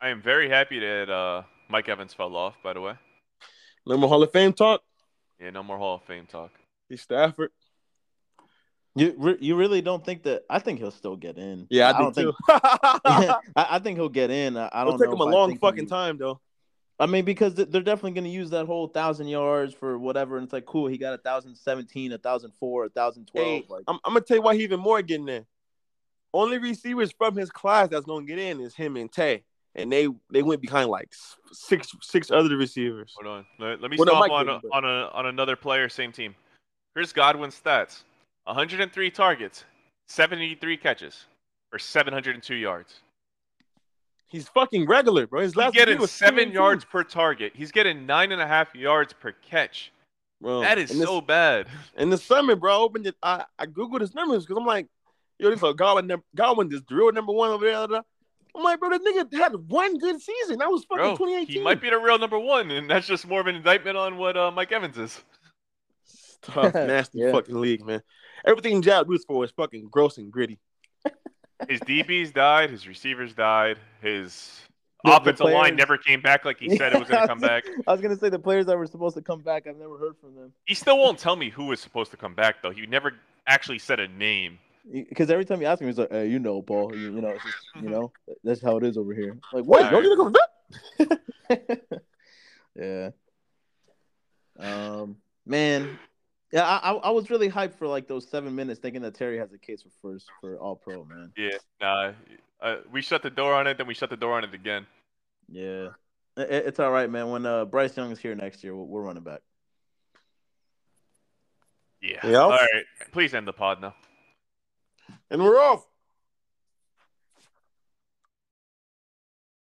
B: I am very happy that uh, Mike Evans fell off, by the way.
A: No more Hall of Fame talk.
B: Yeah, no more Hall of Fame talk.
A: He's Stafford.
C: You re- you really don't think that? I think he'll still get in.
A: Yeah, I,
C: don't
A: do
C: think.
A: too.
C: I, I think he'll get in. I, I don't
A: It'll take
C: know
A: him a
C: if I
A: long
C: think he-
A: fucking time though.
C: I mean, because th- they're definitely going to use that whole thousand yards for whatever, and it's like, cool, he got a thousand seventeen, a thousand four, a thousand twelve.
A: Hey,
C: Like,
A: I'm, I'm gonna tell you why he even more getting there. Only receivers from his class that's gonna get in is him and Tay, and they they went behind like s- six six other receivers.
B: Hold on. Let, let me
A: Well, no,
B: stop
A: Mike
B: on
A: didn't, but-
B: on a, on another player, same team. Chris Godwin's stats: 103 targets, 73 catches, for 702 yards.
A: He's fucking regular, bro. His
B: He's
A: last
B: getting
A: review was
B: seven
A: 22.
B: yards per target. He's getting nine and a half yards per catch.
A: Bro,
B: That is
A: Oh, and this-
B: so bad.
A: In the summer, bro, I opened it. I, I googled his numbers because I'm like, yo, this a Godwin. num- Godwin just drew a number one over there. da, da, da. I'm like, bro, this nigga had one good season. That was fucking
B: Bro, he
A: 2018.
B: might be the real number one, and that's just more of an indictment on what uh, Mike Evans is.
A: It's tough, nasty
C: Yeah.
A: fucking league, man. Everything Jab roots for is fucking gross and gritty.
B: His DBs died. His receivers died. His
C: The- the
B: offensive line
C: players-
B: never came back like he said it was going to come back.
C: I was going to say the players that were supposed to come back, I've never heard from them.
B: He still won't tell me who was supposed to come back though. He never actually said a name.
C: Because every time you ask him, he's like, hey, you know, Paul, you, you know, it's just, you know, that's how it is over here. Like,
A: Wait,
B: All
C: what?
A: don't you look at that?
C: yeah. Um, man, yeah, I, I I was really hyped for like those seven minutes, thinking that Terry has a case for first for All Pro, man.
B: Yeah, nah. Uh, we shut the door on it, then we shut the door on it again.
C: Yeah, I- I- it's all right, man. When uh, Bryce Young is here next year, we're, we're running back.
B: Yeah.
A: Yep.
B: All right. Please end the pod now.
A: And we're off.